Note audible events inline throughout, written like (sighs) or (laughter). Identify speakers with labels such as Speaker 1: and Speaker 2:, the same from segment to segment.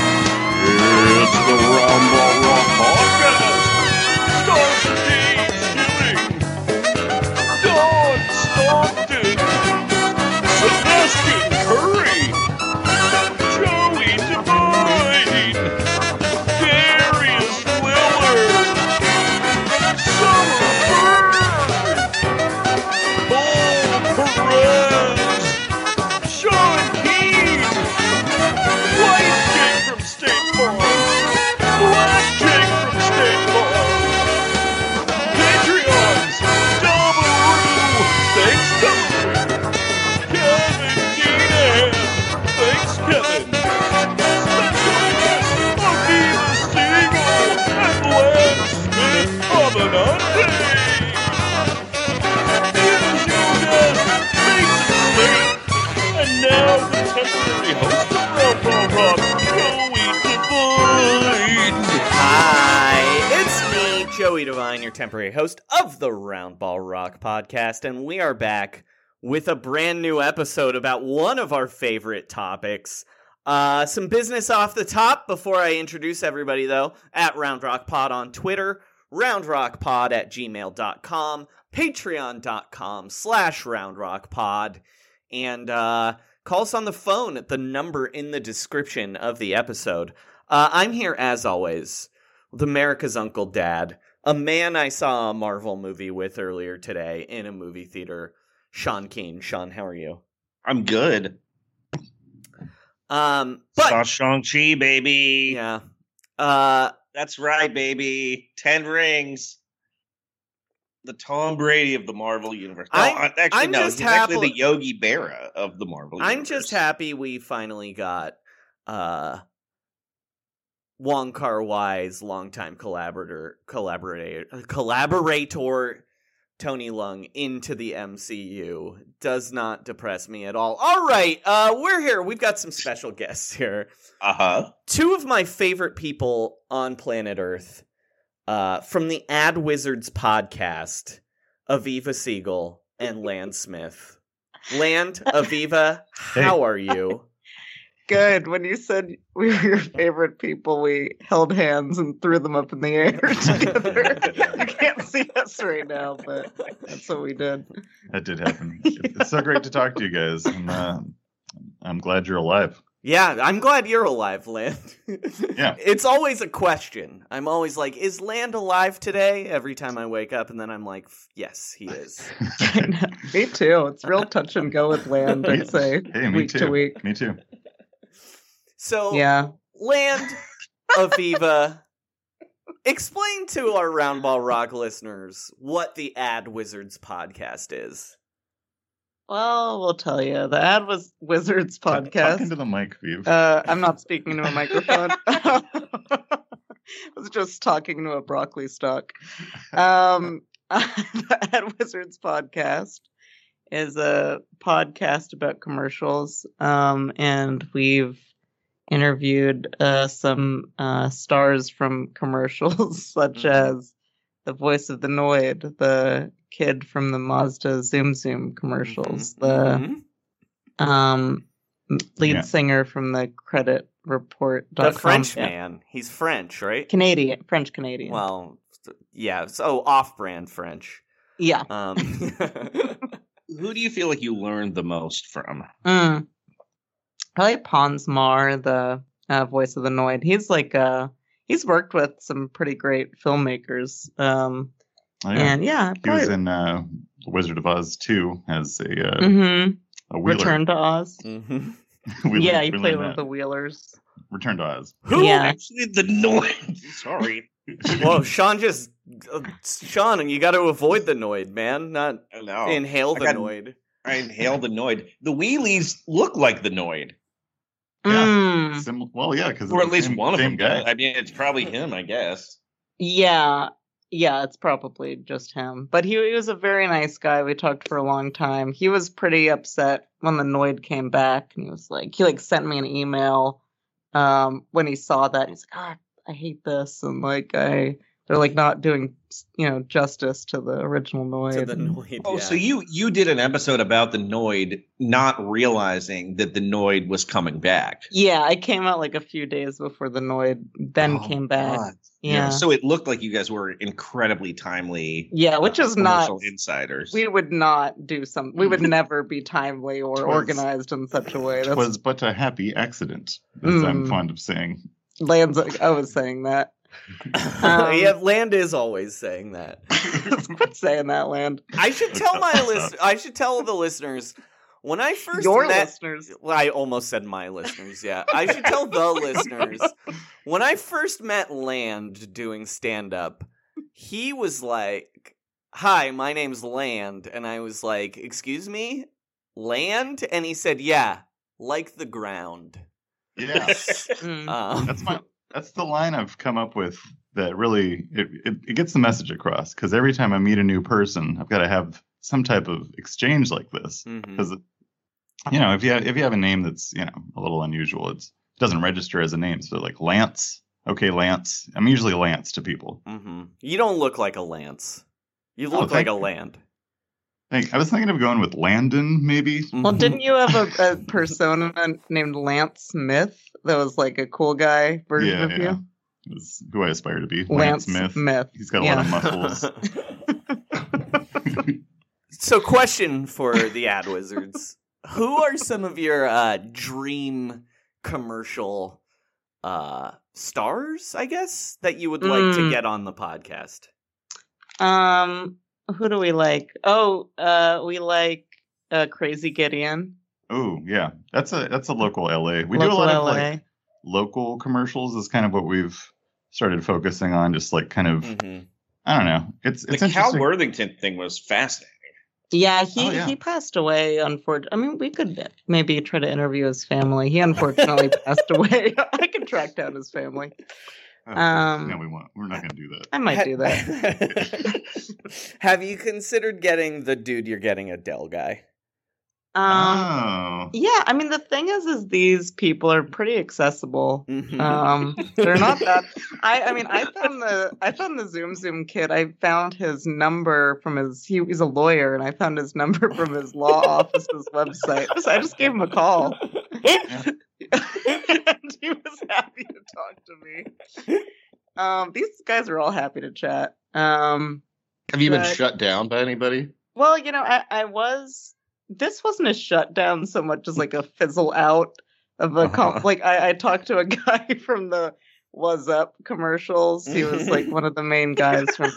Speaker 1: It's the Rumble Rumblecast. Start the day killing. Don Stockton. Sebastian Curry. Joey Devine. Darius Lillard. Summer Bird. Bull Perez. Sean Keane. White Jake from State Farm. Black Jake from State Farm. Patreons. Damaru. Thanks, Damaru. Kevin Deanan. Thanks, Kevin. Special guest, Akiva Siegel. And Len Smith Avenante. And now the temporary host of Rumble Rock, Joey Devine.
Speaker 2: Hi, it's me, Joey Devine, your temporary host of the Roundball Rock podcast, and we are back with a brand new episode about one of our favorite topics. Uh, some business off the top before I introduce everybody, though, at Round Rock Pod on Twitter, roundrockpod at gmail.com, patreon.com slash roundrockpod, and uh, call us on the phone at the number in the description of the episode. Uh, I'm here, as always, with America's Uncle Dad, a man I saw a Marvel movie with earlier today in a movie theater. Sean Keane. Sean, how are you?
Speaker 1: I'm good.
Speaker 2: Um, but
Speaker 1: Saw Shang-Chi, baby.
Speaker 2: yeah, uh,
Speaker 1: That's right, baby. Ten rings. The Tom Brady of the Marvel Universe. No,
Speaker 2: I'm-
Speaker 1: I-
Speaker 3: uh,
Speaker 1: actually,
Speaker 2: I'm
Speaker 1: no,
Speaker 2: just
Speaker 1: he's actually
Speaker 2: happy-
Speaker 1: the Yogi Berra of the Marvel
Speaker 2: I'm
Speaker 1: Universe.
Speaker 2: just happy we finally got uh Wong Kar Wai's longtime collaborator collaborator collaborator Tony Lung into the MCU does not depress me at all. All right, uh we're here. We've got some special guests here.
Speaker 1: Uh huh.
Speaker 2: Two of my favorite people on planet Earth uh from the Ad Wizards podcast, Aviva Siegel and Land Smith. Land, Aviva, how are (laughs) you?
Speaker 4: good when you said we were your favorite people. We held hands and threw them up in the air (laughs) together. you can't see us right now, but that's what we did.
Speaker 5: That did happen. it's so great to talk to you guys. And, uh, I'm glad you're alive.
Speaker 2: Yeah, I'm glad you're alive, Land.
Speaker 5: Yeah.
Speaker 2: (laughs) It's always a question. I'm always like, is Land alive today? Every time I wake up, and then I'm like, yes, he is.
Speaker 4: Me too. It's real touch and go with land. I'd say
Speaker 5: Hey, me
Speaker 4: week
Speaker 5: too.
Speaker 4: to week.
Speaker 5: Me too.
Speaker 2: So,
Speaker 4: Yeah.
Speaker 2: Land,
Speaker 4: (laughs)
Speaker 2: Aviva, explain to our Roundball Rock listeners what the Ad Wizards podcast is.
Speaker 4: Well, we'll tell you. The ad was Wizards
Speaker 5: Talk- Talk into
Speaker 4: podcast.
Speaker 5: the mic, Viv.
Speaker 4: (laughs) Uh, I'm not speaking to a microphone. I was just talking to a broccoli stalk. Um, (laughs) the Ad Wizards podcast is a podcast about commercials, um, and we've interviewed uh, some uh, stars from commercials, (laughs) such
Speaker 2: Mm-hmm.
Speaker 4: as the voice of the Noid, the kid from the Mazda Zoom Zoom commercials, the
Speaker 2: Mhm.
Speaker 4: um, lead
Speaker 5: Yeah.
Speaker 4: singer from the Credit Report.
Speaker 2: the French man. He's French, right?
Speaker 4: Canadian, French Canadian.
Speaker 2: Well, yeah. So off-brand French.
Speaker 4: yeah.
Speaker 2: Um,
Speaker 3: Who do you feel like you learned the most from?
Speaker 4: Mm. I like Pons Mar, the uh, voice of the Noid. He's like uh he's worked with some pretty great filmmakers. Um
Speaker 5: Oh, yeah.
Speaker 4: and yeah,
Speaker 5: he was
Speaker 4: probably-
Speaker 5: in uh, The Wizard of Oz 2 as a, uh,
Speaker 4: Mhm.
Speaker 5: a wheeler. (laughs)
Speaker 4: Return to Oz.
Speaker 2: mhm.
Speaker 5: We
Speaker 4: yeah,
Speaker 5: learned-
Speaker 4: he
Speaker 5: we
Speaker 4: played
Speaker 5: learned
Speaker 4: with the
Speaker 5: that.
Speaker 4: Wheelers.
Speaker 5: Return to Oz.
Speaker 3: Who
Speaker 4: Yeah.
Speaker 3: actually the noise? (laughs) Sorry, (laughs)
Speaker 2: Whoa, Sean just uh, Sean, you got to avoid the noid, man. Not
Speaker 3: I don't know.
Speaker 2: inhale the
Speaker 3: Oh, I got-
Speaker 2: noid.
Speaker 3: I inhaled the noid. The wheelies look like the noid,
Speaker 5: Yeah.
Speaker 4: Mm.
Speaker 5: Sim- well, yeah, because
Speaker 3: or at least one of
Speaker 5: same
Speaker 3: them.
Speaker 5: guy.
Speaker 3: does. I mean, it's probably him, I guess.
Speaker 4: Yeah. Yeah, it's probably just him. But he, he was a very nice guy. We talked for a long time. He was pretty upset when the Noid came back and he was like he like sent me an email um when he saw that. He's like, God, I hate this and like I they're like not doing you know justice to the original Noid.
Speaker 2: To the noid.
Speaker 3: Oh,
Speaker 2: yeah.
Speaker 3: so you you did an episode about the Noid, not realizing that the Noid was coming back.
Speaker 4: Yeah, I came out like a few days before the Noid then
Speaker 3: Oh,
Speaker 4: came back.
Speaker 3: God.
Speaker 4: Yeah.
Speaker 3: So it looked like you guys were incredibly timely.
Speaker 4: yeah, which
Speaker 3: uh,
Speaker 4: is not
Speaker 3: commercial insiders.
Speaker 4: we would not do some we
Speaker 5: Mm-hmm.
Speaker 4: would never be timely or
Speaker 5: Twas-
Speaker 4: organized in such a way.
Speaker 5: It
Speaker 4: That's
Speaker 5: was but a happy accident, as I'm
Speaker 4: Mm.
Speaker 5: fond of saying.
Speaker 4: Lands, I was
Speaker 5: (laughs)
Speaker 4: saying that. Um,
Speaker 2: yeah, Land is always saying that.
Speaker 4: Quit saying that, Land.
Speaker 2: I should tell my list. I should tell the listeners when I first
Speaker 4: Your
Speaker 2: met.
Speaker 4: listeners.
Speaker 2: Well, I almost said my listeners. Yeah, I should tell the listeners when I first met Land doing stand up. He was like, "Hi, my name's Land," and I was like, "Excuse me, Land?" And he said, "Yeah, like the ground."
Speaker 5: Yeah,
Speaker 4: Mm.
Speaker 2: (laughs) Um,
Speaker 5: that's my that's the line I've come up with that really it, it, it gets the message across. Because every time I meet a new person, I've got to have some type of exchange like this.
Speaker 2: mhm.
Speaker 5: Because
Speaker 3: Mm-hmm.
Speaker 5: you know, if you have, if you have a name that's you know a little unusual, it's, it doesn't register as a name. So like Lance, okay, Lance. I'm usually Lance to people.
Speaker 2: Mm-hmm. You don't look like a lance. You
Speaker 5: Oh,
Speaker 2: look like
Speaker 5: thank
Speaker 2: a
Speaker 5: you.
Speaker 2: land.
Speaker 5: Like, I was thinking of going with Landon, maybe.
Speaker 3: Mm-hmm.
Speaker 4: Well,
Speaker 2: Mhm.
Speaker 4: didn't you
Speaker 5: (laughs)
Speaker 4: have a, a persona named Lance Smith that was like a cool guy version
Speaker 5: Yeah,
Speaker 4: of
Speaker 5: yeah.
Speaker 4: you?
Speaker 5: Is who I aspire to be, Lance, Smith. He's got a lot of
Speaker 4: Yeah.
Speaker 5: (laughs) muscles.
Speaker 2: (laughs) so, question for the ad wizards: Who are some of your uh, dream commercial uh, stars? I guess that you would like to
Speaker 4: Mm.
Speaker 2: get on the podcast.
Speaker 4: Um, who do we like? Oh, uh, we like uh, Crazy Gideon.
Speaker 5: Oh yeah, that's a that's a local LA. We do a
Speaker 4: local
Speaker 5: lot of
Speaker 4: LA.
Speaker 5: like local commercials. Is kind of what we've started focusing on. Just like kind of I don't know. It's it's
Speaker 3: Mm-hmm. the Cal
Speaker 5: interesting.
Speaker 3: Worthington thing was fascinating.
Speaker 4: Yeah, he
Speaker 5: Oh, yeah.
Speaker 4: he passed away. Unfortunately, I mean, we could maybe try to interview his family.
Speaker 5: (laughs)
Speaker 4: He unfortunately passed away. (laughs) I can track down his family.
Speaker 5: Oh,
Speaker 4: um,
Speaker 5: no, we won't. We're not going to do that.
Speaker 4: I might do
Speaker 5: (laughs)
Speaker 4: that.
Speaker 2: that. (laughs) Have you considered getting the dude you're getting Adele guy?
Speaker 4: Um,
Speaker 5: oh,
Speaker 4: yeah, I mean, the thing is, is these people are pretty accessible.
Speaker 2: Mhm.
Speaker 4: Um, they're not that. I I mean, I found the I found the Zoom Zoom kid. I found his number from his. He, he's a lawyer, and I found his number from his law office's website. So I just gave him a call. (laughs) and he was happy to talk to me. Um, these guys are all happy to chat. Um,
Speaker 6: Have you been
Speaker 4: But-
Speaker 6: shut down by anybody?
Speaker 4: well, you know, I, I was. This wasn't a shutdown so much as like a fizzle out of a comp. Like I, I talked to a (laughs) guy from the Was Up commercials. He was like one of the main guys from.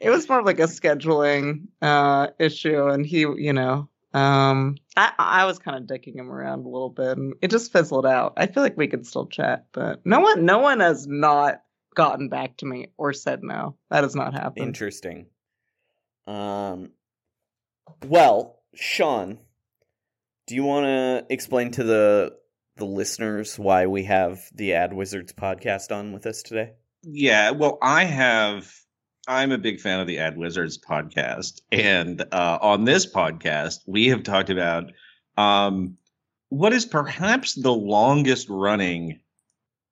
Speaker 4: It was more of like a scheduling uh, issue, and he, you know, um, I, I was kind of dicking him around a little bit, and it just fizzled out. I feel like we could still chat, but no one, no one has not gotten back to me or said no. That has not happened.
Speaker 2: Interesting. Um, well, Sean, do you want to explain to the the listeners why we have the Ad Wizards podcast on with us today?
Speaker 3: Yeah, well, I have. I'm a big fan of the Ad Wizards podcast, and uh, on this podcast, we have talked about um, what is perhaps the longest running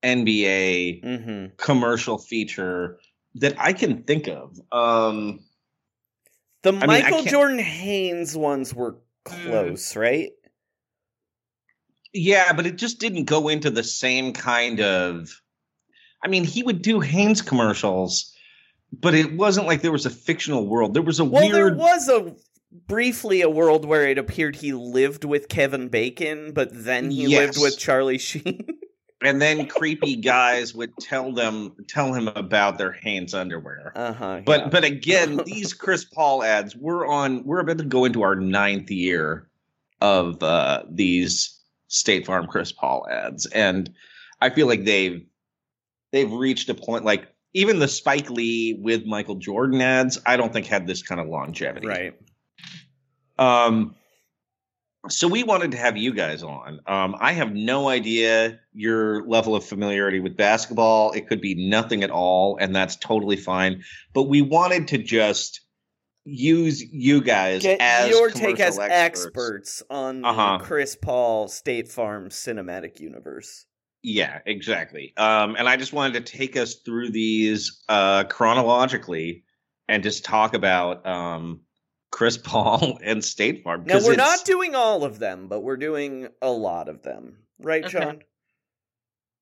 Speaker 3: NBA
Speaker 2: Mm-hmm.
Speaker 3: commercial feature that I can think of. Um,
Speaker 2: The
Speaker 3: mean, I
Speaker 2: Michael
Speaker 3: can't-
Speaker 2: Jordan Haynes ones were close, right?
Speaker 3: yeah, but it just didn't go into the same kind of. I mean, he would do Haynes commercials, but it wasn't like there was a fictional world. There was a
Speaker 2: Well,
Speaker 3: weird.
Speaker 2: there was a briefly a world where it appeared he lived with Kevin Bacon, but then he lived
Speaker 3: Yes.
Speaker 2: with Charlie Sheen. (laughs)
Speaker 3: and then creepy guys would tell them tell him about their Hanes underwear.
Speaker 2: uh huh.
Speaker 3: But but again, these Chris Paul ads, we're on we're about to go into our ninth year of uh these State Farm Chris Paul ads. And I feel like they've they've reached a point like even the Spike Lee with Michael Jordan ads, I don't think had this kind of longevity.
Speaker 2: right.
Speaker 3: Um, so we wanted to have you guys on. Um, I have no idea your level of familiarity with basketball. It could be nothing at all, and that's totally fine. But we wanted to just use you guys
Speaker 2: Get
Speaker 3: as
Speaker 2: your take as
Speaker 3: commercial
Speaker 2: experts on the
Speaker 3: Uh-huh.
Speaker 2: Chris Paul State Farm cinematic universe.
Speaker 3: Yeah, exactly. Um, and I just wanted to take us through these uh, chronologically and just talk about um, Chris (laughs) Paul and State Farm.
Speaker 2: Now
Speaker 3: 'cause
Speaker 2: we're
Speaker 3: it's-
Speaker 2: not doing all of them, but we're doing a lot of them, right,
Speaker 4: Okay.
Speaker 2: John?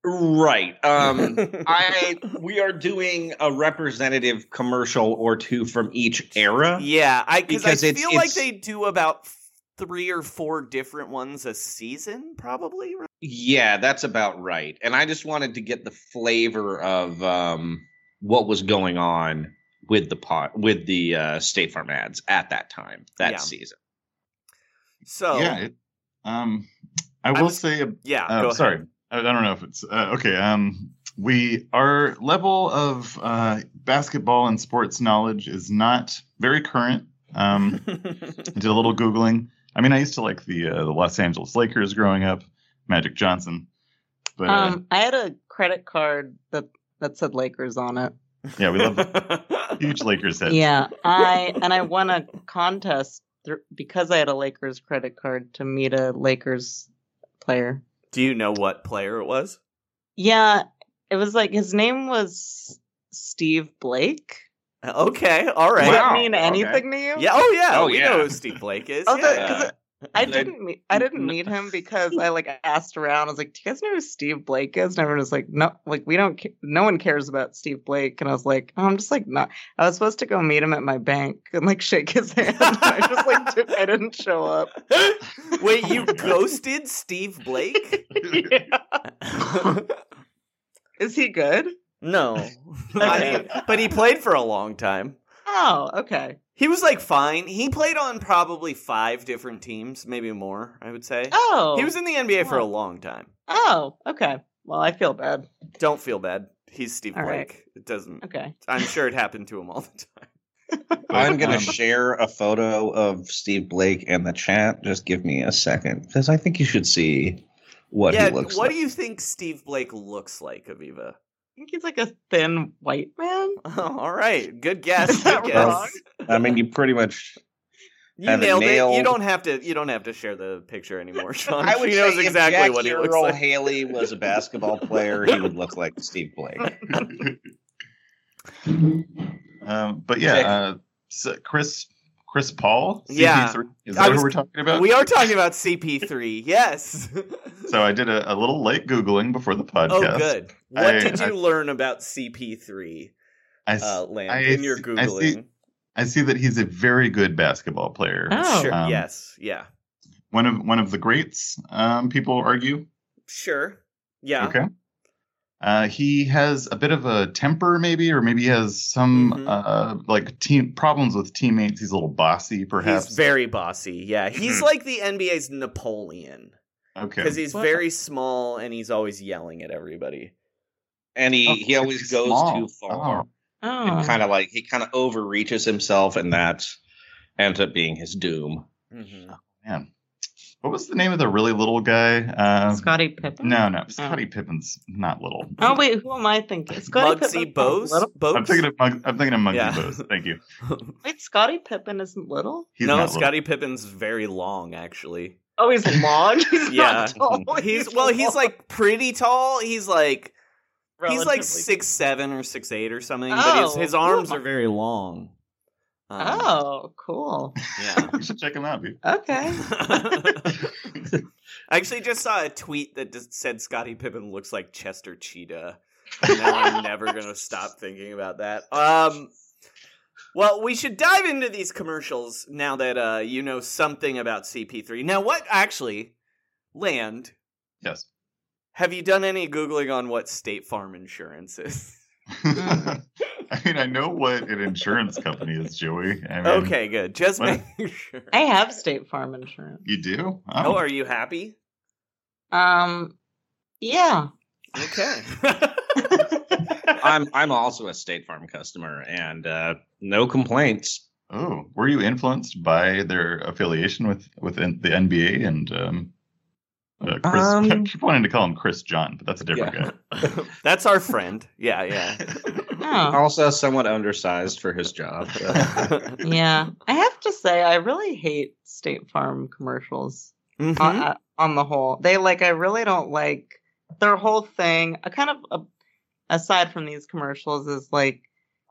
Speaker 3: right.
Speaker 2: (laughs)
Speaker 3: Um, I we are doing a representative commercial or two from each era.
Speaker 2: yeah, I
Speaker 3: Because
Speaker 2: because I
Speaker 3: it's-
Speaker 2: feel like
Speaker 3: it's-
Speaker 2: they do about three or four different ones a season, probably. Right?
Speaker 3: Yeah, that's about right. And I just wanted to get the flavor of um, what was going on with the pot with the uh, State Farm ads at that time that
Speaker 2: Yeah.
Speaker 3: season.
Speaker 2: So
Speaker 5: Yeah.
Speaker 2: yeah,
Speaker 5: It, um, I
Speaker 2: I
Speaker 5: will
Speaker 2: was-
Speaker 5: say.
Speaker 2: go
Speaker 5: Uh,
Speaker 2: ahead.
Speaker 5: sorry, I, I don't know if it's uh, okay. Um, we our level of uh, basketball and sports knowledge is not very current. (laughs) Um, I did a little googling. I mean, I used to like the uh, the Los Angeles Lakers growing up, Magic Johnson. But uh,
Speaker 4: Um, I had a credit card that that said Lakers on it.
Speaker 5: yeah, we love
Speaker 2: (laughs)
Speaker 5: huge Lakers heads.
Speaker 4: Yeah, I and I won a contest thr because I had a Lakers credit card to meet a Lakers player.
Speaker 2: Do you know what player it was?
Speaker 4: Yeah, it was like his name was Steve Blake.
Speaker 2: Okay, all
Speaker 4: Does
Speaker 2: right.
Speaker 3: Wow.
Speaker 4: that mean
Speaker 3: okay.
Speaker 4: anything to you?
Speaker 2: Yeah. Oh yeah.
Speaker 3: Oh,
Speaker 2: we
Speaker 3: yeah. (laughs)
Speaker 2: know who Steve Blake is.
Speaker 4: Oh, the-
Speaker 2: yeah.
Speaker 4: 'cause I didn't meet I didn't meet
Speaker 2: (laughs)
Speaker 4: him because I like asked around. I was like, "Do you guys know who Steve Blake is?" And everyone was like, "No, like we don't. ca- No one cares about Steve Blake." And I was like, oh, "I'm just like not." I was supposed to go meet him at my bank and like shake his hand. I just like (laughs) did, I didn't show up.
Speaker 2: (laughs)
Speaker 4: (laughs)
Speaker 2: Wait, you ghosted Steve Blake?
Speaker 4: (laughs) Is he good?
Speaker 2: no. (laughs) I mean, but he played for a long time.
Speaker 4: Oh, okay.
Speaker 2: He was like fine. He played on probably five different teams, maybe more, I would say.
Speaker 4: Oh,
Speaker 2: He was in the NBA for a
Speaker 4: Wow.
Speaker 2: long time.
Speaker 4: Oh, okay. Well, I feel bad.
Speaker 2: Don't feel bad. He's Steve
Speaker 4: All right.
Speaker 2: Blake. It doesn't
Speaker 4: Okay.
Speaker 2: I'm sure it happened to him all the time.
Speaker 3: I'm gonna
Speaker 5: Um,
Speaker 3: share a photo of Steve Blake in the chat. Just give me a second because I think you should see (laughs) what
Speaker 2: yeah,
Speaker 3: he looks
Speaker 2: what
Speaker 3: like.
Speaker 2: do you think Steve Blake looks like, Aviva?
Speaker 4: I think he's like a thin white man.
Speaker 2: (laughs) all right. Good guess.
Speaker 4: Is that
Speaker 2: good
Speaker 4: wrong?
Speaker 2: guess.
Speaker 3: I mean, you pretty much.
Speaker 2: You
Speaker 3: have it
Speaker 2: nailed it. You
Speaker 3: nailed.
Speaker 2: don't have to. You don't have to share the
Speaker 4: (laughs)
Speaker 2: picture anymore, Sean.
Speaker 3: (laughs) I would
Speaker 2: she knows
Speaker 3: say
Speaker 2: exactly
Speaker 3: if Jack
Speaker 2: what he looks
Speaker 3: Earl
Speaker 2: like.
Speaker 3: Haley was
Speaker 2: (laughs)
Speaker 3: a basketball player, he would look like Steve Blake.
Speaker 5: Um, but yeah, uh, so Chris Chris Paul.
Speaker 2: Yeah.
Speaker 5: CP3, is
Speaker 2: I
Speaker 5: that
Speaker 2: was-
Speaker 5: who we're talking about?
Speaker 2: We are talking
Speaker 5: (laughs)
Speaker 2: about CP3. Yes.
Speaker 5: So I did a, a little late googling before the podcast.
Speaker 2: oh, good. What
Speaker 5: I-
Speaker 2: did you
Speaker 5: I-
Speaker 2: learn about CP3,
Speaker 5: I, s-
Speaker 2: uh, Land,
Speaker 5: I
Speaker 2: in your
Speaker 5: see- I see-
Speaker 2: googling?
Speaker 5: I see that he's a very good basketball player.
Speaker 4: Oh.
Speaker 2: Sure.
Speaker 5: Um,
Speaker 2: yes. Yeah.
Speaker 5: One of one of the greats. Um, people argue.
Speaker 2: Sure. Yeah.
Speaker 5: Okay. Uh, he has a bit of a temper, maybe, or maybe he has some
Speaker 2: Mhm.
Speaker 5: uh, like team problems with teammates. He's a little bossy, perhaps. Hmm.
Speaker 2: He's (laughs) very bossy. Yeah. He's like the NBA's Napoleon
Speaker 5: okay.
Speaker 2: because he's
Speaker 4: Wow.
Speaker 2: very small and he's always yelling at everybody.
Speaker 3: And he,
Speaker 5: Oh,
Speaker 3: he always
Speaker 5: he's
Speaker 3: goes
Speaker 5: small.
Speaker 3: too far.
Speaker 5: Oh.
Speaker 4: Oh,
Speaker 3: And kind of like he kind of overreaches himself, and that ends up being his doom.
Speaker 2: Mhm.
Speaker 5: Oh, Man, What was the name of the really little guy? Uh,
Speaker 4: Scotty Pippen.
Speaker 5: No, no, Scotty Pippen's not little.
Speaker 4: Oh wait, who am I thinking? Scotty
Speaker 2: Mugsy
Speaker 4: Pippen.
Speaker 2: Bose? Bogues?
Speaker 5: I'm thinking of Mug- I'm thinking of Muggsy
Speaker 2: Yeah.
Speaker 5: Bogues.
Speaker 2: (laughs)
Speaker 5: Thank you.
Speaker 4: Wait, Scotty Pippen isn't little.
Speaker 5: He's
Speaker 2: no,
Speaker 5: not little.
Speaker 2: Scottie Pippen's very long, actually.
Speaker 4: Oh, he's long. (laughs) He's
Speaker 2: Yeah.
Speaker 4: not tall.
Speaker 2: He's (laughs) well, he's
Speaker 4: long.
Speaker 2: like pretty tall. He's like he's like
Speaker 4: Relatively.
Speaker 2: six seven or six eight or something. but his
Speaker 4: Oh,
Speaker 2: his arms
Speaker 4: cool.
Speaker 2: are very long. Um,
Speaker 4: Oh, cool.
Speaker 2: yeah.
Speaker 5: You should check him out, dude.
Speaker 4: Okay.
Speaker 2: I actually just saw a tweet that just said Scottie Pippen looks like Chester Cheetah. And now
Speaker 4: (laughs)
Speaker 2: I'm never gonna stop thinking about that. Um, well, we should dive into these commercials now that uh, you know something about CP3. Now, what actually, Land?
Speaker 5: Yes.
Speaker 2: Have you done any googling on what State Farm insurance is?
Speaker 5: I mean, (laughs) I know what an insurance company is, Joey. I mean,
Speaker 2: okay, good. Just
Speaker 5: What?
Speaker 2: making sure.
Speaker 4: I have State Farm insurance.
Speaker 5: You do?
Speaker 2: Oh, are you happy?
Speaker 4: Um, yeah.
Speaker 2: Okay.
Speaker 3: I'm I'm also a State Farm customer, and uh, no complaints.
Speaker 5: Oh, were you influenced by their affiliation with with N- the NBA and um, uh, Chris? I (laughs)
Speaker 3: Um,
Speaker 5: keep wanting to call him Chris John, but that's a different
Speaker 3: Yeah.
Speaker 5: guy.
Speaker 2: That's our friend. Yeah, yeah.
Speaker 4: Oh,
Speaker 3: (laughs) Also, somewhat undersized for
Speaker 2: (laughs)
Speaker 3: his job. Uh,
Speaker 4: yeah. (laughs) I have to say, I really hate State Farm commercials.
Speaker 2: Mhm.
Speaker 4: on, uh, on the whole. They like I really don't like their whole thing. A kind of a, aside from these commercials is like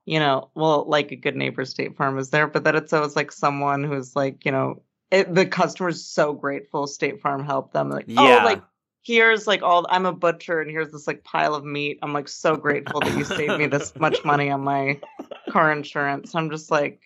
Speaker 4: you know, well, like a good neighbor State Farm is there, but that it's always like someone who's like you know it, the customer's so grateful State Farm helped them. Like
Speaker 2: Yeah.
Speaker 4: oh like. Here's like all I'm a butcher and here's this like pile of meat. I'm like so grateful that you saved me this much money on my car insurance. I'm just like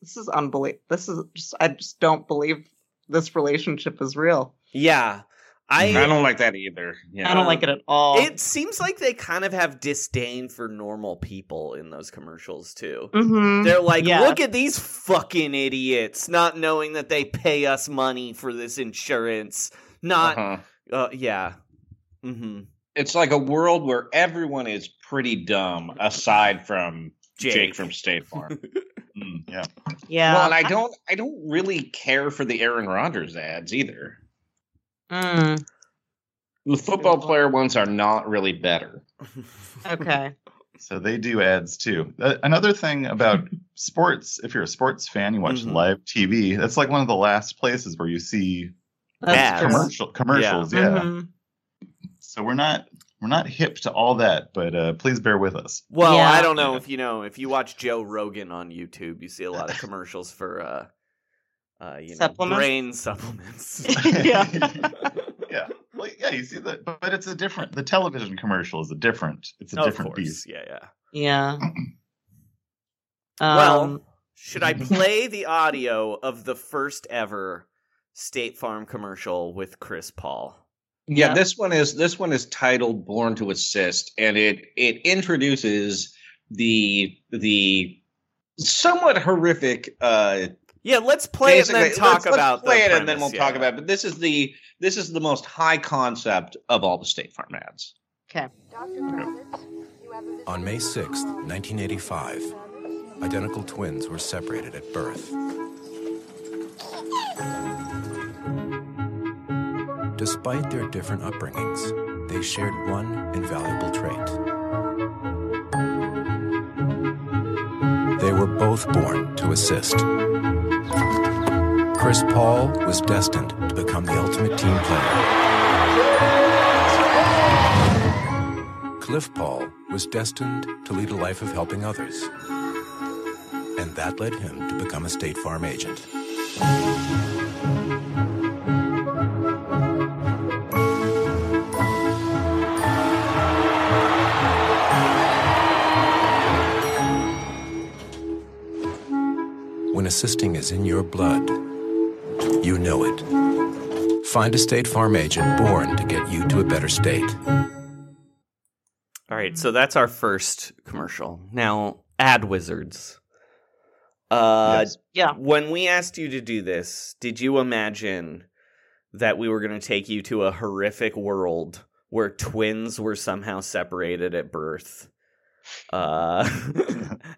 Speaker 4: this is unbelievable. This is just I just don't believe this relationship is real.
Speaker 2: Yeah. I,
Speaker 3: Mm, I don't like that either. Yeah.
Speaker 4: I don't like it at all.
Speaker 2: it seems like they kind of have disdain for normal people in those commercials too.
Speaker 4: Mhm.
Speaker 2: They're like,
Speaker 4: Yeah.
Speaker 2: look at these fucking idiots not knowing that they pay us money for this insurance. Not
Speaker 3: Uh-huh.
Speaker 2: uh, yeah. Mhm.
Speaker 3: It's like a world where everyone is pretty dumb, aside from Jake, from State
Speaker 2: (laughs)
Speaker 3: Farm.
Speaker 5: Mm, yeah.
Speaker 4: yeah.
Speaker 3: Well, and I don't, I don't really care for the Aaron Rodgers ads either.
Speaker 4: Mm,
Speaker 3: The football player ones are not really better.
Speaker 4: okay.
Speaker 5: So they do ads too. Uh, another thing
Speaker 3: (laughs)
Speaker 5: about sports, if you're a sports fan, you watch
Speaker 2: Mhm.
Speaker 5: live TV. That's like one of the last places where you see
Speaker 4: That's
Speaker 2: Ads.
Speaker 4: true.
Speaker 5: commercial commercials. Yeah.
Speaker 3: Mm-hmm.
Speaker 4: Mhm.
Speaker 5: So we're not we're not hip to all that, but uh, please bear with us.
Speaker 2: Well,
Speaker 4: Yeah.
Speaker 2: I don't know if you know if you watch Joe Rogan on YouTube, you see a lot of commercials for uh uh you know
Speaker 4: Supplements?
Speaker 2: brain supplements.
Speaker 4: (laughs) yeah.
Speaker 2: (laughs)
Speaker 4: (laughs)
Speaker 5: yeah. Well, yeah, you see that, but, but it's a different. The television commercial is a different. It's a
Speaker 2: Of
Speaker 5: different
Speaker 2: course.
Speaker 5: beast.
Speaker 2: Yeah, yeah.
Speaker 5: (clears throat)
Speaker 4: Yeah.
Speaker 2: well,
Speaker 4: Um,
Speaker 2: should I play the audio of the first ever State Farm commercial with Chris Paul?
Speaker 3: Yeah,
Speaker 4: Yeah.
Speaker 3: this one is this one is titled "Born to Assist," and it it introduces the the somewhat horrific. uh
Speaker 2: Yeah, let's play it and then
Speaker 3: basically-
Speaker 2: talk
Speaker 3: let's- let's
Speaker 2: about
Speaker 3: play
Speaker 2: the
Speaker 3: it, and then
Speaker 2: premise,
Speaker 3: we'll
Speaker 2: yeah.
Speaker 3: talk about. It. But this is the this is the most high concept of all the State Farm ads.
Speaker 4: okay.
Speaker 6: On May 6, 1985, identical twins were separated at birth. Despite their different upbringings, they shared one invaluable trait. They were both born to assist. Chris Paul was destined to become the ultimate team player. Cliff Paul was destined to lead a life of helping others. And that led him to become a State Farm agent. When assisting is in your blood, you know it. Find a State Farm agent born to get you to a better state.
Speaker 2: All right, so that's our first commercial. Now, ad wizards. Uh,
Speaker 5: Yes.
Speaker 4: Yeah.
Speaker 2: when we asked you to do this, did you imagine that we were going to take you to a horrific world where twins were somehow (laughs) separated at birth? Uh,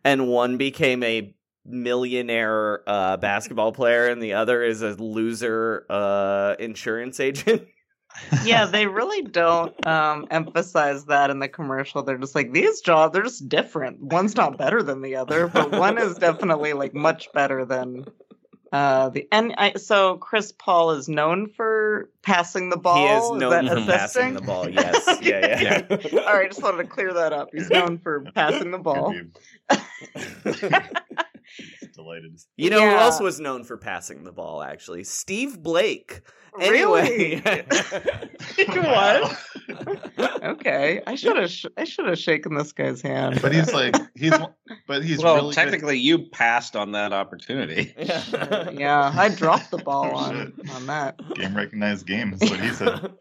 Speaker 2: and one became a millionaire uh, basketball player, and the other is a loser uh, insurance agent. (laughs)
Speaker 4: yeah, they really don't um, emphasize that in the commercial. They're just like these jobs. They're just different. One's not better than the other, but one is definitely like much better than uh, the. And I, so Chris Paul is known for passing the ball.
Speaker 2: he is known
Speaker 4: that
Speaker 2: for
Speaker 4: assisting?
Speaker 2: passing the ball. Yes,
Speaker 4: (laughs)
Speaker 2: yeah, yeah.
Speaker 4: All right, just wanted to clear that up. He's known for passing the ball.
Speaker 5: Delighted.
Speaker 2: You know who
Speaker 4: Yeah.
Speaker 2: else was known for passing the ball? Actually, Steve Blake. (laughs)
Speaker 4: (laughs)
Speaker 2: Anyway,
Speaker 4: Really? what? okay, I should have. Sh- I should have shaken this guy's hand.
Speaker 5: But he's like he's but he's
Speaker 3: well,
Speaker 5: really
Speaker 3: technically, you passed on
Speaker 2: (laughs)
Speaker 3: that opportunity.
Speaker 4: yeah, I dropped the ball
Speaker 5: Oh,
Speaker 4: on on that.
Speaker 5: good. game recognized game is what he
Speaker 2: (laughs)
Speaker 5: said.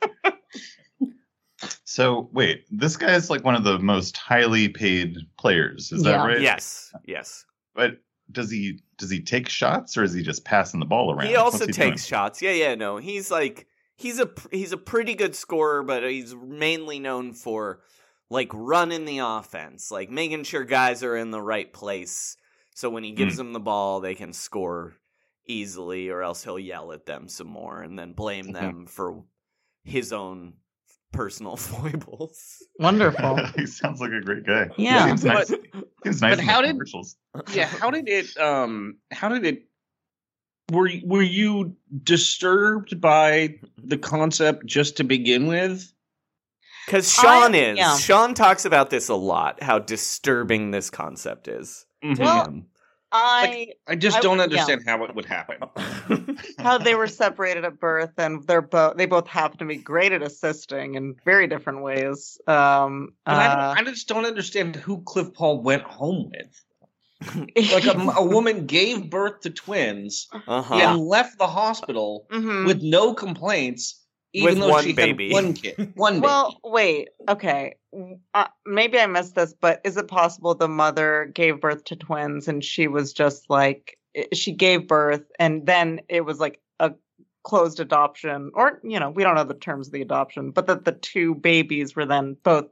Speaker 5: so wait, this guy is like one of the most highly paid players. Is that
Speaker 4: Yeah.
Speaker 5: right?
Speaker 2: yes, yes.
Speaker 5: But does he does he take shots or is he just passing the ball around?
Speaker 2: He also
Speaker 5: What's
Speaker 2: takes
Speaker 5: doing? (laughs)
Speaker 2: shots. Yeah, yeah. No, he's like he's a pr- he's a pretty good scorer, but he's mainly known for like running the offense, like making sure guys are in the right place. So when he
Speaker 5: Hmm.
Speaker 2: gives them the ball, they can score easily, or else he'll yell at them some more and then blame them for his own personal (laughs) foibles.
Speaker 4: (laughs)
Speaker 5: (laughs)
Speaker 4: Wonderful.
Speaker 5: he sounds like a great guy.
Speaker 4: Yeah.
Speaker 5: seems nice.
Speaker 3: But-
Speaker 5: seems nice.
Speaker 3: but
Speaker 5: in
Speaker 3: how
Speaker 5: the
Speaker 3: did-
Speaker 5: commercials.
Speaker 3: yeah how did it um how did it were y- were you disturbed by the concept just to begin with
Speaker 2: Because Sean
Speaker 4: Oh, I-
Speaker 2: is.
Speaker 4: yeah.
Speaker 2: Sean talks about this a lot, how disturbing this concept is. to
Speaker 4: Well,
Speaker 2: him.
Speaker 4: I
Speaker 3: i just
Speaker 4: I-
Speaker 3: don't
Speaker 4: yeah.
Speaker 3: understand how it would happen
Speaker 4: how they were separated at birth, and they're both they both happen to be great at assisting in very different ways. Um,
Speaker 3: And I, don't-
Speaker 4: uh,
Speaker 3: I just don't understand who cliff paul went home
Speaker 4: (laughs)
Speaker 3: with like a, m- a woman gave birth to twins
Speaker 2: uh-huh.
Speaker 3: and left the hospital
Speaker 4: mhm.
Speaker 3: with no complaints even
Speaker 2: With
Speaker 3: though
Speaker 2: one
Speaker 3: she
Speaker 2: baby.
Speaker 3: had one kid one
Speaker 4: Well, wait. Okay. Uh, maybe I missed this, but is it possible the mother gave birth to twins and she was just like i- she gave birth and then it was like a closed adoption or you know, we don't know the terms of the adoption, but that the two babies were then both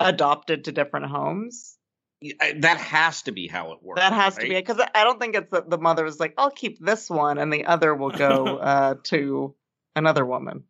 Speaker 4: adopted to different homes?
Speaker 3: baby I- that has to be how it works
Speaker 4: That has to be because I don't think it's that the mother was like, "I'll keep this one and the other will
Speaker 3: (laughs)
Speaker 4: go uh, to another woman."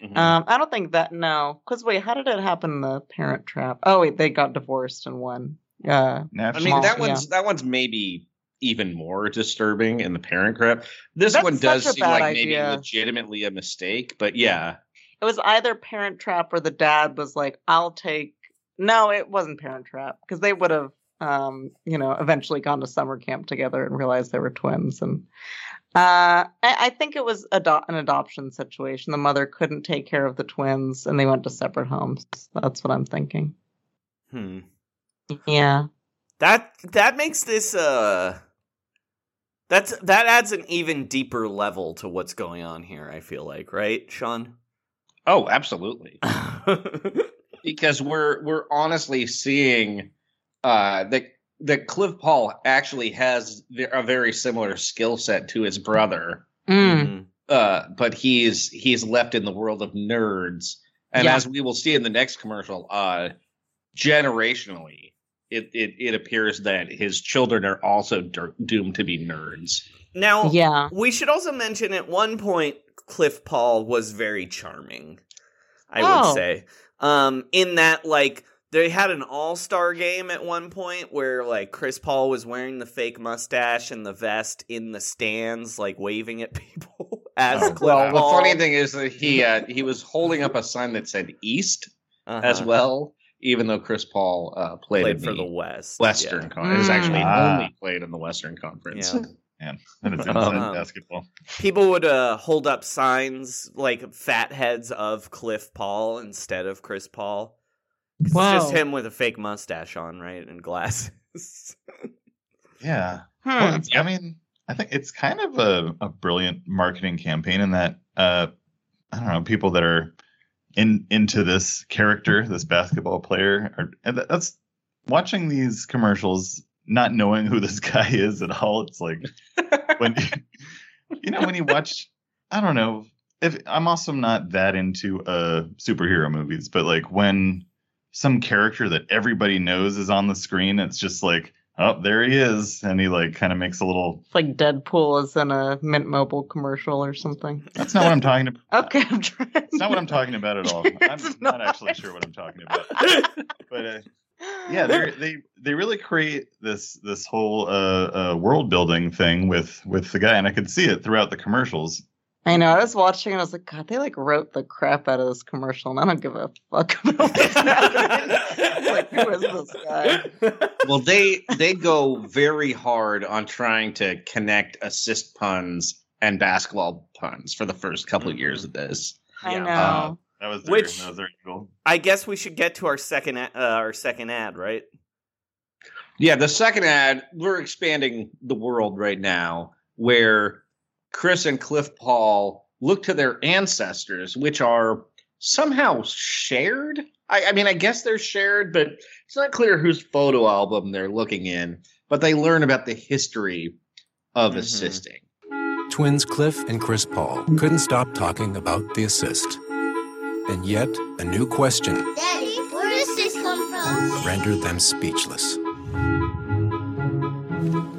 Speaker 3: be
Speaker 4: Um, I don't think that. No, because wait, how did it happen? in The Parent Trap. Oh wait, they got divorced and won. Uh,
Speaker 3: I
Speaker 5: Natural.
Speaker 3: mean that
Speaker 4: Yeah.
Speaker 3: one's that one's maybe even more disturbing in the parent crap. This
Speaker 4: That's
Speaker 3: one does
Speaker 4: such a
Speaker 3: seem
Speaker 4: bad
Speaker 3: like
Speaker 4: idea.
Speaker 3: maybe legitimately a mistake, but yeah.
Speaker 4: it was either Parent Trap or the dad was like, "I'll take." No, it wasn't Parent Trap because they would have, um, you know, eventually gone to summer camp together and realized they were twins. And uh, I, I think it was ado- an adoption situation. The mother couldn't take care of the twins, and they went to separate homes. That's what I'm thinking.
Speaker 2: Hmm.
Speaker 4: Yeah.
Speaker 2: That that makes this uh that's that adds an even deeper level to what's going on here, I feel like, right, Sean?
Speaker 3: Oh,
Speaker 4: (laughs)
Speaker 3: absolutely.
Speaker 2: yeah.
Speaker 3: Because we're we're honestly seeing uh that that Cliff Paul actually has ve- a very similar skill set to his brother,
Speaker 1: mm.
Speaker 3: uh, but he's he's left in the world of nerds, and
Speaker 4: Yeah.
Speaker 1: (laughs)
Speaker 3: (laughs) as we will see in the next commercial, uh, generationally, it, it it appears that his children are also dur- doomed to be nerds.
Speaker 2: Now
Speaker 4: Yeah.
Speaker 2: we should also mention at one point Cliff Paul was very charming, I
Speaker 4: Oh.
Speaker 2: would say. Um in that like they had an all-star game at one point where like Chris Paul was wearing the fake mustache and the vest in the stands, like waving at (laughs) people as
Speaker 5: Oh,
Speaker 2: Cliff
Speaker 3: Well, Um, the
Speaker 2: Paul.
Speaker 3: funny thing is that he uh, he was holding up a sign that said East as
Speaker 2: Uh-huh.
Speaker 3: well, even though Chris Paul uh, played,
Speaker 2: played
Speaker 3: in
Speaker 2: for the
Speaker 3: the
Speaker 2: West.
Speaker 3: Western
Speaker 2: yeah.
Speaker 3: Conference.
Speaker 4: Mm.
Speaker 3: actually
Speaker 5: Ah.
Speaker 3: only played in the Western Conference.
Speaker 2: Yeah.
Speaker 5: That is inside
Speaker 2: Um,
Speaker 5: basketball.
Speaker 2: People would uh, hold up signs like fat heads of Cliff Paul instead of Chris Paul. 'Cause
Speaker 4: Wow.
Speaker 2: It's just him with a fake mustache on, right, and glasses. (laughs)
Speaker 5: Yeah.
Speaker 4: Hmm.
Speaker 5: Well, it's- I mean, I think it's kind of a, a brilliant marketing campaign in that uh, I don't know people that are in into this character, this basketball player, are, and that- that's watching these commercials, not knowing who this (laughs) guy is at all. It's like when you know when you watch, I don't know. If I'm also not that into uh superhero movies, but like when some character that everybody knows is on the screen, it's just like oh, there he is, and he like kind of makes a little.
Speaker 4: It's like Deadpool is in a Mint Mobile commercial or something.
Speaker 5: That's not what I'm talking about.
Speaker 4: (laughs) Okay, I'm trying.
Speaker 5: It's not what I'm talking about at
Speaker 3: (laughs)
Speaker 5: all. (laughs) I'm
Speaker 4: It's
Speaker 5: not
Speaker 4: not.
Speaker 5: actually sure what I'm talking about. But uh, yeah,
Speaker 3: (laughs)
Speaker 5: they they they really create this this whole uh, uh, world building thing with with the guy, and I could see it throughout the commercials.
Speaker 4: I know. I was watching and I was like, God, they like wrote the crap out of this commercial, and I don't give a fuck about
Speaker 3: (laughs)
Speaker 4: what's happening. It's like, who is this guy?
Speaker 3: well they they go very hard on trying to connect assist puns and basketball puns for the first couple of years of this
Speaker 4: I
Speaker 2: Yeah.
Speaker 4: know.
Speaker 3: Uh,
Speaker 5: That was their,
Speaker 2: Which-
Speaker 5: that was their angle.
Speaker 2: I guess we should get to our second a- uh, our second ad, right?
Speaker 3: yeah the second ad we're expanding the world right now where chris and cliff paul look to their ancestors which are somehow shared I, I mean i guess they're shared but it's not clear whose photo album they're looking in but they learn about the history of
Speaker 2: Mhm.
Speaker 3: assisting
Speaker 6: Twins Cliff and Chris Paul couldn't stop talking about the assist. And yet, a new question
Speaker 1: Daddy, where does this come from?
Speaker 6: rendered them speechless.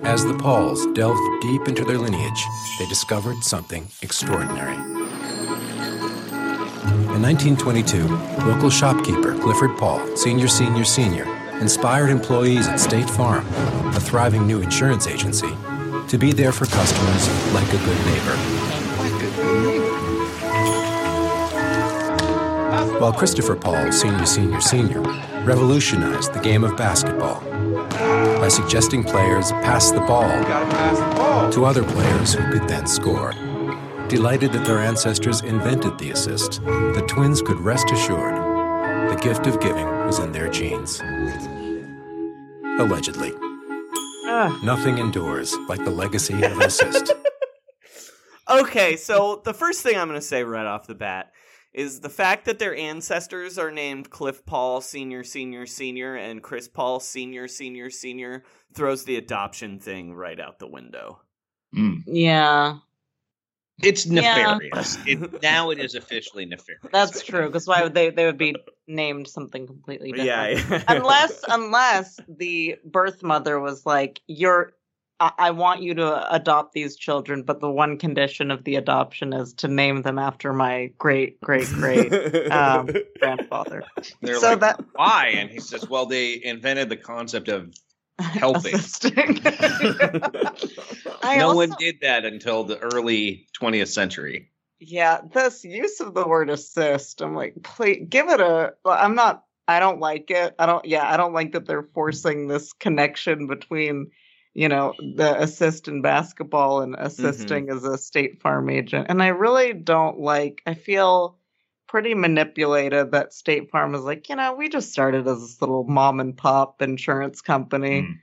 Speaker 6: As the Pauls delved deep into their lineage, they discovered something extraordinary. In 1922, local shopkeeper Clifford Paul, senior, senior, senior, inspired employees at State Farm, a thriving new insurance agency, to be there for customers like a good neighbor. while Christopher Paul, senior, senior, senior, revolutionized the game of basketball by suggesting players pass the ball to other players who could then score. Delighted that their ancestors invented the assist, the twins could rest assured the gift of giving was in their genes. Allegedly. Nothing endures like the legacy of an assist.
Speaker 2: (laughs) Okay, so the first thing I'm going to say right off the bat is the fact that their ancestors are named Cliff Paul Senior Senior Senior and Chris Paul Senior Senior Senior throws the adoption thing right out the window.
Speaker 5: Mm.
Speaker 4: Yeah,
Speaker 3: It's
Speaker 4: Yeah.
Speaker 3: nefarious. It, now it is officially nefarious.
Speaker 4: that's true. Because why would they? They would be named something completely different.
Speaker 2: Yeah,
Speaker 3: (laughs)
Speaker 2: yeah.
Speaker 4: unless unless the birth mother was like you're I, I want you to adopt these children but the one condition of the adoption is to name them after my great great great
Speaker 3: (laughs)
Speaker 4: um, (laughs) grandfather
Speaker 3: They're
Speaker 4: so
Speaker 3: like,
Speaker 4: that
Speaker 3: why? And he says, well, they invented the
Speaker 4: (laughs)
Speaker 3: concept of helping.
Speaker 4: assisting. I
Speaker 3: no one
Speaker 4: also-
Speaker 3: did that until the early 20th century.
Speaker 4: yeah this use of the word assist i'm like please give it a well, i'm not i don't like it i don't yeah i don't like that they're forcing this connection between you know the assist in basketball and assisting as a state farm agent and i really don't like i feel pretty manipulated that state farm is like you know we just started as this little mom and pop insurance company
Speaker 5: Mm.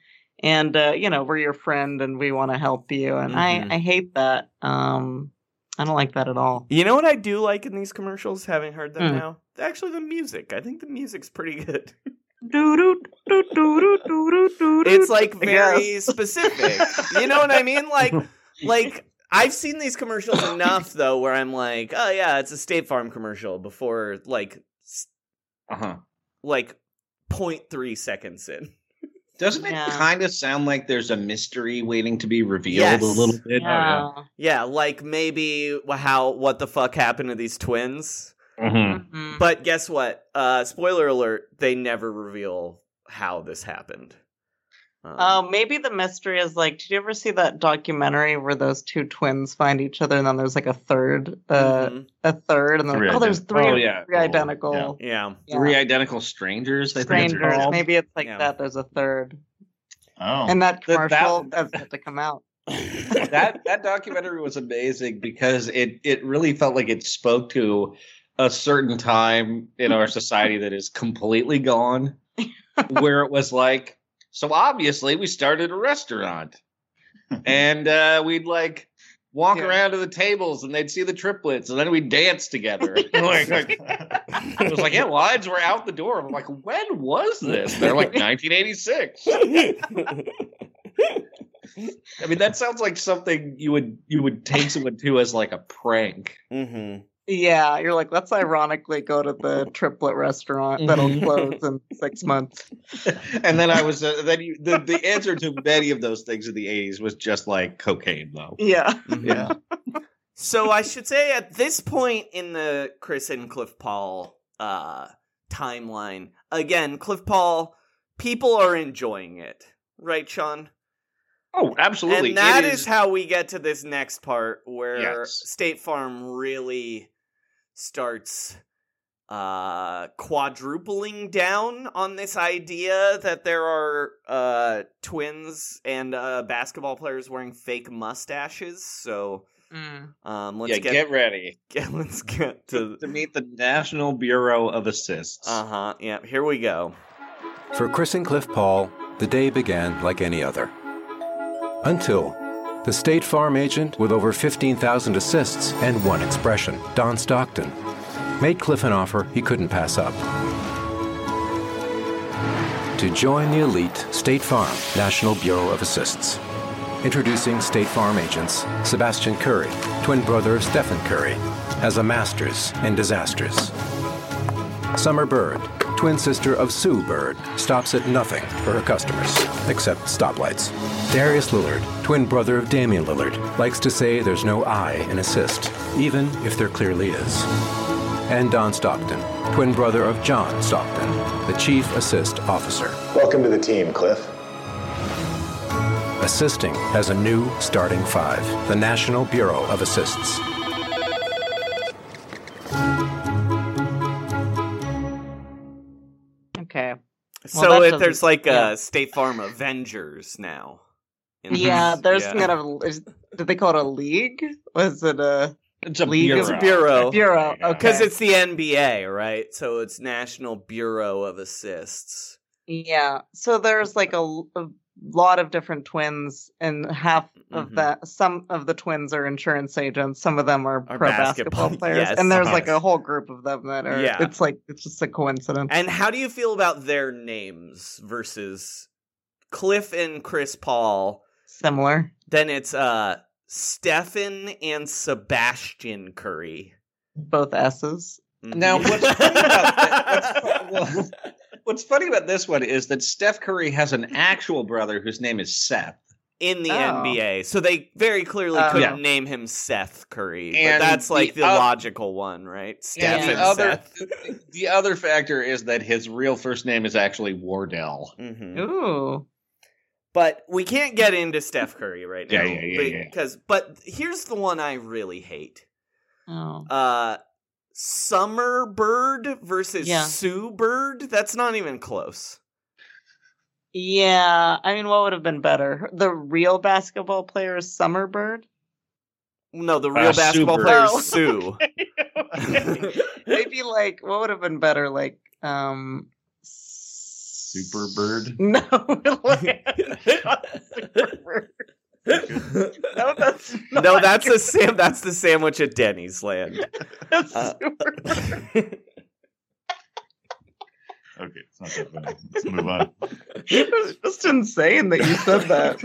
Speaker 4: and uh, you know we're your friend and we want to help you and
Speaker 2: Mhm.
Speaker 4: I, I hate that um i don't like that at all
Speaker 2: You know what I do like in these commercials, having heard them
Speaker 4: Hmm.
Speaker 2: now? Actually, the music. I think the music's pretty good. (laughs) It's
Speaker 3: (laughs)
Speaker 4: it's
Speaker 2: like
Speaker 4: I guess.
Speaker 2: very specific. You know what I mean?
Speaker 3: (laughs)
Speaker 2: Like, like I've seen these commercials enough though, where I'm like, oh yeah, it's a State Farm commercial before like s-
Speaker 3: Uh-huh.
Speaker 2: like 0.3 seconds in.
Speaker 3: Doesn't it
Speaker 4: Yeah.
Speaker 3: kind of sound like there's a mystery waiting to be revealed
Speaker 2: Yes.
Speaker 3: a little bit?
Speaker 4: yeah.
Speaker 5: Oh,
Speaker 2: Yeah, like maybe wh- how what the fuck happened to these twins?
Speaker 3: Mhm.
Speaker 4: Mhm.
Speaker 2: But guess what? Uh, spoiler alert: they never reveal how this happened. Um,
Speaker 4: Oh, maybe the mystery is like, did you ever see that documentary where those two twins find each other and then there's like a third, uh,
Speaker 2: mhm,
Speaker 4: a third, and then
Speaker 5: Three
Speaker 4: oh, there's
Speaker 5: ident-
Speaker 4: three,
Speaker 3: oh, yeah.
Speaker 4: three
Speaker 5: Oh,
Speaker 4: identical
Speaker 5: yeah.
Speaker 2: yeah.
Speaker 4: yeah,
Speaker 3: Three identical strangers, they think it's
Speaker 4: strangers.
Speaker 3: called.
Speaker 4: Maybe it's like
Speaker 2: Yeah.
Speaker 4: that. There's a third,
Speaker 5: Oh,
Speaker 4: and that
Speaker 3: That- that-
Speaker 4: commercial that's yet to come out.
Speaker 3: that that documentary was amazing because it it really felt like it spoke to a certain time in our society that is completely gone where it was like so obviously we started a restaurant and uh, we'd like walk
Speaker 4: Yeah.
Speaker 3: around to the tables and they'd see the triplets and then we'd dance together (laughs) like, like, it was like yeah lines were out the door i'm like when was this they're
Speaker 4: (laughs)
Speaker 2: (laughs)
Speaker 3: like 1986 I mean, that sounds like something you would you would take someone to as like a prank.
Speaker 2: Mhm.
Speaker 4: Yeah, you're like, let's ironically go to the triplet restaurant that'll
Speaker 2: Mm-hmm.
Speaker 3: Mhm.
Speaker 4: close in six
Speaker 2: (laughs)
Speaker 4: months.
Speaker 3: and then I was uh, then you, the the answer to many of those things in the '80s was just like cocaine, though.
Speaker 4: Yeah.
Speaker 3: Yeah.
Speaker 2: So I should say at this point in the Chris and Cliff Paul uh, timeline, again, Cliff Paul, people are enjoying it, right, Sean?
Speaker 3: Oh, absolutely.
Speaker 2: And that
Speaker 3: It
Speaker 2: is... how we get to this next part where
Speaker 3: Yes.
Speaker 2: State Farm really starts uh quadrupling down on this idea that there are uh twins and uh basketball players wearing fake mustaches so
Speaker 3: Mm.
Speaker 2: um let's
Speaker 3: yeah,
Speaker 2: get,
Speaker 3: get, ready
Speaker 2: (laughs) get let's get to
Speaker 3: to meet the National Bureau of Assists.
Speaker 2: uh-huh yeah here we go
Speaker 6: For Chris and Cliff Paul, the day began like any other. Until the State Farm agent with over 15,000 assists and one expression, Don Stockton, made Cliff an offer he couldn't pass up. To join the elite State Farm National Bureau of Assists. Introducing State Farm agents Sebastian Curry, twin brother of Stephen Curry, as a masters in disasters. Summer Bird, twin sister of Sue Bird, stops at nothing for her customers, except stoplights. Darius Lillard, twin brother of Damian Lillard, likes to say there's no I in assist, even if there clearly is. And Don Stockton, twin brother of John Stockton, the chief assist officer.
Speaker 7: Welcome to the team, Cliff.
Speaker 6: Assisting has a new starting five the National Bureau of Assists.
Speaker 4: Okay. Well,
Speaker 2: so
Speaker 4: that
Speaker 2: it,
Speaker 4: doesn't-
Speaker 2: there's like
Speaker 4: yeah.
Speaker 2: a State Farm Avengers now in this.
Speaker 4: Yeah, there's
Speaker 2: Mm-hmm. Yeah.
Speaker 4: kind of is, did they call it a league? Was it a
Speaker 3: it's a
Speaker 4: League
Speaker 3: bureau.
Speaker 4: of-
Speaker 2: bureau
Speaker 4: bureau? Okay.
Speaker 2: Because it's the NBA, right? So it's National Bureau of Assists.
Speaker 4: Yeah. So there's like a, l- a lot of different twins, and half of
Speaker 2: Mhm.
Speaker 4: that, some of the twins are insurance agents, some of them are,
Speaker 2: Are
Speaker 4: pro
Speaker 2: basketball-
Speaker 4: basketball, (laughs)
Speaker 2: (laughs)
Speaker 4: players,
Speaker 2: yes,
Speaker 4: and there's
Speaker 2: yes.
Speaker 4: like a whole group of them that are.
Speaker 2: Yeah.
Speaker 4: It's like it's just a coincidence.
Speaker 2: And how do you feel about their names versus Cliff and Chris Paul?
Speaker 4: Similar.
Speaker 2: Then it's uh Stefan and Sebastian Curry.
Speaker 4: Both S's.
Speaker 2: Mm-hmm.
Speaker 3: Now, what's funny about that, what's, fu- well, what's funny about this one is that Steph Curry has an actual brother whose name is Seth,
Speaker 2: in the
Speaker 4: Oh.
Speaker 2: NBA, so they very clearly
Speaker 4: Oh.
Speaker 2: couldn't name him Seth Curry,
Speaker 3: And
Speaker 2: but that's like the,
Speaker 3: the oth-
Speaker 2: logical one, right? Steph
Speaker 4: the
Speaker 2: and
Speaker 3: other-
Speaker 2: Seth.
Speaker 3: the other factor is that his real first name is actually Wardell.
Speaker 4: Mm-hmm.
Speaker 2: Mhm.
Speaker 4: Ooh.
Speaker 2: But we can't get into Steph Curry right now
Speaker 3: Yeah, yeah, yeah, yeah.
Speaker 2: because. But here's the one I really hate:
Speaker 4: (laughs) Oh.
Speaker 2: uh, Summer Bird versus
Speaker 4: Yeah.
Speaker 2: Sue Bird. That's not even close.
Speaker 4: Yeah. I mean, what would have been better? The real basketball player is Summerbird.
Speaker 2: No, the real
Speaker 3: Uh, Sue
Speaker 2: basketball
Speaker 3: Bird.
Speaker 2: player
Speaker 4: Oh.
Speaker 2: is Sue.
Speaker 4: (laughs) Maybe like what would have been better? Like um.
Speaker 5: Super bird.
Speaker 4: No, like, Superbird. no, that's not
Speaker 2: (laughs) no, that's a sam. That's the sandwich at Denny's land.
Speaker 4: that's
Speaker 2: uh,
Speaker 4: Superbird.
Speaker 2: (laughs)
Speaker 5: Okay, it's not that funny. Let's move on.
Speaker 4: It was just insane that you said (laughs) that.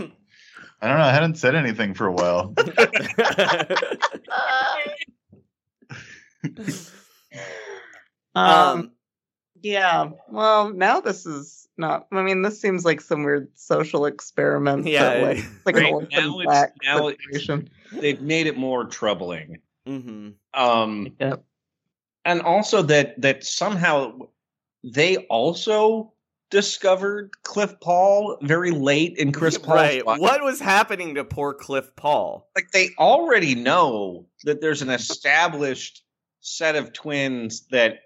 Speaker 5: I don't know. I hadn't said anything for a while.
Speaker 4: Um, yeah. Well, now this is not. I mean, this seems like some weird social experiment.
Speaker 2: Yeah,
Speaker 4: that, like, it's like an
Speaker 3: right, now
Speaker 4: orphan
Speaker 3: it's-
Speaker 4: black
Speaker 3: now it's-
Speaker 4: situation.
Speaker 3: They've made it more troubling.
Speaker 2: hmm
Speaker 3: Um,
Speaker 4: Yep.
Speaker 3: and also that that somehow they also discovered Cliff Paul very late in Chris
Speaker 2: (laughs)
Speaker 3: Paul's
Speaker 2: right.
Speaker 3: life.
Speaker 2: What was happening to poor Cliff Paul?
Speaker 3: Like they already know that there's an established set of twins that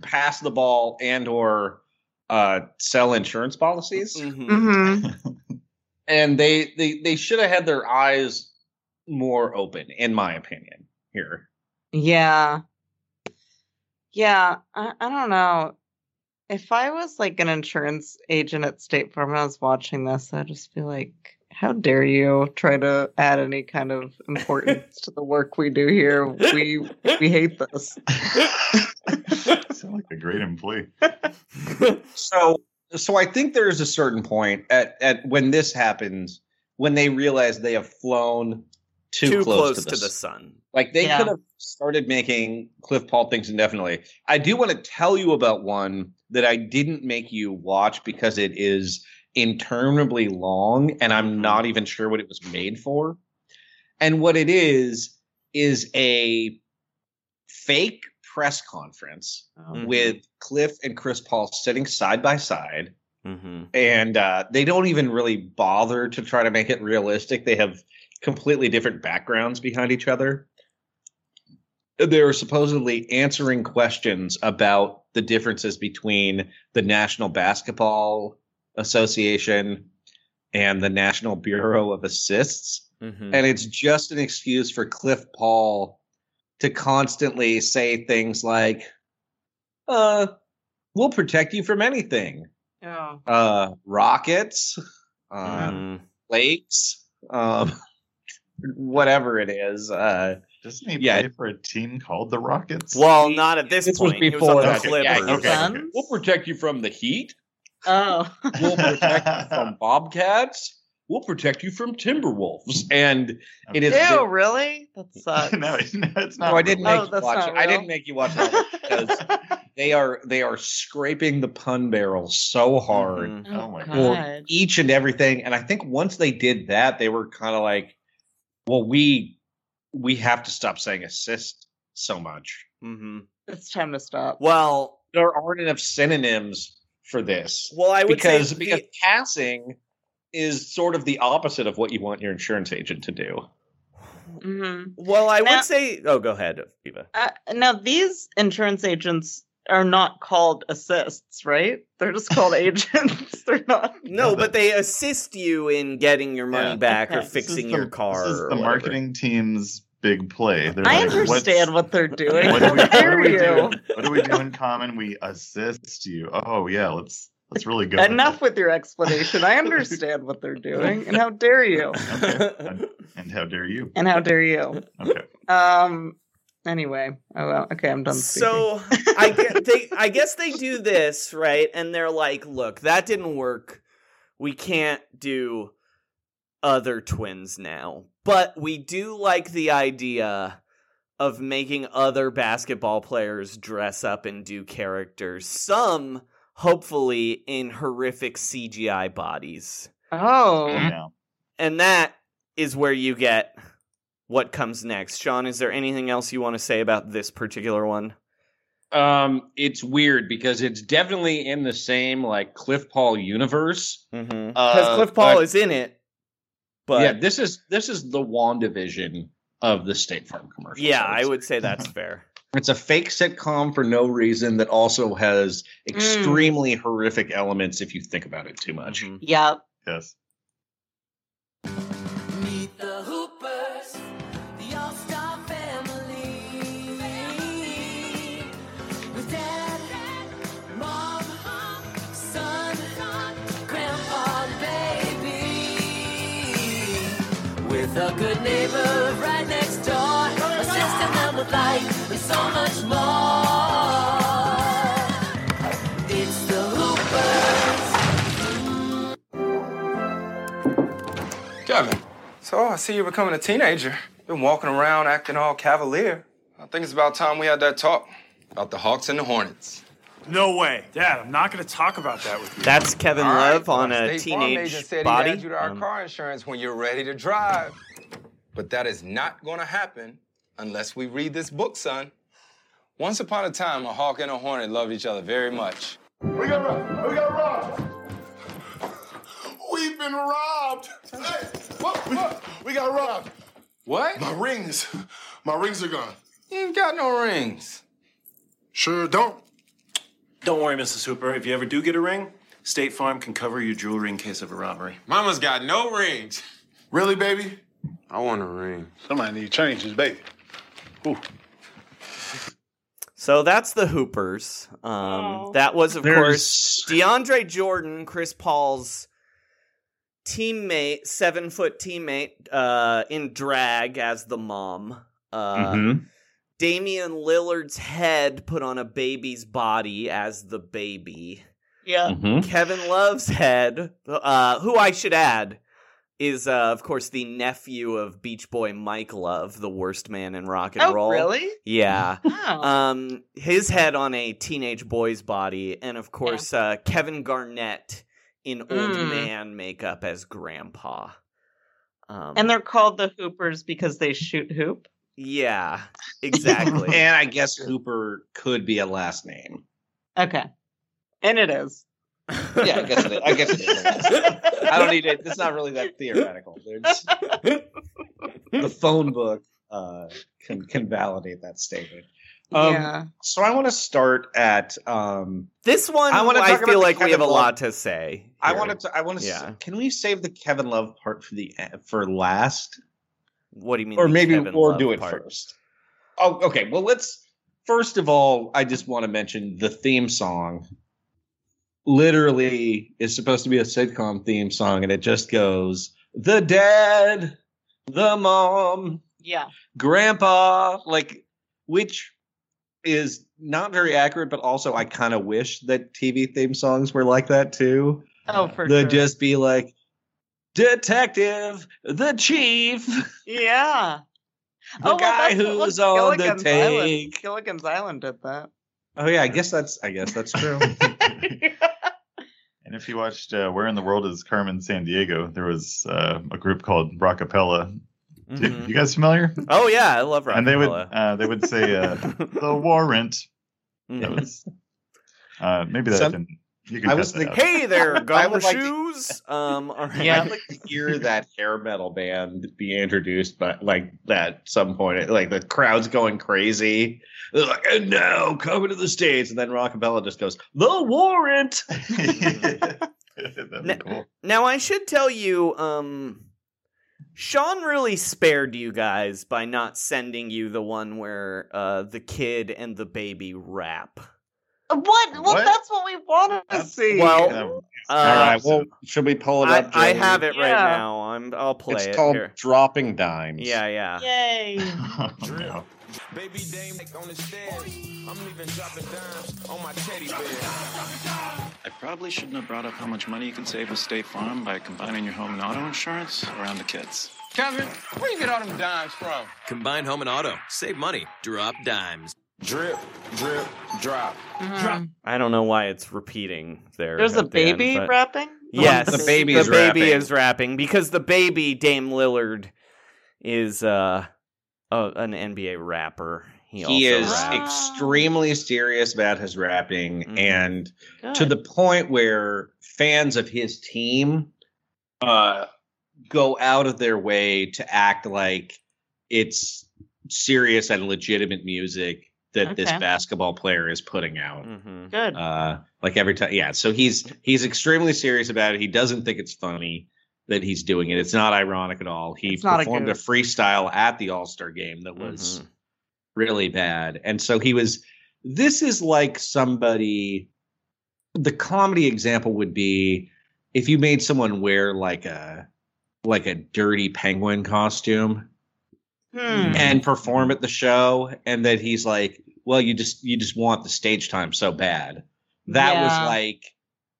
Speaker 3: pass the ball and or uh, sell insurance policies,
Speaker 2: Mhm.
Speaker 4: Mm-hmm.
Speaker 3: and they they they should have had their eyes more open, in my opinion. Here,
Speaker 4: Yeah. Yeah, I, I don't know. If I was like an insurance agent at State Farm and I was watching this, I'd just be like, how dare you try to add any kind of importance to the work we do here? We we hate this.
Speaker 5: Sound like a great
Speaker 3: (laughs)
Speaker 5: employee.
Speaker 3: so so i think there's a certain point at at when this happens when they realize they have flown too, close, to, the, sun.
Speaker 2: sun.
Speaker 3: Like they
Speaker 4: Yeah.
Speaker 3: could have started making Cliff Paul things indefinitely. I do want to tell you about one that I didn't make you watch because it is interminably long and I'm not even sure what it was made for. And what it is is a fake press conference
Speaker 1: Mm-hmm.
Speaker 2: Mhm.
Speaker 3: um, with Cliff and Chris Paul sitting side by side
Speaker 2: Mm-hmm.
Speaker 3: and uh, they don't even really bother to try to make it realistic. They have completely different backgrounds behind each other. They're supposedly answering questions about the differences between the National Basketball Association and the National Bureau of Assists.
Speaker 2: Mm-hmm.
Speaker 3: And it's just an excuse for Cliff Paul to constantly say things like, uh, we'll protect you from anything
Speaker 4: Oh.
Speaker 3: uh rockets uh
Speaker 5: Mm-hmm.
Speaker 3: plates um whatever it is uh
Speaker 5: Doesn't he
Speaker 3: Yeah.
Speaker 5: play for a team called the Rockets?
Speaker 2: Well, not at this
Speaker 3: This was
Speaker 2: point. It was on
Speaker 3: before
Speaker 2: the
Speaker 5: that. Okay, yeah,
Speaker 2: Clippers.
Speaker 5: okay.
Speaker 4: Suns?
Speaker 3: we'll protect you from the heat
Speaker 4: Oh.
Speaker 3: we'll protect
Speaker 2: (laughs)
Speaker 3: you from bobcats we'll protect you from timberwolves and it is
Speaker 4: Ew, really? That
Speaker 2: (laughs)
Speaker 4: sucks.
Speaker 5: no, it- no, it's not.
Speaker 3: no, I didn't
Speaker 5: real.
Speaker 3: make
Speaker 4: Oh,
Speaker 3: you
Speaker 4: that's
Speaker 3: watch
Speaker 4: not
Speaker 3: it. I
Speaker 4: real.
Speaker 3: didn't make you
Speaker 4: (laughs)
Speaker 3: watch that one because they are they are scraping the pun barrel so hard
Speaker 2: Mhm.
Speaker 5: Oh my
Speaker 3: for
Speaker 4: Mm-hmm. God.
Speaker 3: each and everything. And I think once they did that, they were kind of like, "Well, we we have to stop saying assist so much.
Speaker 2: Mhm.
Speaker 4: It's time to stop.
Speaker 2: Well,
Speaker 3: There aren't enough synonyms for this
Speaker 2: well, I would
Speaker 3: because
Speaker 2: say the-
Speaker 3: because passing is sort of the opposite of what you want your insurance agent to do.
Speaker 4: hmm
Speaker 2: well, I
Speaker 4: Now-
Speaker 2: would say. Oh, go ahead, Eva.
Speaker 4: Uh, now these insurance agents are not called assists, right? They're
Speaker 5: (laughs)
Speaker 4: just called agents. They're not.
Speaker 2: No, but they assist you in getting your money
Speaker 5: Yeah.
Speaker 2: back or
Speaker 4: Okay. This
Speaker 5: This is
Speaker 2: fixing
Speaker 5: the-
Speaker 2: your car.
Speaker 5: This is the
Speaker 2: or whatever.
Speaker 5: marketing team's big play. They're
Speaker 4: I
Speaker 5: like, "What's-
Speaker 4: understand what they're doing.
Speaker 5: What do, we,
Speaker 4: How
Speaker 5: what, do
Speaker 4: dare
Speaker 5: we
Speaker 4: you?
Speaker 5: do, what do we do in common? We assist you. Oh yeah, let's let's really go.
Speaker 4: Enough with your explanation. I understand what they're doing, and how dare you?
Speaker 5: Okay. And how dare you?
Speaker 4: And how dare you?
Speaker 5: Okay.
Speaker 4: Um. Anyway. Oh well. Okay. I'm done. Speaking.
Speaker 2: So I guess they I guess they do this, right? And they're like, look, that didn't work. We can't do other twins now. But we do like the idea of making other basketball players dress up and do characters. Some hopefully in horrific CGI bodies.
Speaker 4: Oh.
Speaker 5: Yeah.
Speaker 2: Mm-hmm. And that is where you get what comes next. Sean, is there anything else you want to say about this particular one?
Speaker 3: Um, it's weird because it's definitely in the same like Cliff Paul universe.
Speaker 2: Mm-hmm. Because
Speaker 3: Uh,
Speaker 2: Cliff Paul
Speaker 3: but-
Speaker 2: is in it,
Speaker 3: yeah,
Speaker 2: but
Speaker 3: this is this is the Wandavision of the State Farm commercial.
Speaker 2: yeah, I would say that's
Speaker 7: (laughs)
Speaker 2: fair.
Speaker 3: It's a fake sitcom for no reason that also has
Speaker 2: Mm.
Speaker 3: extremely horrific elements if you think about it too much.
Speaker 2: Mhm.
Speaker 4: Yep.
Speaker 5: Yes.
Speaker 1: Meet the Hoopers, the All Star family. With dad, mom, son, grandpa, and baby. With a good neighbor right next door, a system that would like, and so much more. It's the Hoopers.
Speaker 7: Kevin. So I see you're becoming a teenager. Been walking around acting all cavalier. I think it's about time we had that talk about the Hawks and the Hornets.
Speaker 8: No way. Dad, I'm not going to talk about that with you.
Speaker 2: That's Kevin Love
Speaker 7: All right,
Speaker 2: on a
Speaker 7: State Farm agent
Speaker 2: teenage
Speaker 7: said He
Speaker 2: body.
Speaker 7: add you to our
Speaker 2: Um,
Speaker 7: car insurance when you're ready to drive. But that is not going to happen unless we read this book, son. Once upon a time, a hawk and a hornet loved each other very much.
Speaker 8: We got robbed. We got robbed. We've been robbed. Hey, what, what? We got robbed.
Speaker 7: What?
Speaker 8: My rings. My rings are gone.
Speaker 7: You ain't got no rings.
Speaker 8: Sure don't. Don't worry, Mrs. Hooper. If you ever do get a ring, State Farm can cover your jewelry in case of a robbery.
Speaker 7: Mama's got no rings.
Speaker 8: Really, baby?
Speaker 7: I want a ring.
Speaker 8: Somebody need changes, baby.
Speaker 2: so that's the Hoopers. Um, That was, of course, DeAndre Jordan, Chris Paul's teammate, seven foot teammate uh, in drag as the mom. Uh,
Speaker 3: Mhm.
Speaker 2: Damian Lillard's head put on a baby's body as the baby.
Speaker 4: Yeah.
Speaker 3: Mhm.
Speaker 4: Mm-hmm.
Speaker 5: Mm-hmm.
Speaker 2: Kevin Love's head, uh, who I should add is, uh, of course, the nephew of Beach Boy Mike Love, the worst man in rock and
Speaker 4: Oh,
Speaker 2: roll.
Speaker 4: really?
Speaker 2: Yeah. Um, his head on a teenage boy's body, and of course, uh, Kevin Garnett in old
Speaker 4: Mm.
Speaker 2: man makeup as Grandpa. Um,
Speaker 4: and they're called the Hoopers because they shoot hoop.
Speaker 2: yeah, exactly.
Speaker 3: (laughs) and I guess Hooper could be a last name.
Speaker 4: Okay, and it is.
Speaker 3: Yeah, I guess it is. I guess it is. a last name. (laughs) I don't need it. It's not really that theoretical.
Speaker 2: (laughs)
Speaker 3: They're just- the phone book uh, can can validate that statement. Um,
Speaker 2: Yeah.
Speaker 3: So I want to start at um,
Speaker 2: this one. I,
Speaker 3: wanna talk about
Speaker 2: feel
Speaker 3: the
Speaker 2: like we
Speaker 3: Kevin
Speaker 2: have a
Speaker 3: Love-
Speaker 2: lot to say.
Speaker 3: I
Speaker 2: here.
Speaker 3: want to. I want to.
Speaker 2: Yeah.
Speaker 3: Can we save the Kevin Love part for the e- for last?
Speaker 2: What do you mean?
Speaker 3: Or
Speaker 2: the
Speaker 3: maybe
Speaker 2: Kevin
Speaker 3: or
Speaker 2: Love
Speaker 3: do it
Speaker 2: part?
Speaker 3: first. Oh, okay. Well, let's first of all, I just want to mention the theme song. Literally, is supposed to be a sitcom theme song, and it just goes the dad, the mom,
Speaker 4: Yeah.
Speaker 3: grandpa, like which is not very accurate, but also I kind of wish that TV theme songs were like that too.
Speaker 4: Oh, for
Speaker 3: They'd
Speaker 4: sure.
Speaker 3: just be like, Detective, the chief,
Speaker 4: yeah.
Speaker 2: Oh,
Speaker 4: Oh,
Speaker 3: the guy who's on the take.
Speaker 4: Island. Gilligan's Island did that.
Speaker 3: Oh yeah, I guess that's I guess that's
Speaker 2: (laughs)
Speaker 3: true.
Speaker 5: And if you watched uh, Where in the World is Carmen San Diego, there was uh, a group called Rockapella.
Speaker 2: Mhm.
Speaker 5: You guys familiar?
Speaker 2: Oh yeah, I love rock
Speaker 5: and they would uh, they would say
Speaker 2: (laughs)
Speaker 5: uh, the warrant. That
Speaker 2: Mm-hmm.
Speaker 5: was uh, maybe that
Speaker 3: Some-
Speaker 5: can you can
Speaker 3: I
Speaker 5: cut
Speaker 3: was
Speaker 5: that
Speaker 3: thinking-
Speaker 5: out. (laughs)
Speaker 2: Hey there,
Speaker 3: I
Speaker 2: gum
Speaker 3: would like to-
Speaker 2: shoes. um, all right.
Speaker 3: I'd like to hear that hair metal band be introduced, but like that some point, like the crowd's going crazy. They're like, and now coming to the states, and then Rockabella just goes, "The warrant."
Speaker 5: That'd
Speaker 2: be cool. Now I should tell you, um, Sean really spared you guys by not sending you the one where uh, the kid and the baby rap.
Speaker 4: What? Well,
Speaker 2: What?
Speaker 4: that's what we want to see.
Speaker 2: Well, uh,
Speaker 3: All right, well, should we pull it
Speaker 2: I,
Speaker 3: up?
Speaker 2: I
Speaker 3: Joey?
Speaker 2: have it right
Speaker 4: Yeah.
Speaker 2: now. I'm. I'll play
Speaker 3: It's
Speaker 2: it
Speaker 3: called
Speaker 2: here.
Speaker 3: dropping dimes.
Speaker 2: Yeah, yeah.
Speaker 7: (laughs)
Speaker 4: Yay.
Speaker 1: Baby Dame on the stairs. I'm even dropping dimes on my teddy bear.
Speaker 8: I probably shouldn't have brought up how much money you can save with State Farm by combining your home and auto insurance around the kids.
Speaker 7: Catherine, where you get all them dimes from?
Speaker 9: Combine home and auto. Save money. Drop dimes. Drip, drip, drop.
Speaker 4: Mhm.
Speaker 2: I don't know why it's repeating there.
Speaker 4: There's a
Speaker 2: at the end,
Speaker 4: baby
Speaker 2: but-
Speaker 4: rapping?
Speaker 2: Yes,
Speaker 3: The baby is
Speaker 2: the baby
Speaker 3: rapping.
Speaker 2: is rapping because the baby Dame Lillard is uh a, an NBA rapper. He,
Speaker 3: he
Speaker 2: also
Speaker 3: is
Speaker 2: raps. Mm-hmm.
Speaker 3: extremely serious about his rapping and to the point where fans of his team uh go out of their way to act like it's serious and legitimate music that this
Speaker 4: Okay.
Speaker 3: basketball player is putting out
Speaker 4: Good.
Speaker 3: uh like every time yeah so he's he's extremely serious about it he doesn't think it's funny that he's doing it it's not ironic at all he
Speaker 4: not a
Speaker 3: performed a,
Speaker 4: goof.
Speaker 3: freestyle at the all-star game that was really bad and so he was this is like somebody the comedy example would be if you made someone wear like a like a dirty penguin costume
Speaker 4: Hmm.
Speaker 3: and perform at the show and that he's like well you just you just want the stage time so bad that
Speaker 4: Yeah.
Speaker 3: was like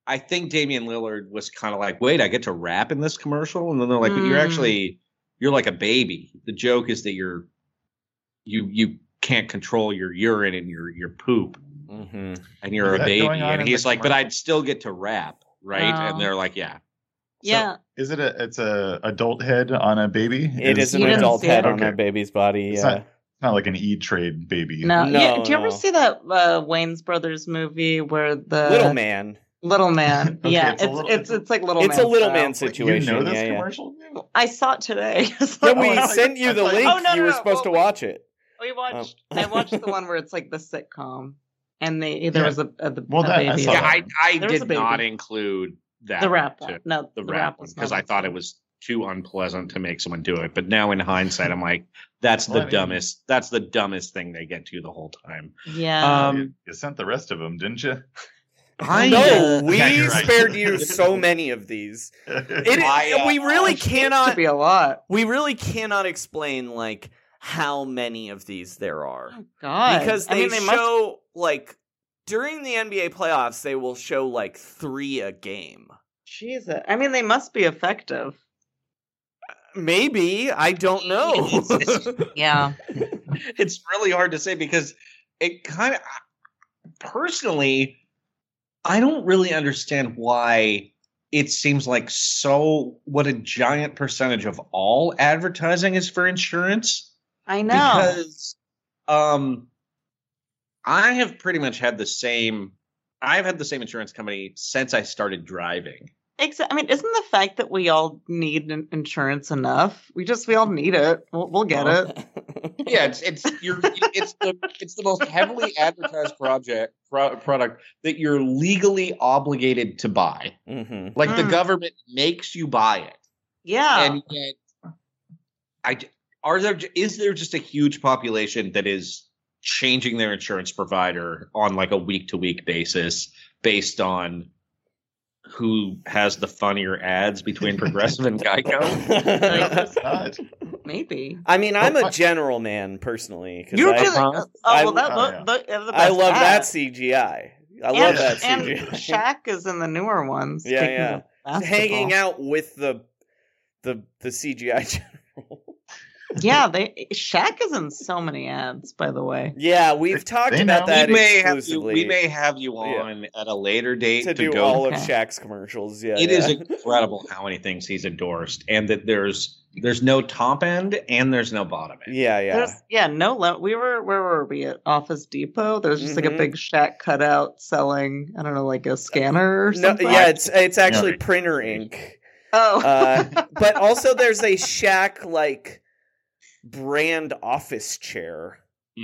Speaker 3: i think damian lillard was kind of like wait i get to rap in this commercial and then they're like but you're
Speaker 5: Hmm.
Speaker 4: Mm.
Speaker 3: actually you're like a baby the joke is that you're you you can't control your urine and your your poop and you're
Speaker 5: Is
Speaker 3: a
Speaker 5: that
Speaker 3: baby
Speaker 5: going on
Speaker 3: and
Speaker 5: in
Speaker 3: he's
Speaker 5: the
Speaker 3: like but
Speaker 5: commercial?
Speaker 3: i'd still get to rap right
Speaker 4: Oh.
Speaker 3: and they're like yeah
Speaker 4: yeah.
Speaker 5: Is it a it's a adult head on a baby?
Speaker 2: It is an adult head on a
Speaker 5: Okay.
Speaker 2: baby's body.
Speaker 5: It's
Speaker 2: yeah.
Speaker 5: not, it's not like an E Trade baby.
Speaker 4: No. yeah. Do you ever
Speaker 2: (laughs)
Speaker 4: see that uh, Wayne's Brothers movie where the
Speaker 2: Little Man?
Speaker 4: Little man.
Speaker 2: (laughs) Okay,
Speaker 4: yeah. It's
Speaker 2: it's a
Speaker 4: it's,
Speaker 2: little-
Speaker 4: it's like little.
Speaker 2: it's a little
Speaker 4: style.
Speaker 2: man situation.
Speaker 5: know this
Speaker 2: yeah, yeah.
Speaker 5: commercial?
Speaker 4: I saw it today. (laughs)
Speaker 2: Yeah, we sent you the link.
Speaker 4: Oh no,
Speaker 2: you
Speaker 4: no,
Speaker 2: were
Speaker 4: no.
Speaker 2: supposed to watch it.
Speaker 4: We watched.
Speaker 2: (laughs)
Speaker 4: I watched the one where it's like the sitcom, and they there
Speaker 3: Yeah.
Speaker 4: was a, a, the-
Speaker 3: Well,
Speaker 4: a
Speaker 3: that- I
Speaker 4: baby.
Speaker 3: saw
Speaker 4: in
Speaker 3: that
Speaker 4: it.
Speaker 3: one. I
Speaker 4: There was
Speaker 3: did
Speaker 4: a baby.
Speaker 3: not include that
Speaker 4: The
Speaker 3: one,
Speaker 4: rap one.
Speaker 3: too.
Speaker 4: No,
Speaker 3: the
Speaker 4: the
Speaker 3: rap
Speaker 4: rap
Speaker 3: one
Speaker 4: was
Speaker 3: because
Speaker 4: not
Speaker 3: I thought it was too unpleasant to make someone do it. But now in hindsight, I'm like, that's
Speaker 5: Well,
Speaker 3: the
Speaker 5: I mean-
Speaker 3: dumbest. That's the dumbest thing they get to the whole time.
Speaker 4: Yeah.
Speaker 3: Um,
Speaker 5: you, you sent the rest of them, didn't you?
Speaker 3: I
Speaker 2: no, we
Speaker 5: Yeah, you're right.
Speaker 2: spared you so many of these. It,
Speaker 3: I, uh,
Speaker 2: we really cannot
Speaker 4: be a lot.
Speaker 2: We really cannot explain like how many of these there are.
Speaker 4: Oh, God.
Speaker 2: Because
Speaker 4: I
Speaker 2: they,
Speaker 4: mean, they must-
Speaker 2: show like during the NBA playoffs they will show like 3 a game.
Speaker 4: Jesus. I mean, they must be effective.
Speaker 2: Maybe
Speaker 4: (laughs)
Speaker 2: I don't know.
Speaker 3: yeah. it's really hard to say because it kind of personally I don't really understand why it seems like so what a giant percentage of all advertising is for insurance.
Speaker 4: I know.
Speaker 3: Because um I have pretty much had the same I've had the same insurance company since I started driving.
Speaker 4: Exactly. I mean, isn't the fact that we all need in- insurance enough? We just we all need it. We'll, we'll get
Speaker 2: (laughs)
Speaker 4: it.
Speaker 3: yeah, it's it's you're it's the it's the most heavily advertised project pro- product that you're legally obligated to buy. Like the
Speaker 2: Hmm.
Speaker 4: Mm.
Speaker 3: government makes you buy it.
Speaker 4: Yeah.
Speaker 3: And yet, I j- are there j- is there just a huge population that is changing their insurance provider on like a week to week basis based on who has the funnier ads between Progressive and Geico?
Speaker 4: Maybe.
Speaker 2: I mean, I'm a general man personally. 'cause
Speaker 3: You
Speaker 2: I,
Speaker 3: really-
Speaker 4: oh,
Speaker 2: I-
Speaker 4: well, that look, look, the best
Speaker 2: I love
Speaker 4: ad.
Speaker 2: that CGI. I love
Speaker 4: and,
Speaker 2: that
Speaker 4: And
Speaker 2: CGI.
Speaker 4: Shaq is in the newer ones.
Speaker 2: yeah,
Speaker 4: kicking
Speaker 2: yeah.
Speaker 4: the basketball.
Speaker 2: Hanging out with the the the CGI. (laughs) general.
Speaker 4: Yeah, they Shaq is in so many ads. By the way.
Speaker 2: yeah, we've talked about that
Speaker 3: we may have you,
Speaker 2: exclusively.
Speaker 3: we may have you on at a later date
Speaker 2: to,
Speaker 3: to,
Speaker 2: do
Speaker 3: go
Speaker 2: all of Shaq's commercials. Yeah,
Speaker 3: It is
Speaker 2: yeah. (laughs)
Speaker 3: incredible how many things he's endorsed, and that there's there's no top end and there's no bottom end.
Speaker 2: Yeah,
Speaker 4: There's, yeah, no. lim- We were where were we at Office Depot? There's just like
Speaker 2: Mhm.
Speaker 4: a big Shaq cutout selling. I don't know, like a scanner or
Speaker 2: No,
Speaker 4: something.
Speaker 2: yeah, it's it's actually printer ink.
Speaker 4: Oh, (laughs)
Speaker 2: uh, but also there's a Shaq like brand office chair.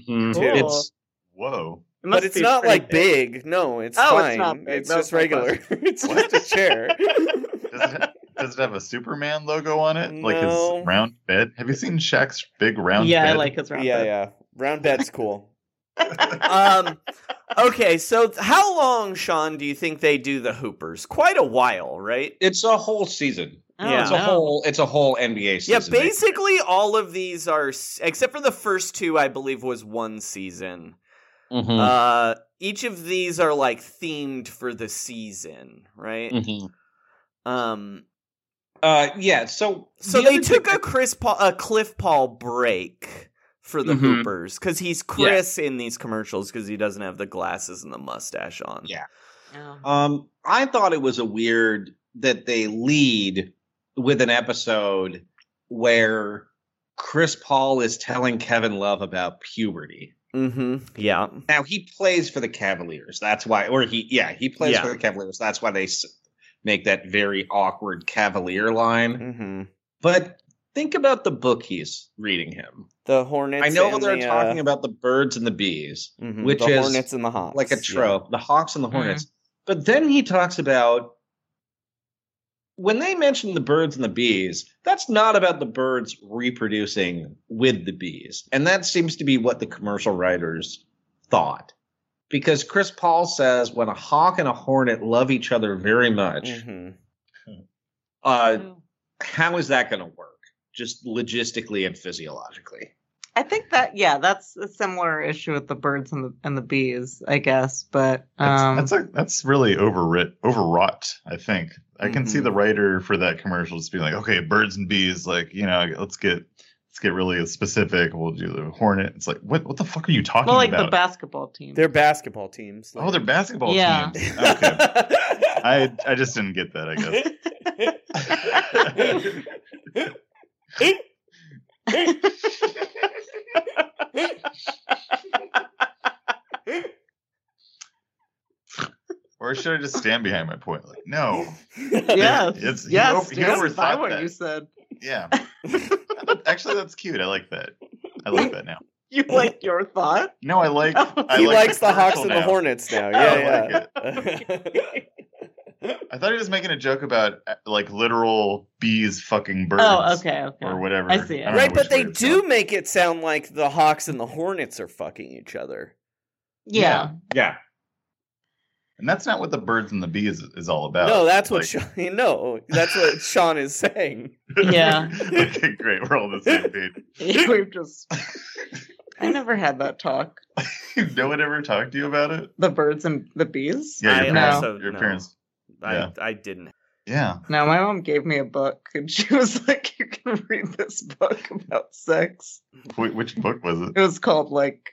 Speaker 3: Hmm. Mm-hmm.
Speaker 2: too.
Speaker 4: It's-
Speaker 5: Whoa.
Speaker 4: It
Speaker 2: but
Speaker 4: must
Speaker 2: it's
Speaker 4: be
Speaker 2: not
Speaker 4: pretty
Speaker 2: like big. No, it's
Speaker 4: Oh,
Speaker 2: fine.
Speaker 4: it's not big. That
Speaker 2: just
Speaker 4: was my
Speaker 2: regular. (laughs) it's just a
Speaker 3: (laughs)
Speaker 2: chair.
Speaker 5: (laughs) Does it have a Superman logo on it? Like
Speaker 2: No.
Speaker 5: his round bed? Have you seen Shaq's big round bed?
Speaker 2: yeah, Yeah, Round bed's cool. um okay, so th- how long, Sean, do you think they do the Hoopers? Quite a while, right?
Speaker 3: It's a whole season.
Speaker 2: Yeah.
Speaker 3: it's a whole it's a whole NBA
Speaker 2: Yeah,
Speaker 3: season.
Speaker 2: basically all of these are s- except for the first two, I believe was one season.
Speaker 3: Mhm.
Speaker 2: Uh each of these are like themed for the season, right?
Speaker 1: Mm-hmm.
Speaker 4: Mm-hmm.
Speaker 3: Mhm.
Speaker 2: Um
Speaker 3: uh yeah, so
Speaker 2: so
Speaker 3: the
Speaker 2: they
Speaker 3: other
Speaker 2: took a Chris Paul a Cliff Paul break for the
Speaker 3: Mhm.
Speaker 2: Hoopers cuz he's Chris in these commercials cuz he doesn't have the glasses and the mustache on.
Speaker 3: Yeah. Um, I thought it was a weird that they lead with an episode where Chris Paul is telling Kevin Love about puberty.
Speaker 2: Mhm. Yeah.
Speaker 3: Now he plays for the Cavaliers. That's why, or he, yeah, he plays
Speaker 2: Yeah.
Speaker 3: for the Cavaliers. That's why they s- make that very awkward Cavalier line.
Speaker 2: Mm-hmm.
Speaker 3: But think about the book he's reading him.
Speaker 2: The Hornets
Speaker 3: I know
Speaker 2: and
Speaker 3: they're
Speaker 2: the, uh,
Speaker 3: talking about the birds and the bees,
Speaker 2: Mhm,
Speaker 3: which
Speaker 2: the
Speaker 3: is
Speaker 2: Hornets and the Hawks.
Speaker 3: like a
Speaker 2: yeah. Mm-hmm.
Speaker 3: trope, the Hawks and the Hornets. But then he talks about when they mention the birds and the bees, that's not about the birds reproducing with the bees. And that seems to be what the commercial writers thought. Because Chris Paul says when a hawk and a hornet love each other very much,
Speaker 2: Mm. mm-hmm.
Speaker 3: uh, how is that going to work? Just logistically and physiologically.
Speaker 4: I think that yeah, that's a similar issue with the birds and the and the bees, I guess. But
Speaker 5: That's,
Speaker 4: um,
Speaker 5: that's, like, that's really overwrit, overwrought, I think. I can see the writer for that commercial just being like, okay, birds and bees, like, you know, let's get let's get really specific. We'll do the hornet. It's like, what what the fuck are you talking
Speaker 4: well, like
Speaker 5: about?
Speaker 4: the basketball team.
Speaker 2: They're basketball teams.
Speaker 5: oh, they're basketball
Speaker 4: Yeah. (laughs)
Speaker 5: teams. Okay. I I just didn't get that, I guess. Or should I just stand behind my point? Like, no. (laughs)
Speaker 4: yes,
Speaker 5: It's- he
Speaker 4: yes,
Speaker 5: over- he
Speaker 4: yes,
Speaker 5: overthought
Speaker 4: by what
Speaker 5: that.
Speaker 4: you said.
Speaker 5: Yeah. Actually, that's cute. I like that. I like that now.
Speaker 4: (laughs) You
Speaker 5: (laughs)
Speaker 4: like your thought?
Speaker 5: No, I like. I
Speaker 2: he
Speaker 5: like
Speaker 2: likes the Hawks
Speaker 5: commercial
Speaker 2: and the
Speaker 5: now.
Speaker 2: Hornets now.
Speaker 5: I like
Speaker 2: Yeah,
Speaker 5: it. I thought he was making a joke about uh, like literal bees fucking birds.
Speaker 2: Oh, okay, okay.
Speaker 5: Or whatever.
Speaker 2: yeah.
Speaker 5: I don't know
Speaker 2: right,
Speaker 5: which
Speaker 2: but they
Speaker 5: word.
Speaker 2: do make it sound like the Hawks and the Hornets are fucking each other.
Speaker 5: Yeah.
Speaker 3: Yeah.
Speaker 5: And that's not what the birds and the bees is, is all about. (laughs)
Speaker 2: no, that's what
Speaker 5: Like,
Speaker 2: Sean, (laughs) no, that's what Sean is saying.
Speaker 4: Yeah.
Speaker 5: okay, great. We're all on the same
Speaker 2: (laughs)
Speaker 5: page.
Speaker 4: We've just. I never had that talk.
Speaker 5: (laughs) no one ever talked to you about it.
Speaker 4: The birds and the bees.
Speaker 5: Yeah, your
Speaker 2: I
Speaker 5: parents.
Speaker 2: also-
Speaker 5: your
Speaker 2: no.
Speaker 5: parents.
Speaker 2: I
Speaker 5: Yeah.
Speaker 2: I didn't.
Speaker 5: Yeah.
Speaker 4: Now my mom gave me a book, and she was (laughs) like, "You can read this book about sex."
Speaker 5: Wh- Which book was it?
Speaker 4: It was called like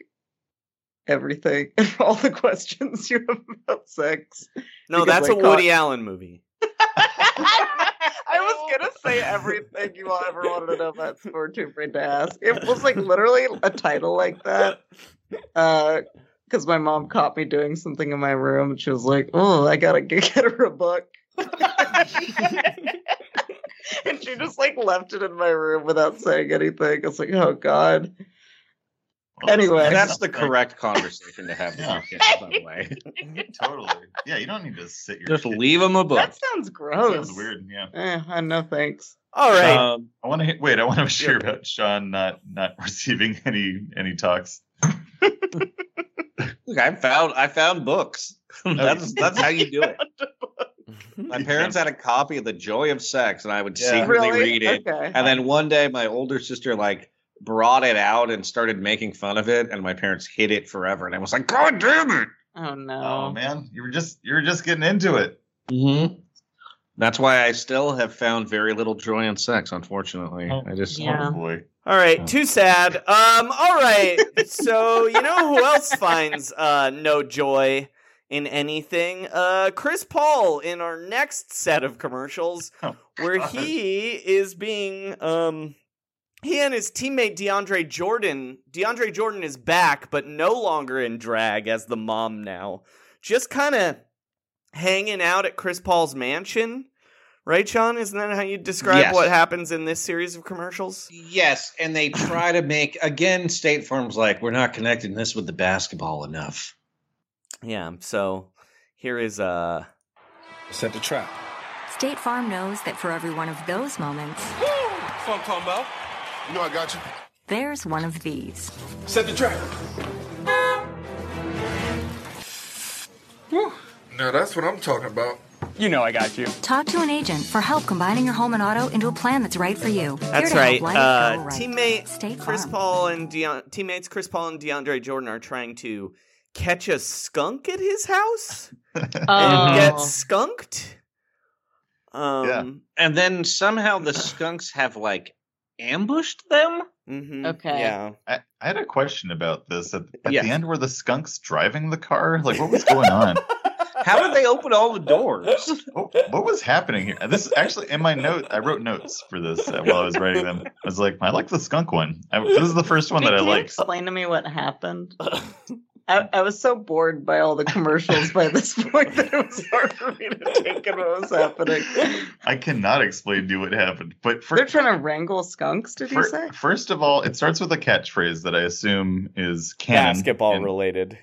Speaker 4: everything, (laughs) all the questions you have about sex.
Speaker 2: (laughs)
Speaker 4: Because
Speaker 2: No, that's
Speaker 4: I
Speaker 2: a Woody
Speaker 4: caught-
Speaker 2: Allen movie.
Speaker 4: I was gonna say everything you all ever wanted to know about Sport Too Afraid to Ask. It was like literally a title like that. Uh, because my mom caught me doing something in my room, and she was like, "Oh, I gotta g- (laughs) get her a book." and she just like left it in my room without saying anything. I was like, "Oh God." Anyway,
Speaker 3: that's the correct conversation to have with your kids, by the way.
Speaker 5: (laughs) totally. Yeah, you don't need to sit your.
Speaker 3: Just leave them a book.
Speaker 4: That sounds
Speaker 5: That
Speaker 4: gross.
Speaker 5: sounds weird. Yeah.
Speaker 4: Eh, uh, no thanks.
Speaker 2: All
Speaker 3: Uh,
Speaker 5: Um, I want to wait. I want to share about Sean not not (laughs) receiving any any talks.
Speaker 3: Look, I found I
Speaker 5: (laughs)
Speaker 3: found books. that's that's how you do it. My parents had a copy of The Joy of Sex, and I would
Speaker 4: Yeah.
Speaker 3: (laughs) secretly
Speaker 4: Really?
Speaker 3: read it.
Speaker 4: Okay.
Speaker 3: And then one day, my older sister like brought it out and started making fun of it, and my parents hid it forever. And I was like, God damn it!
Speaker 4: Oh no.
Speaker 5: Oh man, you were just you were just getting into it.
Speaker 3: Mm-hmm. That's why I still have found very little joy in sex. Unfortunately,
Speaker 5: Oh.
Speaker 3: I just
Speaker 2: Yeah.
Speaker 5: boy.
Speaker 2: All right, too sad. Um, all right. So you know who else finds uh no joy in anything? Uh, Chris Paul in our next set of commercials, where he is being um. He and his teammate DeAndre Jordan. DeAndre Jordan is back, but no longer in drag as the mom now. Just kind of hanging out at Chris Paul's mansion, right, Sean? Isn't that how you describe
Speaker 3: Yes.
Speaker 2: what happens in this series of commercials?
Speaker 3: Yes, and they try to make again. State Farm's like, we're not connecting this with the basketball enough.
Speaker 2: Yeah. So here is uh
Speaker 6: set the trap.
Speaker 10: State Farm knows that for every one of those moments,
Speaker 11: That's what I'm talking about. You know I got you.
Speaker 10: there's one of these.
Speaker 11: Set the trap. Now that's what I'm talking about. You know I got you.
Speaker 10: Talk to an agent for help combining your home and auto into a plan that's right for you. Here
Speaker 2: That's
Speaker 10: to
Speaker 2: right. Uh,
Speaker 10: help life go right.
Speaker 2: Teammate
Speaker 10: State
Speaker 2: Chris
Speaker 10: Farm.
Speaker 2: Paul and Deon- teammates Chris Paul and DeAndre Jordan are trying to catch a skunk at his house and get
Speaker 10: Oh.
Speaker 2: skunked. Um,
Speaker 3: And then somehow the skunks have like ambushed them.
Speaker 2: Mm-hmm.
Speaker 4: Okay.
Speaker 2: Yeah.
Speaker 5: I, I had a question about this at, at
Speaker 3: Yes.
Speaker 5: the end. Were the skunks driving the car? Like, what was going
Speaker 2: (laughs)
Speaker 5: on?
Speaker 3: How did they open all the doors?
Speaker 5: (laughs) What, what was happening here? This actually in my note. I wrote notes for this uh, while I was writing them. I was like, I like the skunk one. I, this is the first one
Speaker 4: Wait,
Speaker 5: that I
Speaker 4: can you
Speaker 5: like.
Speaker 4: Explain to me what happened. (laughs) I, I was so bored by all the commercials (laughs) by this point that it was hard for me to take in what was happening.
Speaker 5: I cannot explain to you what happened, but for,
Speaker 4: They're trying to wrangle skunks. Did you
Speaker 5: Fir-
Speaker 4: say?
Speaker 5: First of all, it starts with a catchphrase that I assume is canon.
Speaker 2: Basketball related.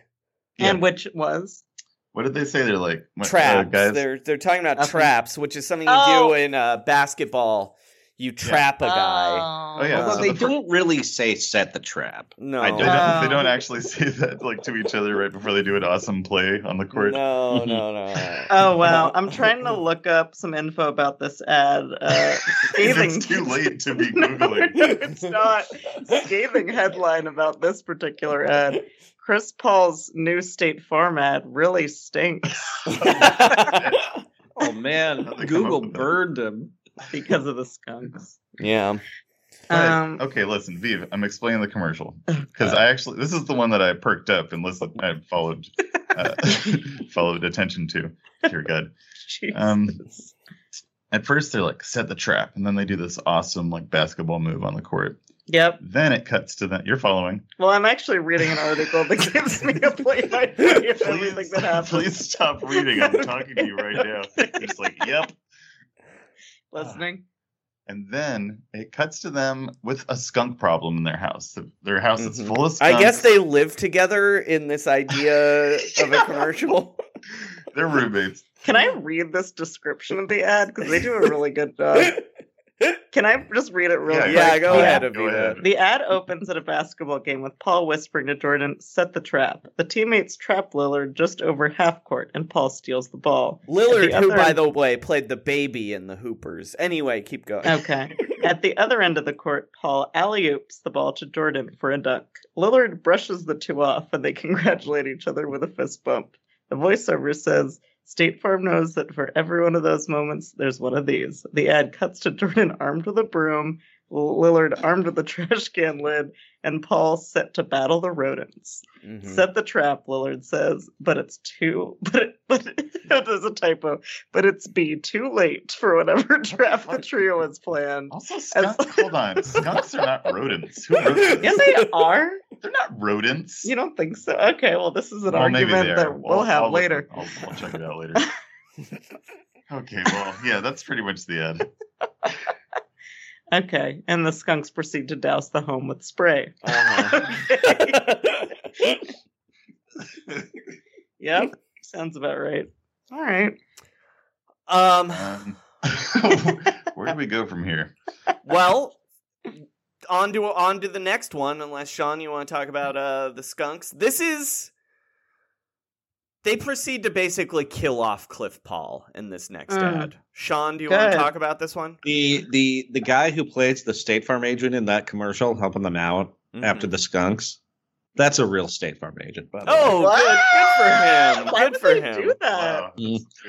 Speaker 4: And which was?
Speaker 5: What did they say? They're like what- uh,
Speaker 2: traps.
Speaker 5: guys,
Speaker 2: They're they're talking about traps, which is something you
Speaker 4: Oh.
Speaker 2: do in uh, basketball. You trap a guy.
Speaker 5: Oh, yeah,
Speaker 3: Although
Speaker 5: so
Speaker 3: they
Speaker 5: the fir-
Speaker 3: don't really say set the trap.
Speaker 2: No.
Speaker 5: I don't,
Speaker 4: Um,
Speaker 5: They don't actually (laughs) say that like to each other right before they do an awesome play on the court. (laughs)
Speaker 2: No, no, no.
Speaker 4: Oh wow! I'm trying to look up some info about this ad.
Speaker 5: (laughs)
Speaker 4: Uh, scathing.
Speaker 5: it's too late to be
Speaker 4: (laughs) no,
Speaker 5: googling.
Speaker 4: it's not. Scathing headline about this particular ad. Chris Paul's new State Farm ad really stinks
Speaker 2: (laughs)
Speaker 3: Oh man, Google burned them
Speaker 4: because of the skunks.
Speaker 2: Yeah.
Speaker 5: But-
Speaker 4: Um,
Speaker 5: okay, listen, Viv, I'm explaining the commercial because I actually this is the one that I perked up and listened, I followed, uh, (laughs) followed attention to. Dear God. Um, at first they're like set the trap, and then they do this awesome like basketball move on the court.
Speaker 4: Yep.
Speaker 5: Then it cuts to that. You're following.
Speaker 4: Well, I'm actually reading an article that
Speaker 5: (laughs)
Speaker 4: gives me a play-by-play of everything that happens.
Speaker 5: Please stop reading. I'm talking to you right
Speaker 4: (laughs)
Speaker 5: now. You're just like, yep. Ah.
Speaker 4: Listening.
Speaker 5: And then it cuts to them with a skunk problem in their house. Their house
Speaker 4: Mm-hmm.
Speaker 5: is full of skunks.
Speaker 2: I guess they live together in this idea of a commercial.
Speaker 5: they're roommates.
Speaker 4: Can I read this description of the ad? Because they do a really good job.
Speaker 5: (laughs)
Speaker 4: Can I just read it real
Speaker 2: Yeah,
Speaker 4: quick?
Speaker 2: yeah, go ahead, Avita. Go ahead.
Speaker 4: The ad opens at a basketball game with Paul whispering to Jordan, set the trap. The teammates trap Lillard just over half court, and Paul steals the ball. At
Speaker 2: Lillard,
Speaker 4: the
Speaker 2: who
Speaker 4: other
Speaker 2: by
Speaker 4: end-
Speaker 2: the way played the baby in the Hoopers. Anyway, keep going.
Speaker 4: Okay. At the other end of the court, Paul alley oops the ball to Jordan for a dunk. (laughs) Lillard brushes the two off and they congratulate each other with a fist bump. The voiceover says, State Farm knows that for every one of those moments, there's one of these. The ad cuts to Jordan (laughs) armed with a broom, Lillard armed with a (laughs) trash can lid, and Paul set to battle the rodents.
Speaker 2: Mm-hmm.
Speaker 5: Hmm.
Speaker 4: Set the trap, Lillard says, but it's too, but, it, but (laughs) it, there's a typo, but it's be too late for whatever (laughs) trap the trio has planned.
Speaker 5: Also, Hold
Speaker 4: (laughs)
Speaker 5: on. Skunks are not rodents. Who wrote this?
Speaker 4: yes, they are.
Speaker 5: Rodents?
Speaker 4: (laughs) You don't think so? Okay, well, this is an
Speaker 5: Well, maybe
Speaker 4: argument
Speaker 5: they are.
Speaker 4: that we'll, have
Speaker 5: I'll-
Speaker 4: later.
Speaker 5: I'll, I'll check it out later. okay, well, yeah, that's pretty much the end.
Speaker 4: (laughs) Okay, and the skunks proceed to douse the home with spray.
Speaker 5: Uh-huh.
Speaker 4: Okay. (laughs) yep, (laughs) sounds about right. All right.
Speaker 2: Um,
Speaker 3: Um,
Speaker 5: where do we go from here?
Speaker 2: (laughs) well, on to on to the next one. Unless Sean, you want to talk about uh, the skunks. This is they proceed to basically kill off Cliff Paul in this next
Speaker 3: Mm.
Speaker 2: ad. Sean, do you want
Speaker 3: Good.
Speaker 2: to talk about this one?
Speaker 3: The the the guy who plays the State Farm agent in that commercial, helping them out
Speaker 2: Mm-hmm.
Speaker 3: after the skunks. That's a real State Farm agent, by the
Speaker 2: Oh, good, good for him.
Speaker 4: Why
Speaker 2: good
Speaker 4: would
Speaker 2: for
Speaker 4: they
Speaker 2: him.
Speaker 4: do that?
Speaker 3: way.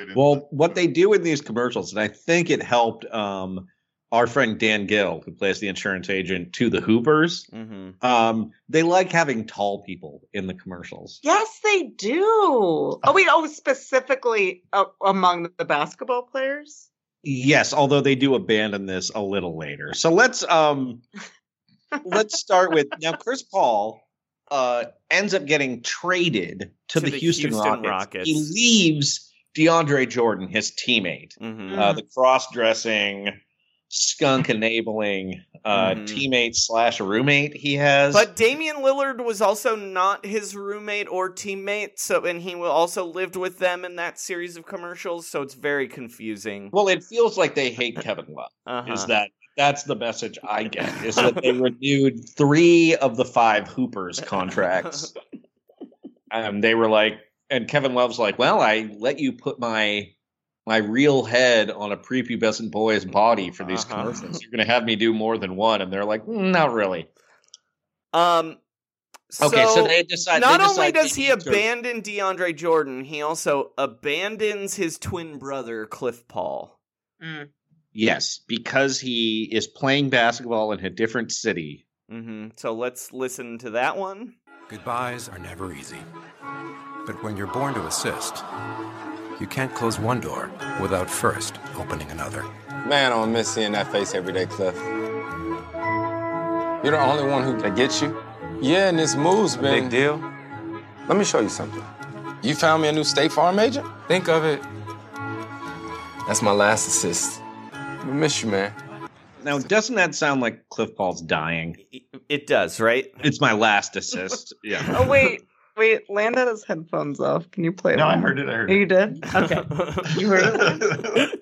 Speaker 3: Mm. Well, what they do in these commercials, and I think it helped um, our friend Dan Gill, who plays the insurance agent, to the Hoopers.
Speaker 2: Mm-hmm.
Speaker 3: Um, they like having tall people in the commercials.
Speaker 4: Yes, they do. Oh wait, oh specifically uh, among the basketball
Speaker 5: (laughs)
Speaker 4: players.
Speaker 3: Yes, although they do abandon this a little later. So let's um let's start with now Chris Paul uh ends up getting traded to, the, Houston, Rockets. He leaves DeAndre Jordan, his teammate,
Speaker 2: Mm-hmm.
Speaker 3: uh, the cross-dressing, skunk-enabling uh, teammate slash roommate he has.
Speaker 2: Mm-hmm. But Damian Lillard was also not his roommate or teammate, so and he will- also lived with them in that series of commercials, so it's very confusing. Uh-huh.
Speaker 3: Well, it feels like they hate Kevin Love. Is that that's the message I get? Is that they renewed three of the five Hoopers
Speaker 2: (laughs)
Speaker 3: contracts? Um, they were like, and Kevin Love's like, well, I let you put my my real head on a prepubescent boy's body for these
Speaker 2: Uh-huh.
Speaker 3: commercials. You're going to have me do more than one, and they're like, "Mm, not really.
Speaker 2: Um
Speaker 3: Okay, so they decide-
Speaker 2: Not
Speaker 3: they
Speaker 2: only
Speaker 3: decide they
Speaker 2: does he
Speaker 3: need to-
Speaker 2: abandon DeAndre Jordan, he also abandons his twin brother Cliff Paul. Mm.
Speaker 3: Mm-hmm. Yes, because he is playing basketball in a different city.
Speaker 2: hmm So let's listen to that one.
Speaker 6: Goodbyes are never easy. But when you're born to assist, you can't close one door without first opening another.
Speaker 7: Man, I don't miss seeing that face every day, Cliff. You're the only one who that gets you. Yeah, and this move's been big deal. Let me show you something. You found me a new State Farm agent. Think of it. That's my last assist. We miss you, man.
Speaker 3: Now, doesn't that sound like Cliff Paul's dying?
Speaker 2: It does, right?
Speaker 3: It's my last
Speaker 2: (laughs)
Speaker 3: assist. Yeah.
Speaker 4: Oh wait, wait. Land had his headphones off. Can you play?
Speaker 3: No,
Speaker 4: one
Speaker 3: I
Speaker 4: more?
Speaker 3: heard it, I heard
Speaker 4: you
Speaker 3: it.
Speaker 4: did. Okay,
Speaker 5: (laughs)
Speaker 4: you heard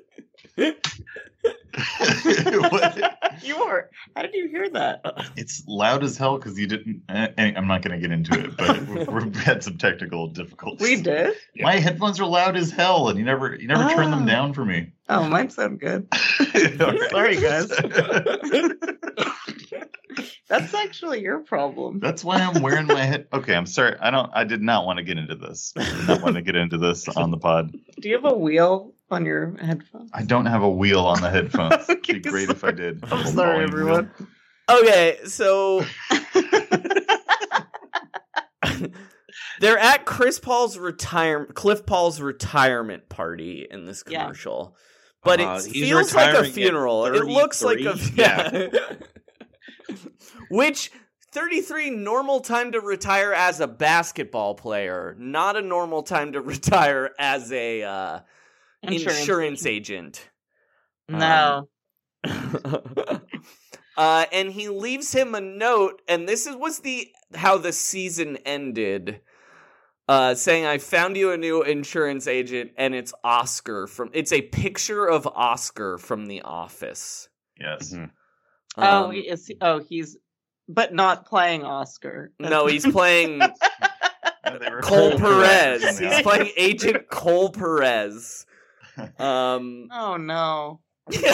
Speaker 4: it. (laughs) you are. How did you hear that?
Speaker 5: It's loud as hell because you didn't. eh, eh, I'm not going to get into it, but we-
Speaker 4: (laughs)
Speaker 5: we've had some technical difficulties.
Speaker 4: We did.
Speaker 5: My headphones are loud as hell, and you never you never turn them
Speaker 4: Ah.
Speaker 5: down for me.
Speaker 4: Oh, mine
Speaker 5: (laughs)
Speaker 4: sound good. Sorry, guys. That's actually your problem.
Speaker 5: That's why I'm wearing my head. Okay, I'm sorry. I don't. I did not want to get into this. I did not want to get into this on the pod.
Speaker 4: Do you have a wheel on your headphone?
Speaker 5: I don't have a wheel on the headphones. It'd be great if I did. I'm
Speaker 4: Oh, sorry, everyone. Oh,
Speaker 2: Okay,
Speaker 3: (laughs)
Speaker 2: so they're at Chris Paul's retirement, Cliff Paul's retirement party in this
Speaker 4: Yeah.
Speaker 2: commercial, but
Speaker 3: Uh,
Speaker 2: it
Speaker 3: he's
Speaker 2: feels like a
Speaker 3: retiring at
Speaker 2: funeral. It looks like a
Speaker 3: 33?
Speaker 2: (laughs) yeah. (laughs) Which thirty three normal time to retire as a basketball player, not a normal time to (laughs) retire as a uh,
Speaker 4: Insurance
Speaker 2: insurance, agent. Um,
Speaker 4: No.
Speaker 2: (laughs) Uh, and he leaves him a note, and this is was the how the season ended, uh, saying, "I found you a new insurance agent, and it's Oscar from. It's a picture of Oscar from The Office."
Speaker 5: Yes.
Speaker 4: oh,
Speaker 2: Um,
Speaker 4: he is he- oh, he's but not playing Oscar.
Speaker 2: no,
Speaker 4: (laughs)
Speaker 2: he's playing
Speaker 5: were
Speaker 2: Cole
Speaker 4: playing Perez
Speaker 2: Perez.
Speaker 4: from The
Speaker 2: He's
Speaker 4: (laughs) Office.
Speaker 2: playing Agent Cole Perez. Um,
Speaker 4: Oh
Speaker 2: (laughs)
Speaker 4: no.
Speaker 5: Steve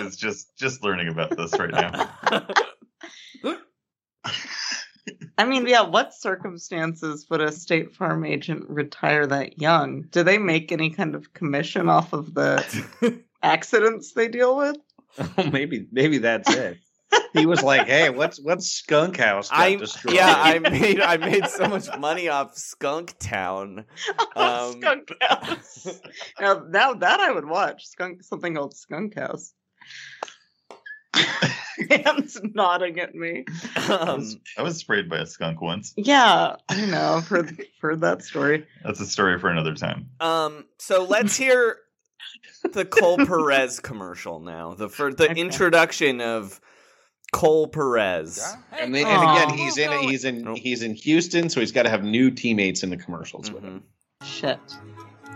Speaker 5: is just just learning about this right now.
Speaker 4: I mean, yeah, what circumstances would a State Farm agent retire that young? Do they make any kind of commission off of the accidents they deal with?
Speaker 3: Oh, maybe maybe that's it. he was like, "Hey, what's what's Skunk House got
Speaker 2: I
Speaker 3: destroyed?"
Speaker 2: yeah,
Speaker 3: (laughs)
Speaker 2: I made I made so much money off Skunk
Speaker 4: (laughs)
Speaker 2: Town. Um,
Speaker 4: Skunk House. now, now that I would watch skunk something called Skunk House. (laughs) Hands nodding at me.
Speaker 5: I, was, I was sprayed by a skunk once.
Speaker 4: Yeah, I know. I've heard, heard that story.
Speaker 5: That's a story for another time.
Speaker 2: Um,
Speaker 4: (laughs)
Speaker 2: so let's hear the Cole Perez commercial now. The for the introduction of Cole Perez.
Speaker 3: And, they, and again, he's in he's in he's in Houston, so he's got to have new teammates in the commercials with
Speaker 2: Mm-hmm.
Speaker 3: him.
Speaker 4: Shit.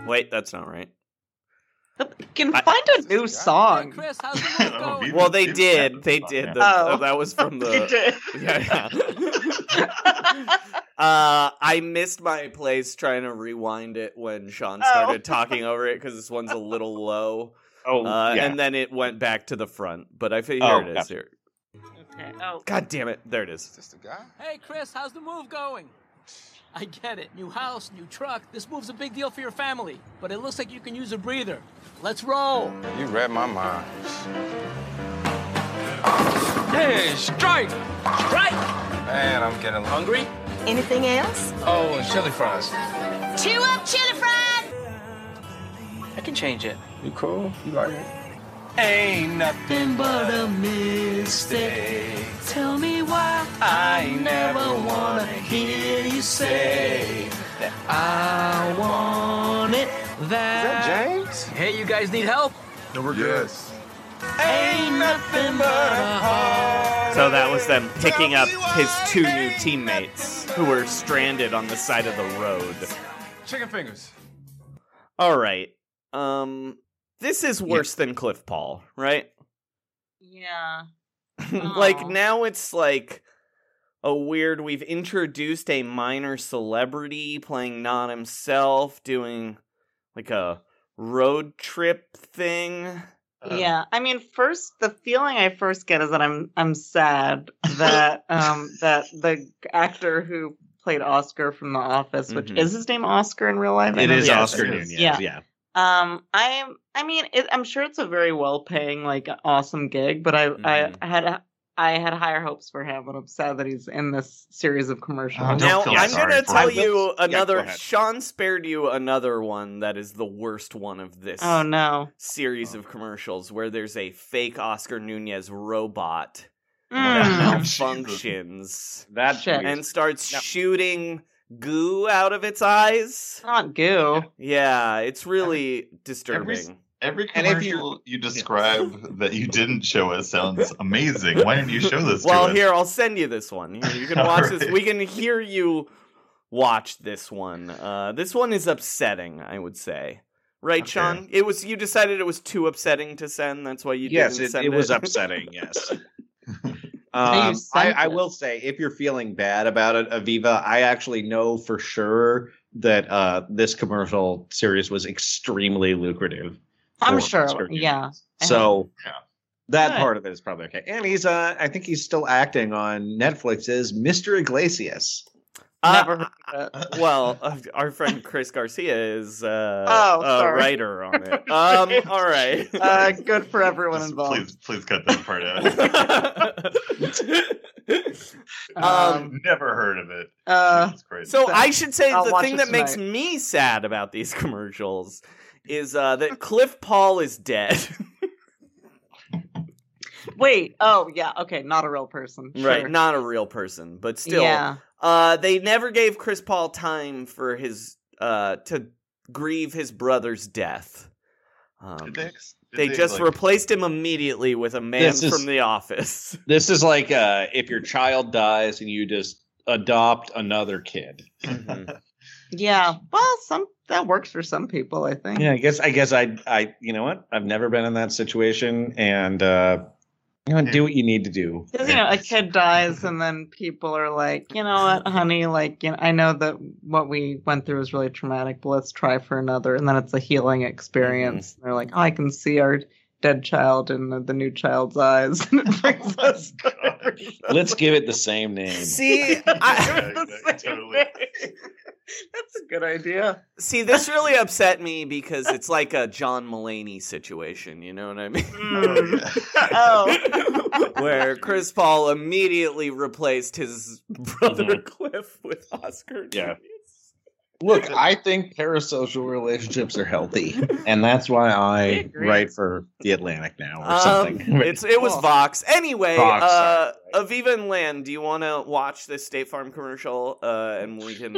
Speaker 2: Wait, that's not right.
Speaker 4: Can find a new song.
Speaker 2: Well, they did. They did. The,
Speaker 4: Oh.
Speaker 2: oh, that
Speaker 4: (laughs)
Speaker 2: was from the.
Speaker 4: They did.
Speaker 2: Yeah.
Speaker 4: (laughs)
Speaker 2: yeah. uh, I missed my place trying to rewind it when Sean
Speaker 4: Oh.
Speaker 2: started talking over it because this one's a little low.
Speaker 3: Oh,
Speaker 2: uh,
Speaker 3: yeah.
Speaker 2: and then it went back to the front. But I figured
Speaker 3: Oh,
Speaker 2: here it is
Speaker 3: gotcha.
Speaker 2: here.
Speaker 12: Okay. Oh.
Speaker 2: God damn it! There it is.
Speaker 12: Hey, Chris, how's the move going? I get it. New house, new truck. This move's a big deal for your family, but it looks like you can use a breather. Let's roll.
Speaker 7: You read my mind.
Speaker 11: Hey, strike! Strike!
Speaker 7: Man, I'm getting hungry.
Speaker 13: Anything else?
Speaker 11: Oh, and chili fries.
Speaker 13: Chew up, chili fried!
Speaker 11: I can change it.
Speaker 7: You cool? You like it?
Speaker 11: Ain't nothing but a mistake. Tell me why I never wanna hear you say that I want it. That Is that James? Hey, you guys need help?
Speaker 2: No, we're
Speaker 11: Yes. Ain't nothing but a heart.
Speaker 2: So that was them picking up his two new teammates who were stranded on the side of the road.
Speaker 11: Chicken fingers.
Speaker 2: All right. Um, this is worse than Cliff Paul, right?
Speaker 4: Yeah.
Speaker 2: (laughs) like now it's like a weird we've introduced a minor celebrity playing not himself doing like a road trip thing
Speaker 4: yeah, I mean, first the feeling I first get is that I'm I'm sad
Speaker 2: (laughs)
Speaker 4: that um that the actor who played Oscar from The Office, which
Speaker 2: Mm-hmm.
Speaker 3: Mhm.
Speaker 4: is his name Oscar in real life. I
Speaker 3: It
Speaker 4: don't
Speaker 3: is
Speaker 4: know.
Speaker 3: Oscar Nunez. Yeah.
Speaker 4: Um, I'm. I mean, it, I'm sure it's a very well-paying, like, awesome gig, but I, I
Speaker 2: Mm-hmm.
Speaker 4: had, I had higher hopes for him, and I'm sad that he's in this series of commercials.
Speaker 2: now i'm gonna tell you another
Speaker 4: Yeah,
Speaker 2: sean spared you another one that is the worst one of this
Speaker 4: Oh, no.
Speaker 2: series of commercials where there's a fake oscar nunez robot
Speaker 4: Mm. (laughs)
Speaker 2: that malfunctions that
Speaker 4: Shit.
Speaker 2: and starts shooting goo out of its eyes
Speaker 4: not goo
Speaker 2: yeah it's really disturbing
Speaker 5: Every
Speaker 2: And if you-
Speaker 5: commercial you describe that you didn't show us sounds amazing. Why didn't you show this to
Speaker 2: well
Speaker 5: us?
Speaker 2: here i'll send you this one you,
Speaker 5: (laughs)
Speaker 2: you can
Speaker 5: All
Speaker 2: watch this
Speaker 5: right.
Speaker 2: we can hear you watch this one uh, this one is upsetting i would say right sean it was you decided it was too upsetting to send that's why you
Speaker 3: yes,
Speaker 2: didn't
Speaker 3: it,
Speaker 2: send (laughs)
Speaker 3: it was upsetting. Yes.
Speaker 2: you
Speaker 3: Um, I,
Speaker 2: sent
Speaker 3: I
Speaker 2: it.
Speaker 3: will say, if you're feeling bad about it, Aviva, I actually know for sure that uh, this commercial series was extremely lucrative.
Speaker 4: I'm
Speaker 3: for
Speaker 4: sure.
Speaker 3: Oscar Nunez.
Speaker 4: Yeah.
Speaker 3: So that
Speaker 4: Good.
Speaker 3: part of it is probably okay. And he's, uh, I think he's still acting on Netflix as Mr. Iglesias.
Speaker 2: Uh, well, uh, our friend Chris Garcia is uh,
Speaker 4: Oh,
Speaker 2: a
Speaker 4: sorry.
Speaker 2: writer on
Speaker 4: (laughs)
Speaker 2: it. Um, all right. (laughs)
Speaker 4: Uh, good for everyone involved.
Speaker 5: Please, please cut that part out. (laughs)
Speaker 2: Um,
Speaker 5: Never heard of it.
Speaker 4: Uh,
Speaker 2: so I should say
Speaker 4: I'll
Speaker 2: the
Speaker 4: watch
Speaker 2: thing
Speaker 4: it
Speaker 2: that makes
Speaker 4: tonight.
Speaker 2: me sad about these (laughs) commercials is uh, that Cliff Paul is dead. (laughs)
Speaker 4: Wait. Oh, yeah. Okay. Not a real person.
Speaker 2: Right,
Speaker 4: Sure.
Speaker 2: not a real person, but still.
Speaker 4: Yeah.
Speaker 2: Uh, they never gave Chris Paul time for his uh to grieve his brother's death. Um,
Speaker 5: they,
Speaker 3: they,
Speaker 2: just
Speaker 3: like-
Speaker 2: replaced him immediately with a man
Speaker 3: This is-
Speaker 2: from The Office. (laughs)
Speaker 3: This is like uh, if your child dies and you just adopt another kid.
Speaker 2: Mm-hmm.
Speaker 4: Yeah. Well, some that works for some people, I think.
Speaker 3: Yeah, I guess I guess I I you know what? I've never been in that situation and uh you know, do what you need to do.
Speaker 4: 'Cause, you know, a kid dies, and then people are like, you know what, honey, like, you know, I know that what we went through was
Speaker 2: Mm-hmm.
Speaker 4: really traumatic, but let's try for another. And then it's a healing experience. They're like, oh, I can see our dead child in the, the new child's eyes. (laughs) And it brings us
Speaker 11: (laughs)
Speaker 3: Let's give it the same (laughs) name.
Speaker 2: See,
Speaker 5: (laughs)
Speaker 4: That's a good idea.
Speaker 2: See, this really upset me because it's like a John Mulaney situation. You know what I mean?
Speaker 3: Hmm.
Speaker 4: oh.
Speaker 2: (laughs) Where Chris Paul immediately replaced his brother (laughs) Cliff with Oscar.
Speaker 3: Yeah. Look, I think parasocial relationships are (laughs) healthy, and that's why I
Speaker 2: agree.
Speaker 3: write for The Atlantic now or
Speaker 2: Um,
Speaker 3: something.
Speaker 2: it's it was Vox. Anyway,
Speaker 3: Vox,
Speaker 2: uh, Aviva and Land, do you want to watch this State Farm commercial? Uh, and we can,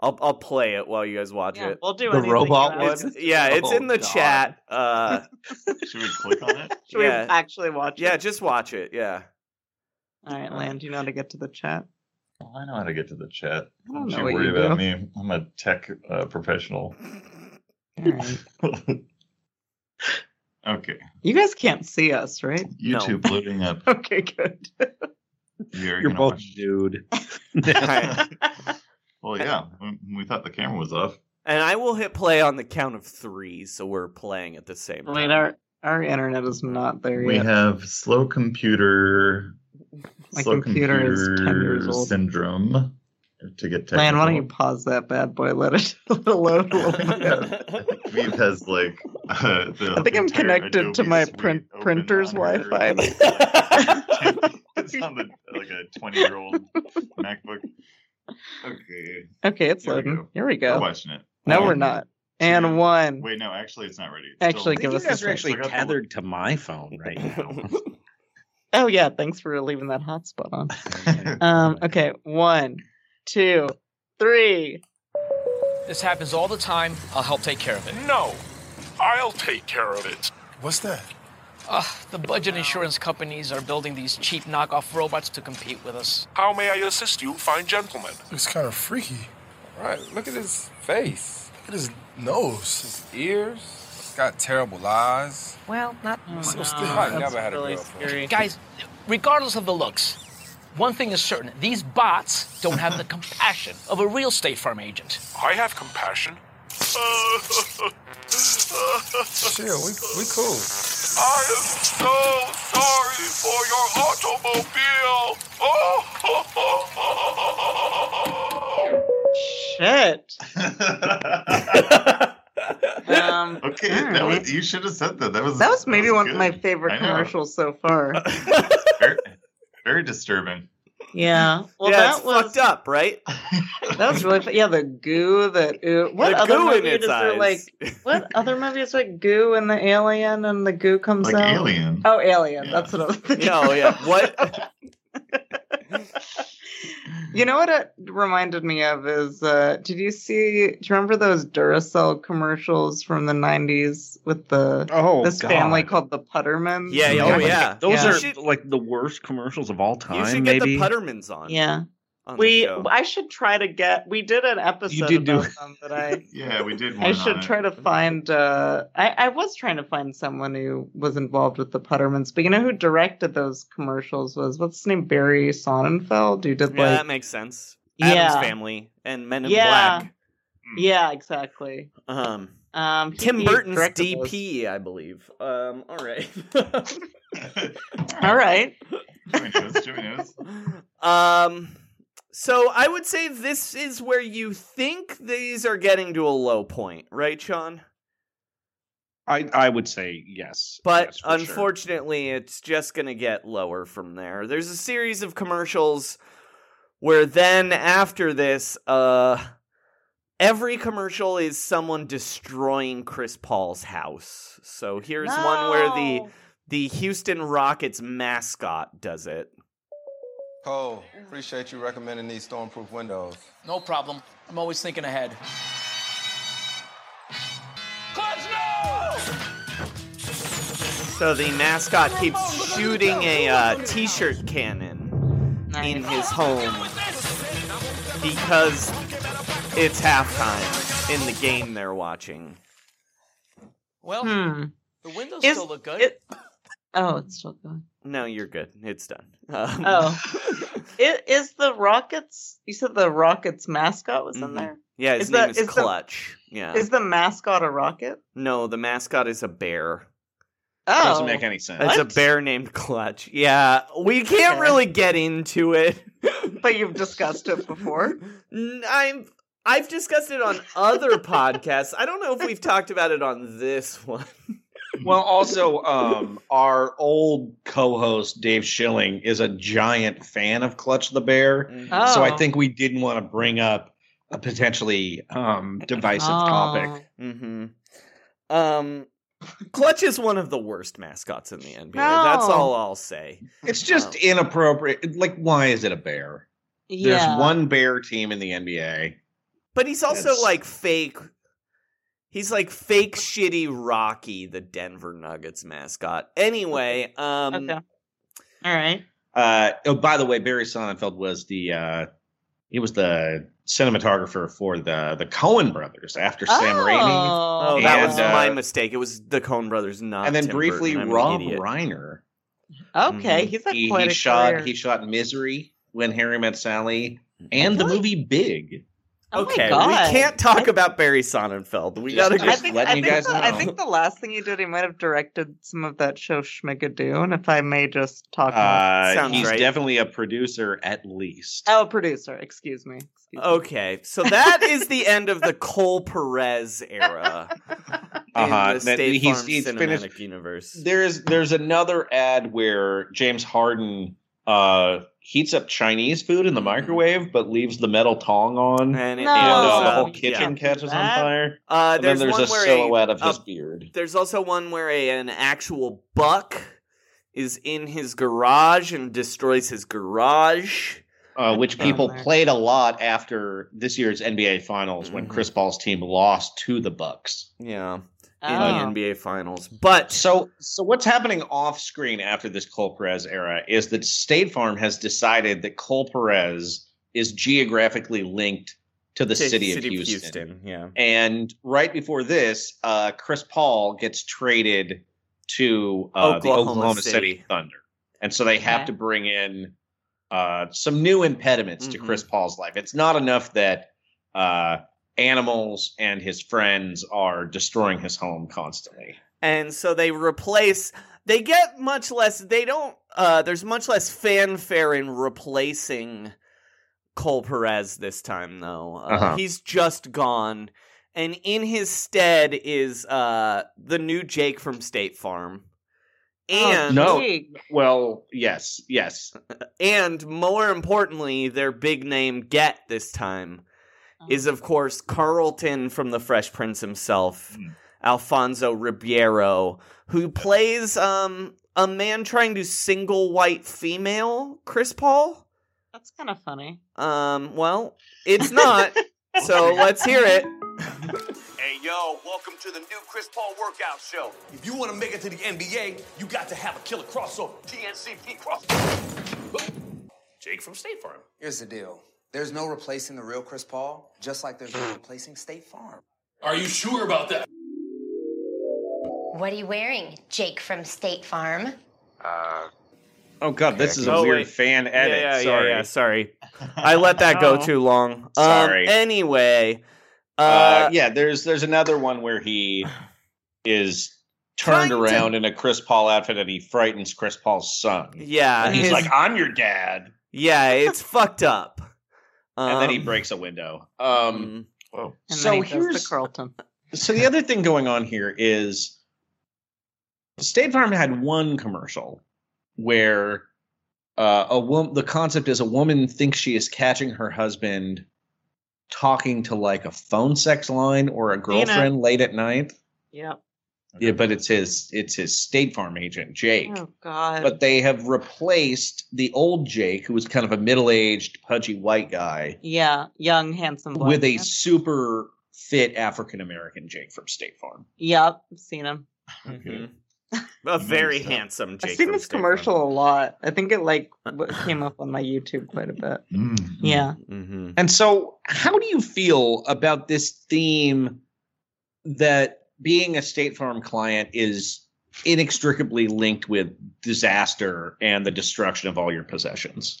Speaker 2: I'll I'll play it while you guys watch
Speaker 4: Yeah,
Speaker 2: it.
Speaker 4: we'll do The
Speaker 2: the
Speaker 4: anything robot
Speaker 2: robot
Speaker 4: you one?
Speaker 2: one.
Speaker 4: ask.
Speaker 2: yeah, it's
Speaker 4: Oh,
Speaker 2: in the
Speaker 4: God.
Speaker 2: chat. Uh,
Speaker 5: (laughs) Should we click on it?
Speaker 4: Should we actually watch
Speaker 2: it? Yeah, just watch it. Yeah.
Speaker 4: All right, Lan, do you know how to get to the
Speaker 2: (laughs)
Speaker 4: chat?
Speaker 5: I know how to get to the chat.
Speaker 4: I
Speaker 5: Don't
Speaker 4: don't know
Speaker 5: you
Speaker 4: what
Speaker 5: worry
Speaker 4: you
Speaker 5: about
Speaker 4: do.
Speaker 5: me. I'm a tech uh, professional.
Speaker 4: All right.
Speaker 5: Okay.
Speaker 4: You guys can't see us, right?
Speaker 5: YouTube loading up.
Speaker 4: (laughs) okay, good.
Speaker 5: You're,
Speaker 3: You're
Speaker 5: gonna
Speaker 3: both
Speaker 5: watch- (laughs)
Speaker 3: dude.
Speaker 5: Well, yeah. um, we- We thought the camera was off.
Speaker 2: And I will hit play on the count of three, so we're playing at the same time.
Speaker 4: Wait, our (laughs) our internet is not there
Speaker 5: We
Speaker 4: yet.
Speaker 5: have slow computer.
Speaker 4: My computer is 10 years old.
Speaker 5: syndrome. To get technical,
Speaker 4: Lan, why don't you pause that bad boy? Let it (laughs) let it load
Speaker 5: (laughs)
Speaker 4: a little (laughs) bit.
Speaker 5: Veep has like. Uh, the
Speaker 4: I think I'm
Speaker 5: entire
Speaker 4: connected to
Speaker 5: Adobe
Speaker 4: my
Speaker 5: suite
Speaker 4: print
Speaker 5: open
Speaker 4: printer's
Speaker 5: on her.
Speaker 4: Wi-Fi.
Speaker 5: (laughs)
Speaker 4: (laughs)
Speaker 5: it's on the like a 20 year old MacBook. Okay.
Speaker 4: Okay, it's
Speaker 5: Here we
Speaker 4: loading.
Speaker 5: go.
Speaker 4: Here we go.
Speaker 5: We're watching it.
Speaker 4: No,
Speaker 5: One,
Speaker 4: we're not. And one.
Speaker 5: Wait, no, actually, it's not ready. It's
Speaker 4: Actually,
Speaker 5: still-
Speaker 4: give us this.
Speaker 3: tethered to my phone right now.
Speaker 5: (laughs)
Speaker 4: Oh yeah, thanks for leaving that hotspot (laughs) on. um, okay, one, two, three.
Speaker 12: This happens all the time. I'll help take care of it.
Speaker 14: No, I'll take care of it.
Speaker 12: What's that? Ugh, the budget insurance companies are building these cheap knockoff robots to compete with us.
Speaker 14: How may I assist you, fine gentlemen?
Speaker 6: Looks kind of freaky. Right, look at his face. Look at his nose, his ears. It's got terrible eyes.
Speaker 12: Well, not
Speaker 6: So no, still, I've that's never had a really girlfriend. scary.
Speaker 12: Guys, regardless of the looks, one thing is certain: these bots don't have the compassion of a real State Farm agent.
Speaker 14: I have compassion. (laughs)
Speaker 6: Chill, we, we cool.
Speaker 14: I am so sorry for your automobile. (laughs)
Speaker 5: (laughs)
Speaker 4: Shit. um,
Speaker 5: Okay,
Speaker 4: all
Speaker 5: that
Speaker 4: right.
Speaker 5: was, you should have said that. That was
Speaker 4: that was maybe one of
Speaker 5: good.
Speaker 4: my favorite
Speaker 5: I know.
Speaker 4: commercials so
Speaker 5: (laughs)
Speaker 4: far.
Speaker 5: very, very disturbing.
Speaker 4: Yeah. Well,
Speaker 2: yeah,
Speaker 4: that
Speaker 2: it's
Speaker 4: was
Speaker 2: fucked up, right?
Speaker 4: (laughs) that was really fun. Yeah, the goo, the ooh. What
Speaker 2: The
Speaker 4: other
Speaker 2: goo in
Speaker 4: movie
Speaker 2: its
Speaker 4: is there
Speaker 2: eyes.
Speaker 4: like?
Speaker 2: (laughs)
Speaker 4: What other movie is like goo and the alien and the goo comes
Speaker 5: Like
Speaker 4: out?
Speaker 5: Alien.
Speaker 4: Oh, alien. That's what I was thinking.
Speaker 2: Yeah, oh, yeah. What?
Speaker 4: (laughs) You know what it reminded me of is uh did you see do you remember those Duracell commercials from the nineties with the
Speaker 3: Oh,
Speaker 4: this family
Speaker 3: God.
Speaker 4: called the Puttermans?
Speaker 2: Yeah, yeah, oh yeah.
Speaker 3: Those
Speaker 2: You
Speaker 3: are
Speaker 2: should-
Speaker 3: like the worst commercials of all time.
Speaker 2: you should get
Speaker 3: maybe.
Speaker 2: the Puttermans on.
Speaker 4: Yeah.
Speaker 2: on the
Speaker 4: We
Speaker 2: show.
Speaker 4: I should try to get we did an episode
Speaker 3: You did do
Speaker 4: about them that I
Speaker 5: Yeah, we did one.
Speaker 4: I
Speaker 5: on
Speaker 4: should
Speaker 5: it.
Speaker 4: try to find uh I, I was trying to find someone who was involved with the Puttermans, but you know who directed those commercials was what's his name? Barry Sonnenfeld, who did
Speaker 2: yeah,
Speaker 4: like
Speaker 2: that makes sense.
Speaker 4: Yeah.
Speaker 2: Adam's Family and Men in
Speaker 4: Yeah.
Speaker 2: Black.
Speaker 3: Hmm.
Speaker 4: Yeah, exactly.
Speaker 2: Um,
Speaker 4: Um, he-
Speaker 2: Tim
Speaker 4: he
Speaker 2: Burton's
Speaker 4: directed those.
Speaker 2: DP, I believe. Um, all right.
Speaker 4: (laughs) All right.
Speaker 2: Um, so I would say this is where you think these are getting to a low point, right, Sean?
Speaker 3: I, I would say yes.
Speaker 2: But
Speaker 3: Yes, for sure.
Speaker 2: unfortunately, it's just going to get lower from there. There's a series of commercials where then after this, uh, every commercial is someone destroying Chris Paul's house. So here's one where the the Houston Rockets mascot does it.
Speaker 7: Cole, appreciate you recommending these stormproof windows.
Speaker 12: No problem. I'm always thinking ahead.
Speaker 2: So the mascot keeps shooting a uh, t-shirt cannon in his home because it's halftime in the game they're watching.
Speaker 12: Well,
Speaker 2: Hmm.
Speaker 12: the windows
Speaker 4: Is-
Speaker 12: still look good.
Speaker 4: Oh, it's still going.
Speaker 2: No, you're good. It's done. Um,
Speaker 4: Oh, it is the Rockets. You said the Rockets mascot was in there.
Speaker 2: (laughs) Mm-hmm. yeah, his
Speaker 4: Is
Speaker 2: name
Speaker 4: that-
Speaker 2: is,
Speaker 4: is the-
Speaker 2: Clutch. yeah.
Speaker 4: Is the mascot a rocket?
Speaker 2: no, the mascot is a bear.
Speaker 4: Oh.
Speaker 3: Doesn't make any sense.
Speaker 2: It's a
Speaker 3: What?
Speaker 2: bear named Clutch. Yeah, we can't
Speaker 4: Okay.
Speaker 2: really get into it.
Speaker 4: But you've discussed it before.
Speaker 2: I'm I've discussed it on other (laughs) podcasts. I don't know if we've talked about it on this one.
Speaker 3: well, also, um, our old co-host Dave Schilling is a giant fan of Clutch the Bear, so I
Speaker 2: Oh.
Speaker 3: think we didn't want to bring up a potentially um, divisive
Speaker 2: Oh.
Speaker 3: topic.
Speaker 2: hmm Um, Clutch is one of the worst mascots in the NBA. That's
Speaker 3: No.
Speaker 2: all I'll say. Um,
Speaker 3: It's just inappropriate. Like, why is it a bear? There's one bear team in the NBA.
Speaker 2: but he's also
Speaker 3: It's-
Speaker 2: like fake. He's like fake shitty Rocky, the Denver Nuggets mascot. Anyway, um,
Speaker 4: all right.
Speaker 3: Uh, oh, by the way, Barry Sonnenfeld was the uh, he was the cinematographer for the the Cohen brothers after Sam Raimi.
Speaker 2: Oh, that was
Speaker 3: uh,
Speaker 2: my mistake. It was the Coen Brothers, not
Speaker 3: and then
Speaker 2: Tim
Speaker 3: briefly
Speaker 2: Burton. I'm an
Speaker 3: Rob
Speaker 2: idiot.
Speaker 3: Reiner.
Speaker 4: Okay,
Speaker 3: Mhm.
Speaker 4: he's had
Speaker 3: he,
Speaker 4: quite
Speaker 3: he
Speaker 4: a
Speaker 3: shot
Speaker 4: career.
Speaker 3: he shot Misery when Harry met Sally and the movie Big.
Speaker 4: Oh my
Speaker 2: Mm-hmm. Okay, we
Speaker 4: God.
Speaker 2: can't talk about Barry Sonnenfeld. We gotta
Speaker 3: I
Speaker 2: just
Speaker 3: think-
Speaker 2: let you
Speaker 3: I think
Speaker 2: guys
Speaker 4: the,
Speaker 2: know.
Speaker 4: I think the last thing he did, he might have directed some of that show Schmigadoon, if I may just talk.
Speaker 3: (laughs) Uh,
Speaker 4: off.
Speaker 3: he's definitely a producer at least.
Speaker 4: oh, producer. Excuse me.
Speaker 2: Okay, so that is the end of the Cole Perez era
Speaker 3: Uh-huh,
Speaker 2: in the
Speaker 3: that-
Speaker 2: State
Speaker 3: he's-
Speaker 2: Farm
Speaker 3: he's
Speaker 2: cinematic
Speaker 3: finished-
Speaker 2: universe.
Speaker 3: There's there's another ad where James Harden uh, heats up Chinese food in the microwave, but leaves the metal tong on,
Speaker 2: Mm-hmm. and,
Speaker 3: it,
Speaker 2: No.
Speaker 3: uh, the whole
Speaker 2: blows up. Yeah.
Speaker 3: kitchen catches on
Speaker 2: That-
Speaker 3: fire.
Speaker 2: Uh,
Speaker 3: and then
Speaker 2: there's one
Speaker 3: there's a
Speaker 2: where a-
Speaker 3: silhouette of
Speaker 2: a-
Speaker 3: his beard.
Speaker 2: There's also one where a, an actual buck is in his garage and destroys his garage.
Speaker 3: Uh, which people played a lot after this year's NBA Finals when
Speaker 2: Mm-hmm.
Speaker 3: Chris Paul's team lost to the Bucks.
Speaker 2: Yeah, in
Speaker 3: Oh.
Speaker 2: the NBA Finals. But
Speaker 3: so so what's happening off screen after this Cole Perez era is that State Farm has decided that Cole Perez is geographically linked (laughs) to the
Speaker 2: To
Speaker 3: city,
Speaker 2: city
Speaker 3: of
Speaker 2: of
Speaker 3: Houston.
Speaker 2: Houston, yeah.
Speaker 3: And right before this, uh, Chris Paul gets traded to uh,
Speaker 2: Oklahoma
Speaker 3: the Oklahoma City.
Speaker 2: City.
Speaker 3: Thunder, and so they have
Speaker 2: Okay.
Speaker 3: to bring in uh, some new impediments
Speaker 2: Mm-hmm.
Speaker 3: to Chris Paul's life. It's not enough that uh, animals and his friends are destroying his home constantly.
Speaker 2: and so they replace they get much less they don't uh there's much less fanfare in replacing cole perez this time though uh,
Speaker 3: Uh-huh.
Speaker 2: he's just gone and in his stead is uh the new jake from state farm and
Speaker 3: Oh, no, well, yes, yes.
Speaker 2: and more importantly their big name get this time is of course carlton from the fresh prince himself
Speaker 3: Hmm.
Speaker 2: alfonso ribeiro who plays um a man trying to single white female chris paul
Speaker 4: That's kind of funny.
Speaker 2: um well
Speaker 3: (laughs)
Speaker 2: it's not so let's hear it
Speaker 15: Hey, yo, welcome to the new Chris Paul workout show. If you want to make it to the NBA, you got to have a killer crossover. TNCP crossover. Jake from State Farm.
Speaker 16: Here's the deal. There's no replacing the real Chris Paul, just like there's
Speaker 7: (laughs)
Speaker 16: no replacing State Farm.
Speaker 15: Are you sure about that?
Speaker 13: What are you wearing, Jake from State Farm?
Speaker 15: Uh,
Speaker 3: Oh god, this is a
Speaker 2: Oh,
Speaker 3: weird
Speaker 2: wait.
Speaker 3: fan
Speaker 2: Yeah,
Speaker 3: edit.
Speaker 2: yeah, yeah,
Speaker 3: sorry.
Speaker 2: yeah, sorry. i let that go
Speaker 3: Oh.
Speaker 2: too long Um,
Speaker 3: Sorry.
Speaker 2: anyway
Speaker 3: Uh,
Speaker 2: uh,
Speaker 3: yeah, there's there's another one where he is turned around in a Chris Paul outfit and he frightens Chris Paul's son.
Speaker 2: Yeah,
Speaker 3: and he's
Speaker 2: his-
Speaker 3: like, "I'm your dad,"
Speaker 2: yeah
Speaker 3: (laughs)
Speaker 2: it's fucked up
Speaker 3: and then he
Speaker 2: Um,
Speaker 3: breaks a window.
Speaker 2: Mm-hmm.
Speaker 3: Um,
Speaker 4: And
Speaker 3: so
Speaker 4: then he goes
Speaker 3: here's
Speaker 4: to Carlton.
Speaker 3: so the other thing going on here is State Farm had one commercial where uh, a woman. The concept is a woman thinks she is catching her husband talking to like a phone sex line or a girlfriend late at night.
Speaker 4: Yep.
Speaker 3: Yeah, but it's his it's his State Farm agent, Jake.
Speaker 4: Oh God.
Speaker 3: But they have replaced the old Jake, who was kind of a middle aged, pudgy white guy,
Speaker 4: yeah, young, handsome boy.
Speaker 3: with a super fit African American Jake from State Farm.
Speaker 4: Yep, seen him.
Speaker 3: Mm-hmm.
Speaker 2: a very handsome Jake.
Speaker 4: I've seen
Speaker 2: from
Speaker 4: this
Speaker 2: State Farm.
Speaker 4: commercial a lot. I think it like w- came up on my YouTube quite a bit.
Speaker 3: Mm-hmm.
Speaker 4: Yeah.
Speaker 2: Mm-hmm.
Speaker 3: And so, how do you feel about this theme that being a State Farm client is inextricably linked with disaster and the destruction of all your possessions?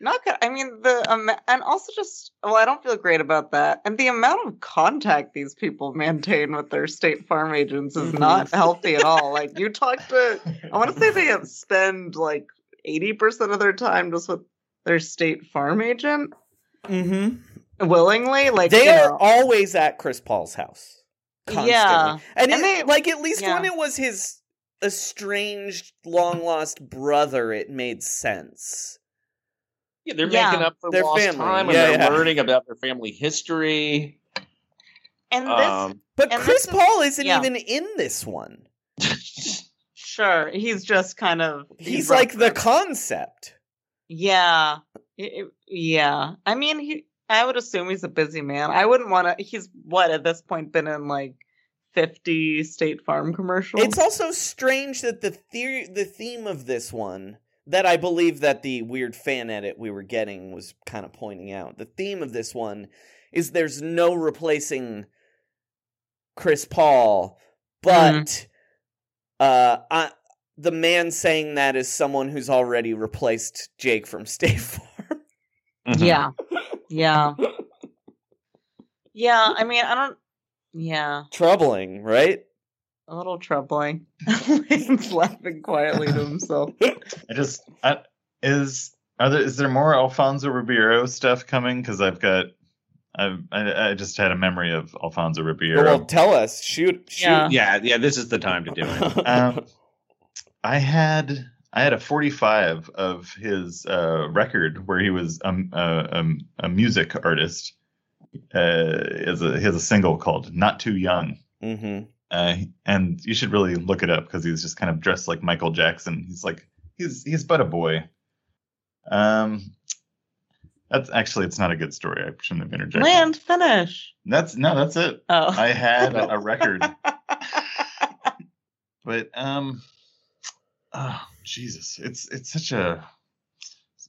Speaker 4: Not good. I mean, the um, and also just well, I don't feel great about that. And the amount of contact these people maintain with their state farm agents is
Speaker 2: Mm-hmm.
Speaker 4: not healthy at all. Like you talk to, I want to say
Speaker 2: (laughs)
Speaker 4: they have spend like eighty percent of their time just with their state farm agent mm-hmm. willingly. Like
Speaker 2: they
Speaker 4: you
Speaker 2: are
Speaker 4: know.
Speaker 2: always at Chris Paul's house. Constantly.
Speaker 4: Yeah. And
Speaker 2: And, it-
Speaker 4: they-
Speaker 2: like at least
Speaker 4: yeah.
Speaker 2: when it was his estranged long lost brother, it made sense.
Speaker 3: Yeah, they're
Speaker 4: Yeah.
Speaker 3: making up for
Speaker 2: Their
Speaker 3: lost
Speaker 2: family.
Speaker 3: time and
Speaker 2: Yeah,
Speaker 3: they're
Speaker 2: yeah.
Speaker 3: learning about their family history.
Speaker 4: and this
Speaker 3: Um,
Speaker 2: But
Speaker 4: and this
Speaker 2: Chris
Speaker 4: is-
Speaker 2: Paul isn't
Speaker 4: yeah.
Speaker 2: even in this
Speaker 3: (laughs)
Speaker 2: one.
Speaker 4: sure he's just kind of
Speaker 2: He's like the concept.
Speaker 4: Yeah. I- I- Yeah. I mean, he I would assume he's a busy man. I wouldn't want to he's what at this point been in like 50 State Farm commercials.
Speaker 2: It's also strange that the theory, the theme of this one, that I believe that the weird fan edit we were getting was kind of pointing out. The theme of this one is there's no replacing Chris Paul, but
Speaker 4: Mm-hmm.
Speaker 2: uh, I, the man saying that is someone who's already replaced Jake from (laughs) State Farm.
Speaker 4: Yeah.
Speaker 3: Mm-hmm.
Speaker 4: Yeah. Yeah, I mean, I don't yeah,
Speaker 2: Troubling, right?
Speaker 4: a little troubling. (laughs) He's laughing quietly to himself.
Speaker 5: I just I, uh, is are there is there more Alfonso Ribeiro stuff coming? Because I've got I've, I I just had a memory of Alfonso Ribeiro.
Speaker 2: Well, tell us. Shoot. shoot.
Speaker 3: Yeah. yeah, This is the time to do
Speaker 5: (laughs)
Speaker 3: it.
Speaker 5: um, I had I had a 45 of his uh, record where he was um, uh, um, a music artist. Uh, is a he has a single called "Not Too Young,"
Speaker 2: Mm-hmm.
Speaker 5: uh, and you should really look it up because he's just kind of dressed like Michael Jackson. He's like he's he's but a boy. Um, that's actually it's not a good story. I shouldn't have interjected.
Speaker 4: Land finish.
Speaker 5: That's no, that's it.
Speaker 4: Oh.
Speaker 5: I had a, a record. but um oh, Jesus, it's it's such a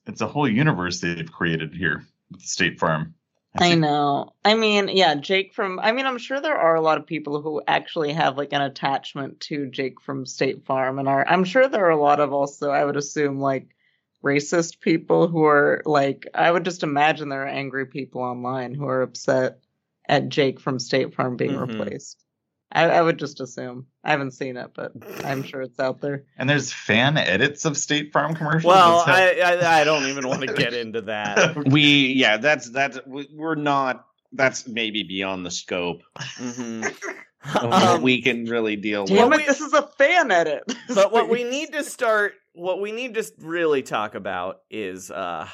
Speaker 5: it's a whole universe they've created here with State Farm.
Speaker 4: I know. I mean, yeah, Jake from I mean, I'm sure there are a lot of people who actually have like an attachment to Jake from State Farm and are I'm sure there are a lot of also I would assume like racist people who are like I would just imagine there are angry people online who are upset at Jake from State Farm being
Speaker 5: Mhm.
Speaker 2: Mm-hmm.
Speaker 4: replaced. I, I would just assume. I haven't seen it, but I'm sure it's out there.
Speaker 5: And there's fan edits of State Farm commercials.
Speaker 2: (laughs) Well,
Speaker 5: That's how-
Speaker 2: I, (laughs) I I don't even want to get into that.
Speaker 3: we yeah, that's that's we- we're not. That's maybe beyond the scope. Mm-hmm. (laughs) of what
Speaker 2: Um,
Speaker 3: we can really deal
Speaker 4: Damn
Speaker 3: with.
Speaker 4: it, this is a fan edit.
Speaker 3: (laughs)
Speaker 2: but what we need to start what we need to really talk about is uh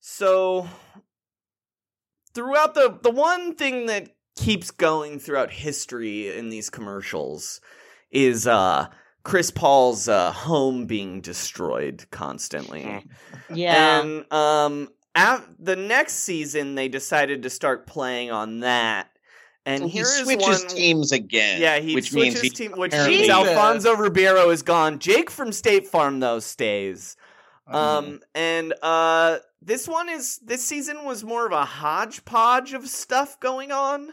Speaker 2: so throughout the the one thing that keeps going throughout history in these commercials is uh Chris Paul's uh, home being destroyed constantly.
Speaker 4: Yeah.
Speaker 2: And um, af the next season, they decided to start playing on that. And
Speaker 3: So he
Speaker 2: here is
Speaker 3: switches
Speaker 2: one
Speaker 3: teams again.
Speaker 2: Yeah, he
Speaker 3: which
Speaker 2: switches
Speaker 3: means he
Speaker 2: team. Which
Speaker 3: apparently-
Speaker 2: means
Speaker 3: Jesus.
Speaker 2: Alfonso Ribeiro is gone. Jake from State Farm though stays. Um, and uh, this one is this season was more of a hodgepodge of stuff going on.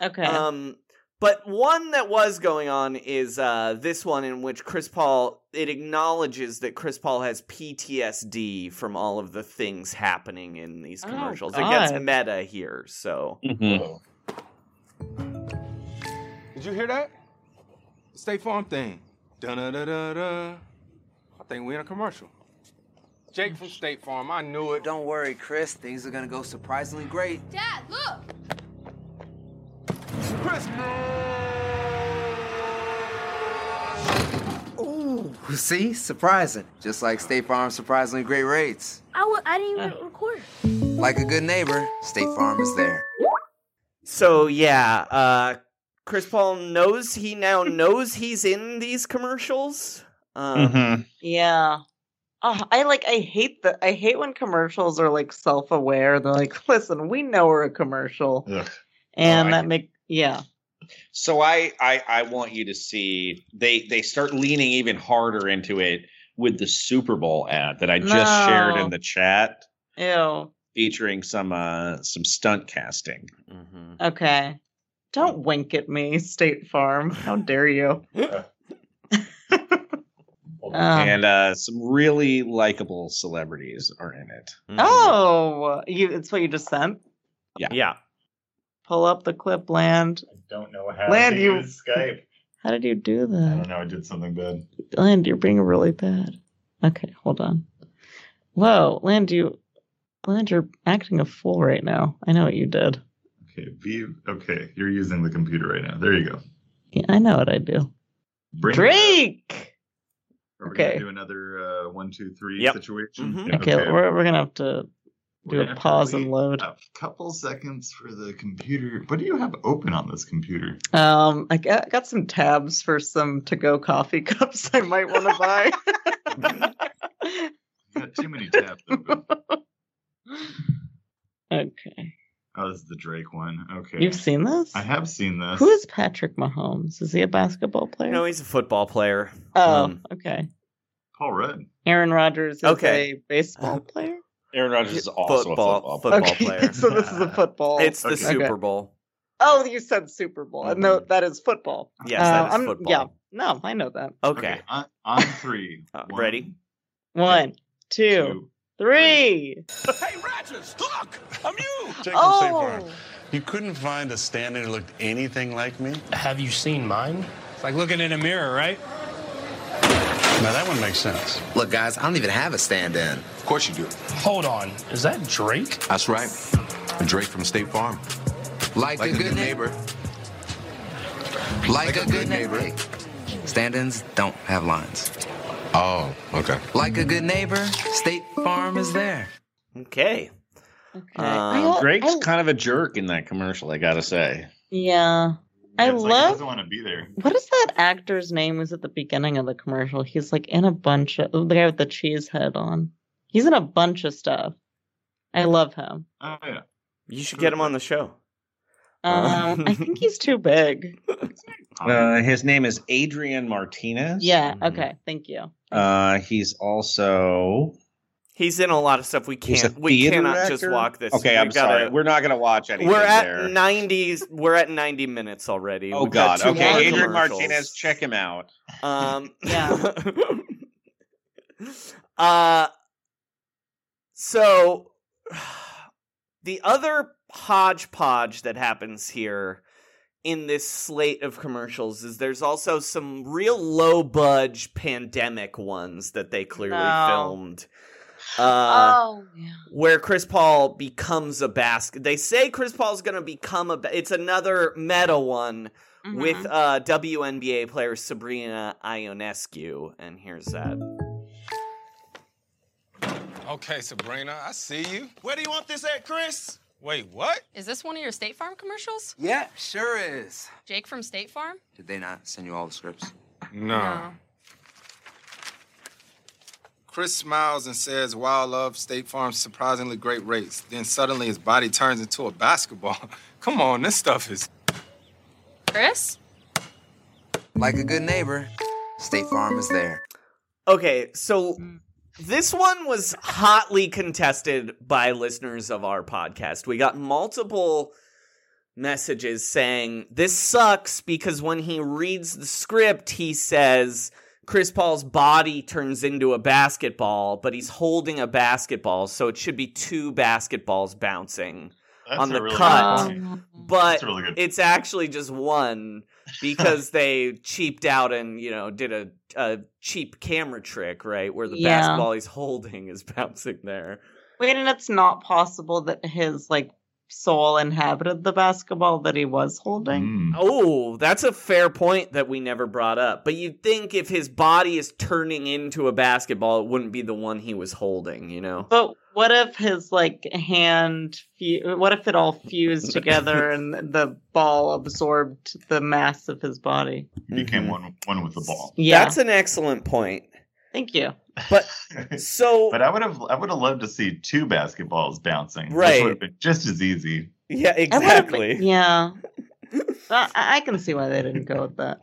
Speaker 4: Okay.
Speaker 2: Um, but one that was going on is uh, this one in which Chris Paul it acknowledges that Chris Paul has PTSD from all of the things happening in these
Speaker 4: Oh,
Speaker 2: commercials. it gets
Speaker 4: God.
Speaker 2: meta here, so
Speaker 7: Did you hear that? State Farm thing. Da-da-da-da-da. I think we're in a commercial. Jake from State Farm, I knew it.
Speaker 16: Don't worry, Chris. Things are gonna go surprisingly great.
Speaker 17: Dad, look!
Speaker 16: Ooh, (laughs) see, surprising. Just like State Farm, surprisingly great rates.
Speaker 17: I w- I didn't even record.
Speaker 16: Like a good neighbor, State Farm is there.
Speaker 2: So yeah, uh Chris Paul knows he now knows he's in these commercials. Um
Speaker 4: Mm-hmm. Yeah. Oh, I like I hate the I hate when commercials are like self-aware. They're like, (laughs) "Listen, we know we're a commercial." And that make yeah.
Speaker 3: So I, I I want you to see they they start leaning even harder into it with the Super Bowl ad that I just
Speaker 4: No.
Speaker 3: shared in the chat
Speaker 4: Ew.
Speaker 3: featuring some uh some stunt casting.
Speaker 4: Okay. Don't (laughs) wink at me, State Farm. How dare you?
Speaker 5: Well,
Speaker 4: Oh.
Speaker 3: people, and uh, some really likable celebrities are in it.
Speaker 2: Mm.
Speaker 4: Oh, you, it's what you just sent.
Speaker 3: Yeah,
Speaker 2: yeah.
Speaker 4: Pull up the clip, land.
Speaker 5: Don't know how
Speaker 4: Land,
Speaker 5: to
Speaker 4: you-
Speaker 5: use Skype.
Speaker 4: (laughs) How did you do
Speaker 5: I
Speaker 4: that?
Speaker 5: don't know. I did something bad.
Speaker 4: Land, you're being really bad. Okay, hold on. Whoa, Land, you, Land, you're acting a fool right now. I know what you did.
Speaker 5: Okay, view. Okay, you're using the computer right now. There you go.
Speaker 4: Yeah, I know what I do.
Speaker 5: Bring-
Speaker 4: Drake.
Speaker 5: Are we
Speaker 4: Okay.
Speaker 5: gonna do another uh, one, two, three situation?
Speaker 4: Mhm. Okay, we're we're gonna have to do
Speaker 5: We're
Speaker 4: a
Speaker 5: gonna
Speaker 4: pause and load.
Speaker 5: A couple seconds for the computer. What do you have open on this computer?
Speaker 4: Um, I got, got some tabs for some to-go coffee (laughs) cups I might want to buy.
Speaker 5: (laughs) You got too many tabs open.
Speaker 4: (laughs) okay,
Speaker 5: Oh, this is the Drake one. Okay.
Speaker 4: you've seen this.
Speaker 5: I have seen this.
Speaker 4: Who is Patrick Mahomes? Is he a basketball player?
Speaker 2: No, he's a football player.
Speaker 4: Oh,
Speaker 2: Um,
Speaker 4: okay.
Speaker 5: Paul Rudd.
Speaker 4: Aaron Rodgers is
Speaker 2: Okay. Uh-huh.
Speaker 4: a baseball player.
Speaker 3: Aaron Rodgers is also a football player.
Speaker 4: Okay, (laughs) so this is a football.
Speaker 2: It's the
Speaker 4: Okay.
Speaker 2: Super Bowl.
Speaker 4: Oh, you said Super Bowl. Uh, No, that is football.
Speaker 2: Mm-hmm.
Speaker 4: Uh,
Speaker 2: Yes, that is
Speaker 4: I'm-
Speaker 2: football.
Speaker 4: Yeah, no, I know that.
Speaker 2: Okay.
Speaker 5: on, on three.
Speaker 4: Oh,
Speaker 2: Ready?
Speaker 4: One, two, three.
Speaker 18: Hey, Ratchets, look! I'm you!
Speaker 19: Jake from State
Speaker 4: Oh,
Speaker 19: Farm. You couldn't find a stand-in who looked anything like me? Have you seen mine? It's like looking in a mirror, right?
Speaker 16: Now that one makes sense. Look, guys, I don't even have a stand-in. Of course you do.
Speaker 19: Hold on. Is that Drake?
Speaker 16: That's right. Drake from State Farm. Like, a, good neighbor. Like, a, good neighbor. Stand-ins don't have lines. Oh, okay. Like a good neighbor, State Farm is there.
Speaker 2: Okay. Um,
Speaker 4: I-
Speaker 3: Drake's
Speaker 4: I-
Speaker 3: kind of a jerk in that commercial, I gotta say.
Speaker 4: yeah. I
Speaker 5: It's like he
Speaker 4: love.
Speaker 5: doesn't want to be there.
Speaker 4: what is that actor's name? Is at the beginning of the commercial? He's like in a bunch of the guy with the cheese head on. He's in a bunch of stuff. I love him.
Speaker 18: Ah,
Speaker 5: Oh yeah.
Speaker 2: You should get him on the show.
Speaker 4: Um, I think he's
Speaker 2: (laughs)
Speaker 4: too big.
Speaker 2: Um,
Speaker 3: Uh, his name is Adrian Martinez.
Speaker 4: Yeah. Okay. Thank you.
Speaker 3: Uh, he's also
Speaker 2: He's in a lot of stuff we
Speaker 3: he's a
Speaker 2: can't. We
Speaker 3: theater
Speaker 2: cannot just
Speaker 3: actor?
Speaker 2: walk this.
Speaker 3: Okay,
Speaker 2: We
Speaker 3: I'm
Speaker 2: gotta-
Speaker 3: sorry. We're not gonna watch anything.
Speaker 2: We're at (laughs)
Speaker 3: there.
Speaker 2: 90s. We're at 90 minutes already.
Speaker 3: Oh
Speaker 2: We've got two
Speaker 3: God.
Speaker 2: more
Speaker 3: Okay, Adrian
Speaker 2: commercials.
Speaker 3: Martinez, check him out.
Speaker 2: Um,
Speaker 4: yeah.
Speaker 2: (laughs) Uh, so (sighs) the other hodgepodge that happens here in this slate of commercials is there's also some real low budge pandemic ones that they clearly
Speaker 1: No. Oh.
Speaker 2: filmed. Uh,
Speaker 17: Oh.
Speaker 2: where Chris Paul becomes a basket. They say Chris Paul's going to become a. Ba- it's another meta one with uh, WNBA player Sabrina Ionescu, and here's that.
Speaker 7: Okay, Sabrina, I see you.
Speaker 20: Where do you want this at, Chris?
Speaker 7: Wait, what?
Speaker 20: Is this one of your State Farm commercials?
Speaker 16: Yeah, sure is.
Speaker 20: Jake from State Farm?
Speaker 16: Did they not send you all the scripts?
Speaker 19: Chris smiles and says, Wow, love, State Farm's surprisingly great rates. Then suddenly his body turns into a basketball. (laughs) Come on, this stuff is.
Speaker 20: Chris?
Speaker 16: Like a good neighbor, State Farm is there.
Speaker 2: Okay, so this one was hotly contested by listeners of our podcast. We got multiple messages saying this sucks because when he reads the script, he says Chris Paul's body turns into a basketball, but he's holding a basketball, so it should be two basketballs bouncing
Speaker 1: That's
Speaker 2: on
Speaker 1: a
Speaker 2: the
Speaker 1: really good
Speaker 2: cut.
Speaker 1: point.
Speaker 2: But
Speaker 1: That's a really good-
Speaker 2: it's actually just one because they cheaped out and you know did a, a cheap camera trick, right, where the
Speaker 4: Yeah.
Speaker 2: basketball he's holding is (laughs) bouncing there.
Speaker 4: Wait, and it's not possible that his like soul inhabited the basketball that he was holding.
Speaker 2: Oh, that's a fair point that we never brought up. But you'd think if his body is turning into a basketball, it wouldn't be the one he was holding, you know?
Speaker 4: But what if his like hand? Fu- what if it all fused
Speaker 2: (laughs)
Speaker 4: together and the ball absorbed the mass of his body?
Speaker 5: Became one one with the ball.
Speaker 4: Mm-hmm. Yeah.
Speaker 2: That's an excellent point.
Speaker 4: Thank you.
Speaker 2: But
Speaker 5: (laughs)
Speaker 2: so
Speaker 5: But I would have I would have loved to see two basketballs bouncing.
Speaker 2: Right.
Speaker 5: Which would have been just as easy.
Speaker 2: Yeah,
Speaker 4: exactly. (laughs) Yeah, I, I can see why they didn't go with that.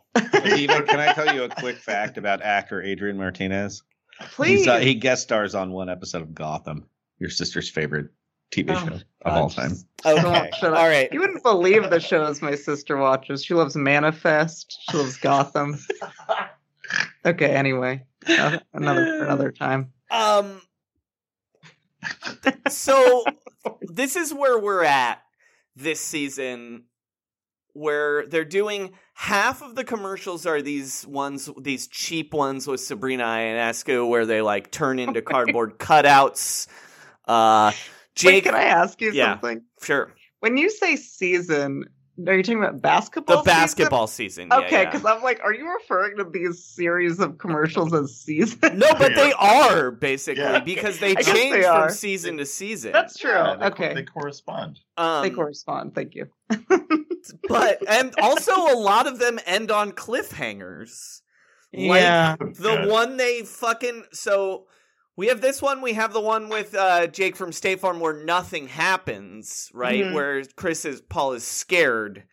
Speaker 3: Eva, can I tell you a quick fact about actor Adrian Martinez?
Speaker 4: Please.
Speaker 3: He's, uh, he guest stars on one episode of Gotham, your sister's favorite TV
Speaker 4: Oh,
Speaker 3: show of all time.
Speaker 2: (laughs) Okay.
Speaker 4: Shut up.
Speaker 2: All right.
Speaker 4: You wouldn't believe the shows my sister watches. She loves Manifest. She loves Gotham. okay. Anyway. Uh, another for another time.
Speaker 2: Um. so this is where we're at this season, where they're doing half of the commercials are these ones, these cheap ones with Sabrina Ionescu, where they like turn into cardboard cutouts. Uh, Jake,
Speaker 4: can I ask you
Speaker 2: yeah,
Speaker 4: something?
Speaker 2: Sure.
Speaker 4: When you say season, are you talking about basketball?
Speaker 2: The basketball season. yeah,
Speaker 4: Okay,
Speaker 2: yeah.
Speaker 4: because I'm like, are you referring to these series of commercials as seasons?
Speaker 2: No, but they are basically
Speaker 4: Yeah.
Speaker 2: because
Speaker 4: I
Speaker 2: they
Speaker 4: guess
Speaker 2: change
Speaker 4: they
Speaker 2: from
Speaker 4: are.
Speaker 2: season to season.
Speaker 4: That's true. okay,
Speaker 5: they correspond.
Speaker 2: Um,
Speaker 4: they correspond. Thank you.
Speaker 2: but and also a lot of them end on cliffhangers.
Speaker 4: Yeah.
Speaker 2: Like the
Speaker 4: Yeah.
Speaker 2: one they fucking so we have this one, we have the one with uh Jake from State Farm where nothing happens, right?
Speaker 21: Mhm.
Speaker 2: Where Chris is Paul is scared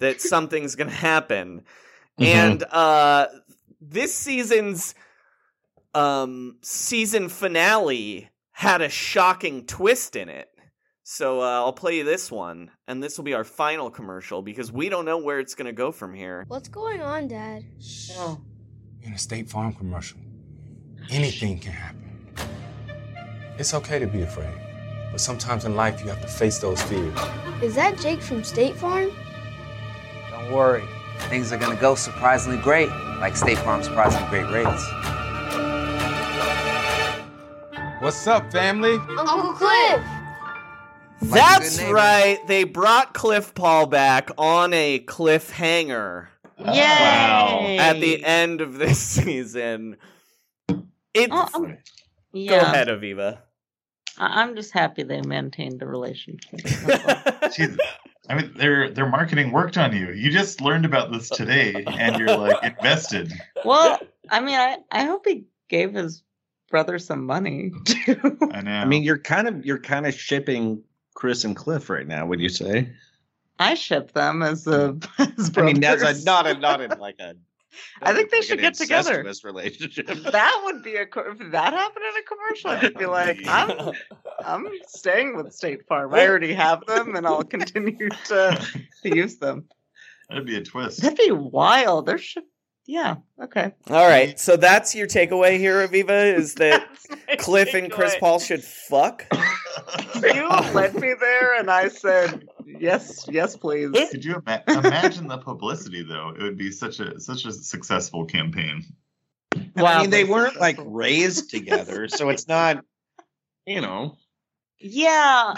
Speaker 2: that something's gonna happen. And uh this season's um season finale had a shocking twist in it. So uh, I'll play you this one, and this will be our final commercial because we don't know where it's gonna go from here.
Speaker 17: What's going on, Dad?
Speaker 7: In a State Farm commercial, anything can happen. It's okay to be afraid, but sometimes in life you have to face those fears.
Speaker 17: Is that Jake from State Farm?
Speaker 16: Don't worry. Things are gonna go surprisingly great, like State Farm's surprisingly great rates.
Speaker 7: What's up, family?
Speaker 17: Uncle Cliff!
Speaker 2: That's right. They brought Cliff Paul back on a cliffhanger.
Speaker 4: Yay! Wow.
Speaker 2: At the end of this (laughs) season, it's
Speaker 4: Yeah.
Speaker 2: go ahead, Aviva.
Speaker 4: I- I'm just happy they maintained the
Speaker 2: (laughs)
Speaker 4: relationship.
Speaker 5: I mean, their their marketing worked on you. You just learned about this today, and you're like invested.
Speaker 4: well, I mean, I, I hope he gave his brother some money.
Speaker 5: (laughs) I know.
Speaker 3: I mean, you're kind of you're kind of shipping Chris and Cliff right now. Would you say?
Speaker 4: I ship them as a. (laughs) As
Speaker 3: I mean, that's a,
Speaker 4: brothers.
Speaker 3: not a not in like a.
Speaker 4: I think they
Speaker 3: like
Speaker 4: should
Speaker 3: an
Speaker 4: get together. (laughs)
Speaker 3: incestuous relationship.
Speaker 4: That would be a co- if that happened in a commercial, I'd be like,
Speaker 5: (laughs)
Speaker 4: I'm I'm staying with State Farm. I already have them, and I'll continue to to use them.
Speaker 5: That'd be a twist.
Speaker 4: That'd be wild. There should, yeah,
Speaker 5: (laughs)
Speaker 4: okay.
Speaker 2: All right, so that's your takeaway here, Aviva,
Speaker 4: (laughs)
Speaker 2: is that Cliff and Chris
Speaker 4: takeaway.
Speaker 2: Paul should fuck.
Speaker 4: You led me there, and I said yes, yes, please.
Speaker 5: Could you ima- imagine the publicity though? It would be such a such a successful campaign.
Speaker 3: I mean, they weren't like raised together, so it's not. You know,
Speaker 4: (laughs) Yeah,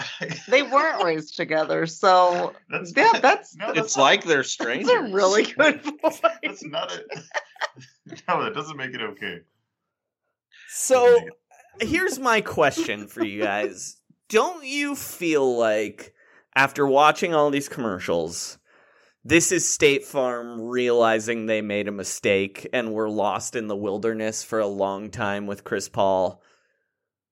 Speaker 4: they weren't raised
Speaker 5: (laughs)
Speaker 4: together, so yeah, that's
Speaker 3: it's like
Speaker 4: (laughs)
Speaker 3: they're
Speaker 4: that's
Speaker 3: strangers.
Speaker 4: a really good point.
Speaker 5: (laughs) That's not it. No, that doesn't make it okay.
Speaker 2: So here's my question for you guys. Don't you feel like after watching all these commercials, this is State Farm realizing they made a mistake and were lost in the wilderness for a long time with Chris Paul?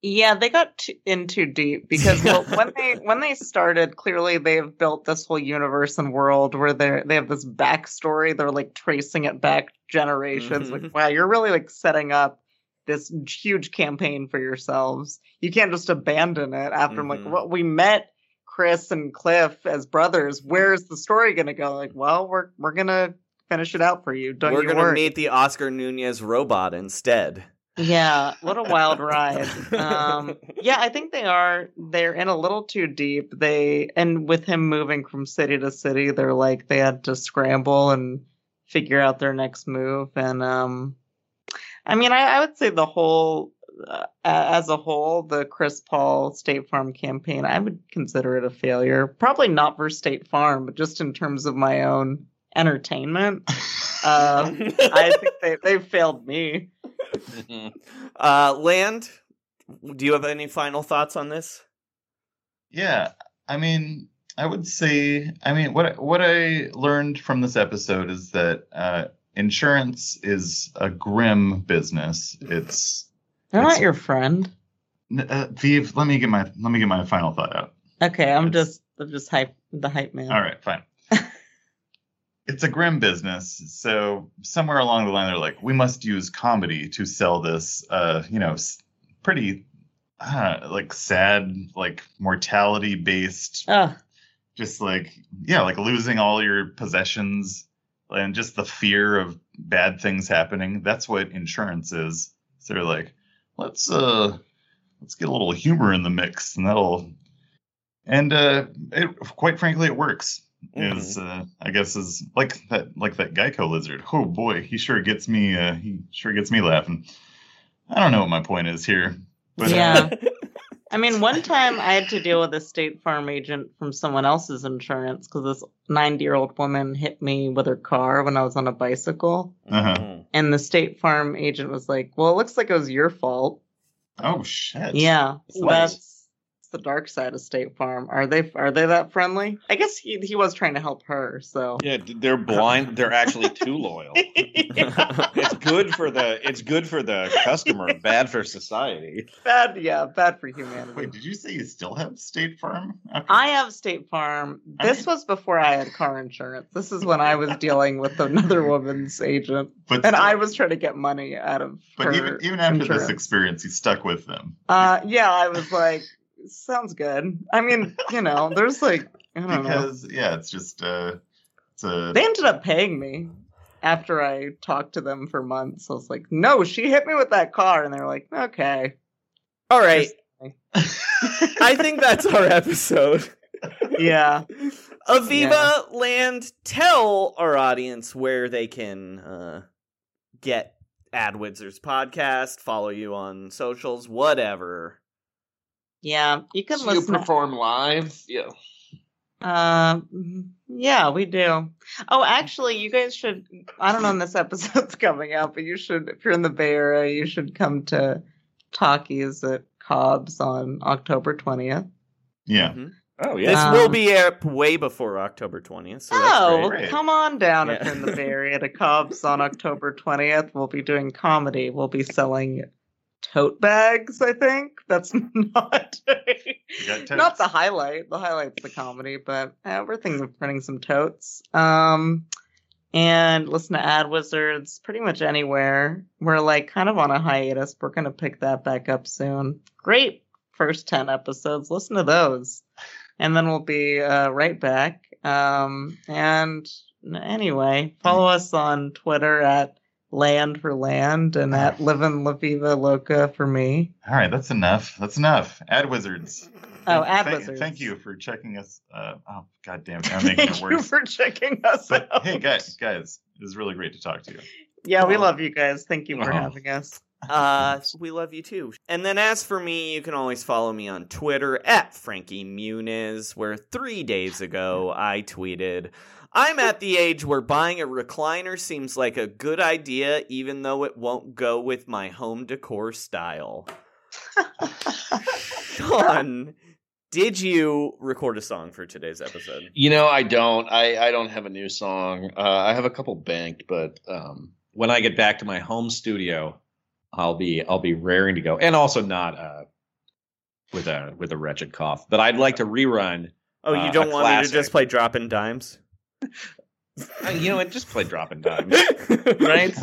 Speaker 4: Yeah, they got too, in too deep because well, when they when they started, clearly they've built this whole universe and world where they they have this backstory. They're like tracing it back generations.
Speaker 2: Mm-hmm.
Speaker 4: Like, wow, you're really like setting up this huge campaign for yourselves. You can't just abandon it after I'm
Speaker 2: Mm-hmm.
Speaker 4: like, well, we met Chris and Cliff as brothers.
Speaker 2: Mm-hmm.
Speaker 4: Where's the story gonna go? Like, well, we're we're gonna finish it out for you. Don't
Speaker 2: we're
Speaker 4: you
Speaker 2: gonna
Speaker 4: worry.
Speaker 2: meet the Oscar Nunez robot instead.
Speaker 4: Yeah, what a
Speaker 5: (laughs)
Speaker 4: wild ride. Um, yeah, I think they are. They're in a little too deep. They and with him moving from city to city, they're like they had to scramble and figure out their next move. And um, I mean, I, I would say the whole uh, a- as a whole, the Chris Paul State Farm campaign, I would consider it a failure. Probably not for State Farm, but just in terms of my own entertainment. Uh, I think they, they failed me.
Speaker 2: Uh, Land, do you have any final thoughts on this?
Speaker 5: Yeah, I mean, I would say, I mean, what what I learned from this episode is that uh, insurance is a grim business. It's
Speaker 4: They're not your friend.
Speaker 5: N- uh, Viv, let me get my let me get my final thought out.
Speaker 4: (laughs) Okay, I'm just I'm just hype the hype man.
Speaker 5: All right, fine. it's a grim business, so somewhere along the line, they're like, we must use comedy to sell this, uh, you know, s- pretty uh, like sad, like mortality based, just like yeah, like losing all your possessions and just the fear of bad things happening. That's what insurance is. So they're like, let's uh let's get a little humor in the mix, and that'll and uh it, quite frankly it works.
Speaker 4: Mm-hmm.
Speaker 5: Is uh, I guess is like that like that Geico lizard. Oh boy, he sure gets me uh he sure gets me laughing. I don't know what my point is here. But uh, (laughs)
Speaker 4: yeah. I mean, one time I had to deal with a State Farm agent from someone else's insurance because this 90 year old woman hit me with her car when I was on a bicycle.
Speaker 5: Uh-huh.
Speaker 4: And the State Farm agent was like, Well, it looks like it was your fault.
Speaker 5: Oh shit.
Speaker 4: Yeah. So
Speaker 5: What?
Speaker 4: that's, that's the dark side of State Farm. Are they are they that friendly? I guess he, he was trying to help her,
Speaker 5: (laughs)
Speaker 4: so
Speaker 3: Yeah, d- they're blind. They're actually too loyal. it's good for the it's good for the customer, bad for society.
Speaker 4: bad yeah, bad for humanity.
Speaker 5: Wait, did you say you still have State Farm?
Speaker 4: I have State Farm. This was before I had car insurance. This is when I was
Speaker 5: (laughs)
Speaker 4: dealing with another woman's agent,
Speaker 5: But
Speaker 4: and
Speaker 5: still-
Speaker 4: I was trying to get money out of. her
Speaker 5: But even even after
Speaker 4: insurance.
Speaker 5: this experience, you stuck with them.
Speaker 4: uh, yeah, I was like, sounds good. I mean, you know, there's like, I don't know.
Speaker 5: because yeah, it's just uh, it's a
Speaker 4: They ended up paying me after I talked to them for months. I was like, no, she hit me with that car, and they were like, okay,
Speaker 2: all right. (laughs) I think that's our episode.
Speaker 4: Yeah.
Speaker 2: Aviva
Speaker 4: Yeah.
Speaker 2: Land, tell our audience where they can uh, get AdWizzards podcast, follow you on socials, whatever.
Speaker 4: yeah, you can
Speaker 2: So you
Speaker 4: listen.
Speaker 3: perform live, yeah.
Speaker 4: Um, yeah, we do. Oh, actually, you guys should. I don't know when this episode's (laughs) coming out, but you should, if you're in the Bay Area, you should come to Talkies at Cobb's on October 20th.
Speaker 5: Yeah.
Speaker 1: Mm-hmm.
Speaker 2: Oh
Speaker 4: yeah.
Speaker 2: This will
Speaker 4: Um,
Speaker 2: be up way before October twentieth. So that's
Speaker 4: oh,
Speaker 2: great.
Speaker 4: come on down if
Speaker 2: Yeah.
Speaker 4: you're in the Bay Area to Cobb's
Speaker 2: (laughs)
Speaker 4: on October 20th. We'll be doing comedy. We'll be selling tote bags, I think. That's (laughs) not not the highlight. The highlight's the comedy, but uh, we're thinking of printing some totes. Um, and listen to Ad Wizards pretty much anywhere. We're like kind of on a hiatus. We're gonna pick that back up soon. Great first ten episodes. Listen to those, and then we'll be uh, right back. Um, and anyway, follow us on Twitter at Land for Land and at Livin' La Viva Loca for me.
Speaker 5: All right, that's enough. That's enough. Ad Wizards.
Speaker 4: Oh, Ad
Speaker 5: Thank-
Speaker 4: Wizards.
Speaker 5: Thank you for checking us. Uh, oh,
Speaker 4: (laughs)
Speaker 5: goddamn, I'm making it
Speaker 4: Thank you
Speaker 5: worse.
Speaker 4: for checking us
Speaker 5: But
Speaker 4: out.
Speaker 5: hey, guys, guys, it was really great to talk to you.
Speaker 4: Yeah, we love you guys. Thank you for
Speaker 5: Oh.
Speaker 4: having us.
Speaker 2: Uh, we love you too. And then as for me, you can always follow me on Twitter at Frankie Muniz, where three days ago I tweeted, I'm at the age where buying a recliner seems like a good idea, even though it won't go with my home decor style. Sean, did you record a song for today's episode?
Speaker 3: You know, I don't. I I don't have a new song. Uh, I have a couple banked, but um, when I get back to my home studio, I'll be I'll be raring to go, and also not uh, with a with a wretched cough. But I'd like to rerun.
Speaker 2: Oh, you
Speaker 3: uh,
Speaker 2: don't
Speaker 3: a
Speaker 2: want me to
Speaker 3: classic.
Speaker 2: just play Drop in Dimes?
Speaker 3: Uh, you know what? Just play Drop and Dimes, right?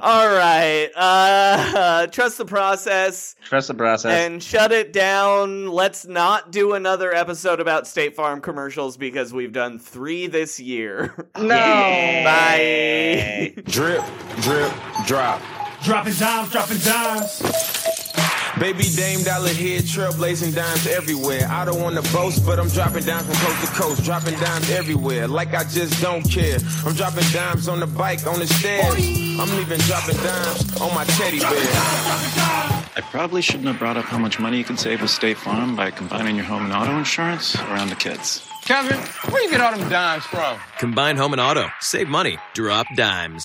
Speaker 2: All right. Uh, (laughs) trust the process.
Speaker 3: Trust the process.
Speaker 2: and shut it down. Let's not do another episode about State Farm commercials because we've done three this year.
Speaker 4: No.
Speaker 2: (laughs) Bye.
Speaker 9: Drip, drip, drop.
Speaker 22: Dropping dimes, dropping dimes.
Speaker 9: Baby dame dollar here, trailblazing dimes everywhere. I don't wanna boast, but I'm dropping dimes from coast to coast, dropping dimes everywhere. Like I just don't care. I'm dropping dimes on the bike, on the stairs. I'm even dropping dimes on my teddy bear.
Speaker 8: I probably shouldn't have brought up how much money you can save with State Farm by combining your home and auto insurance around the kids.
Speaker 9: Kevin, where you get all them dimes from?
Speaker 1: Combine home and auto. Save money. Drop dimes.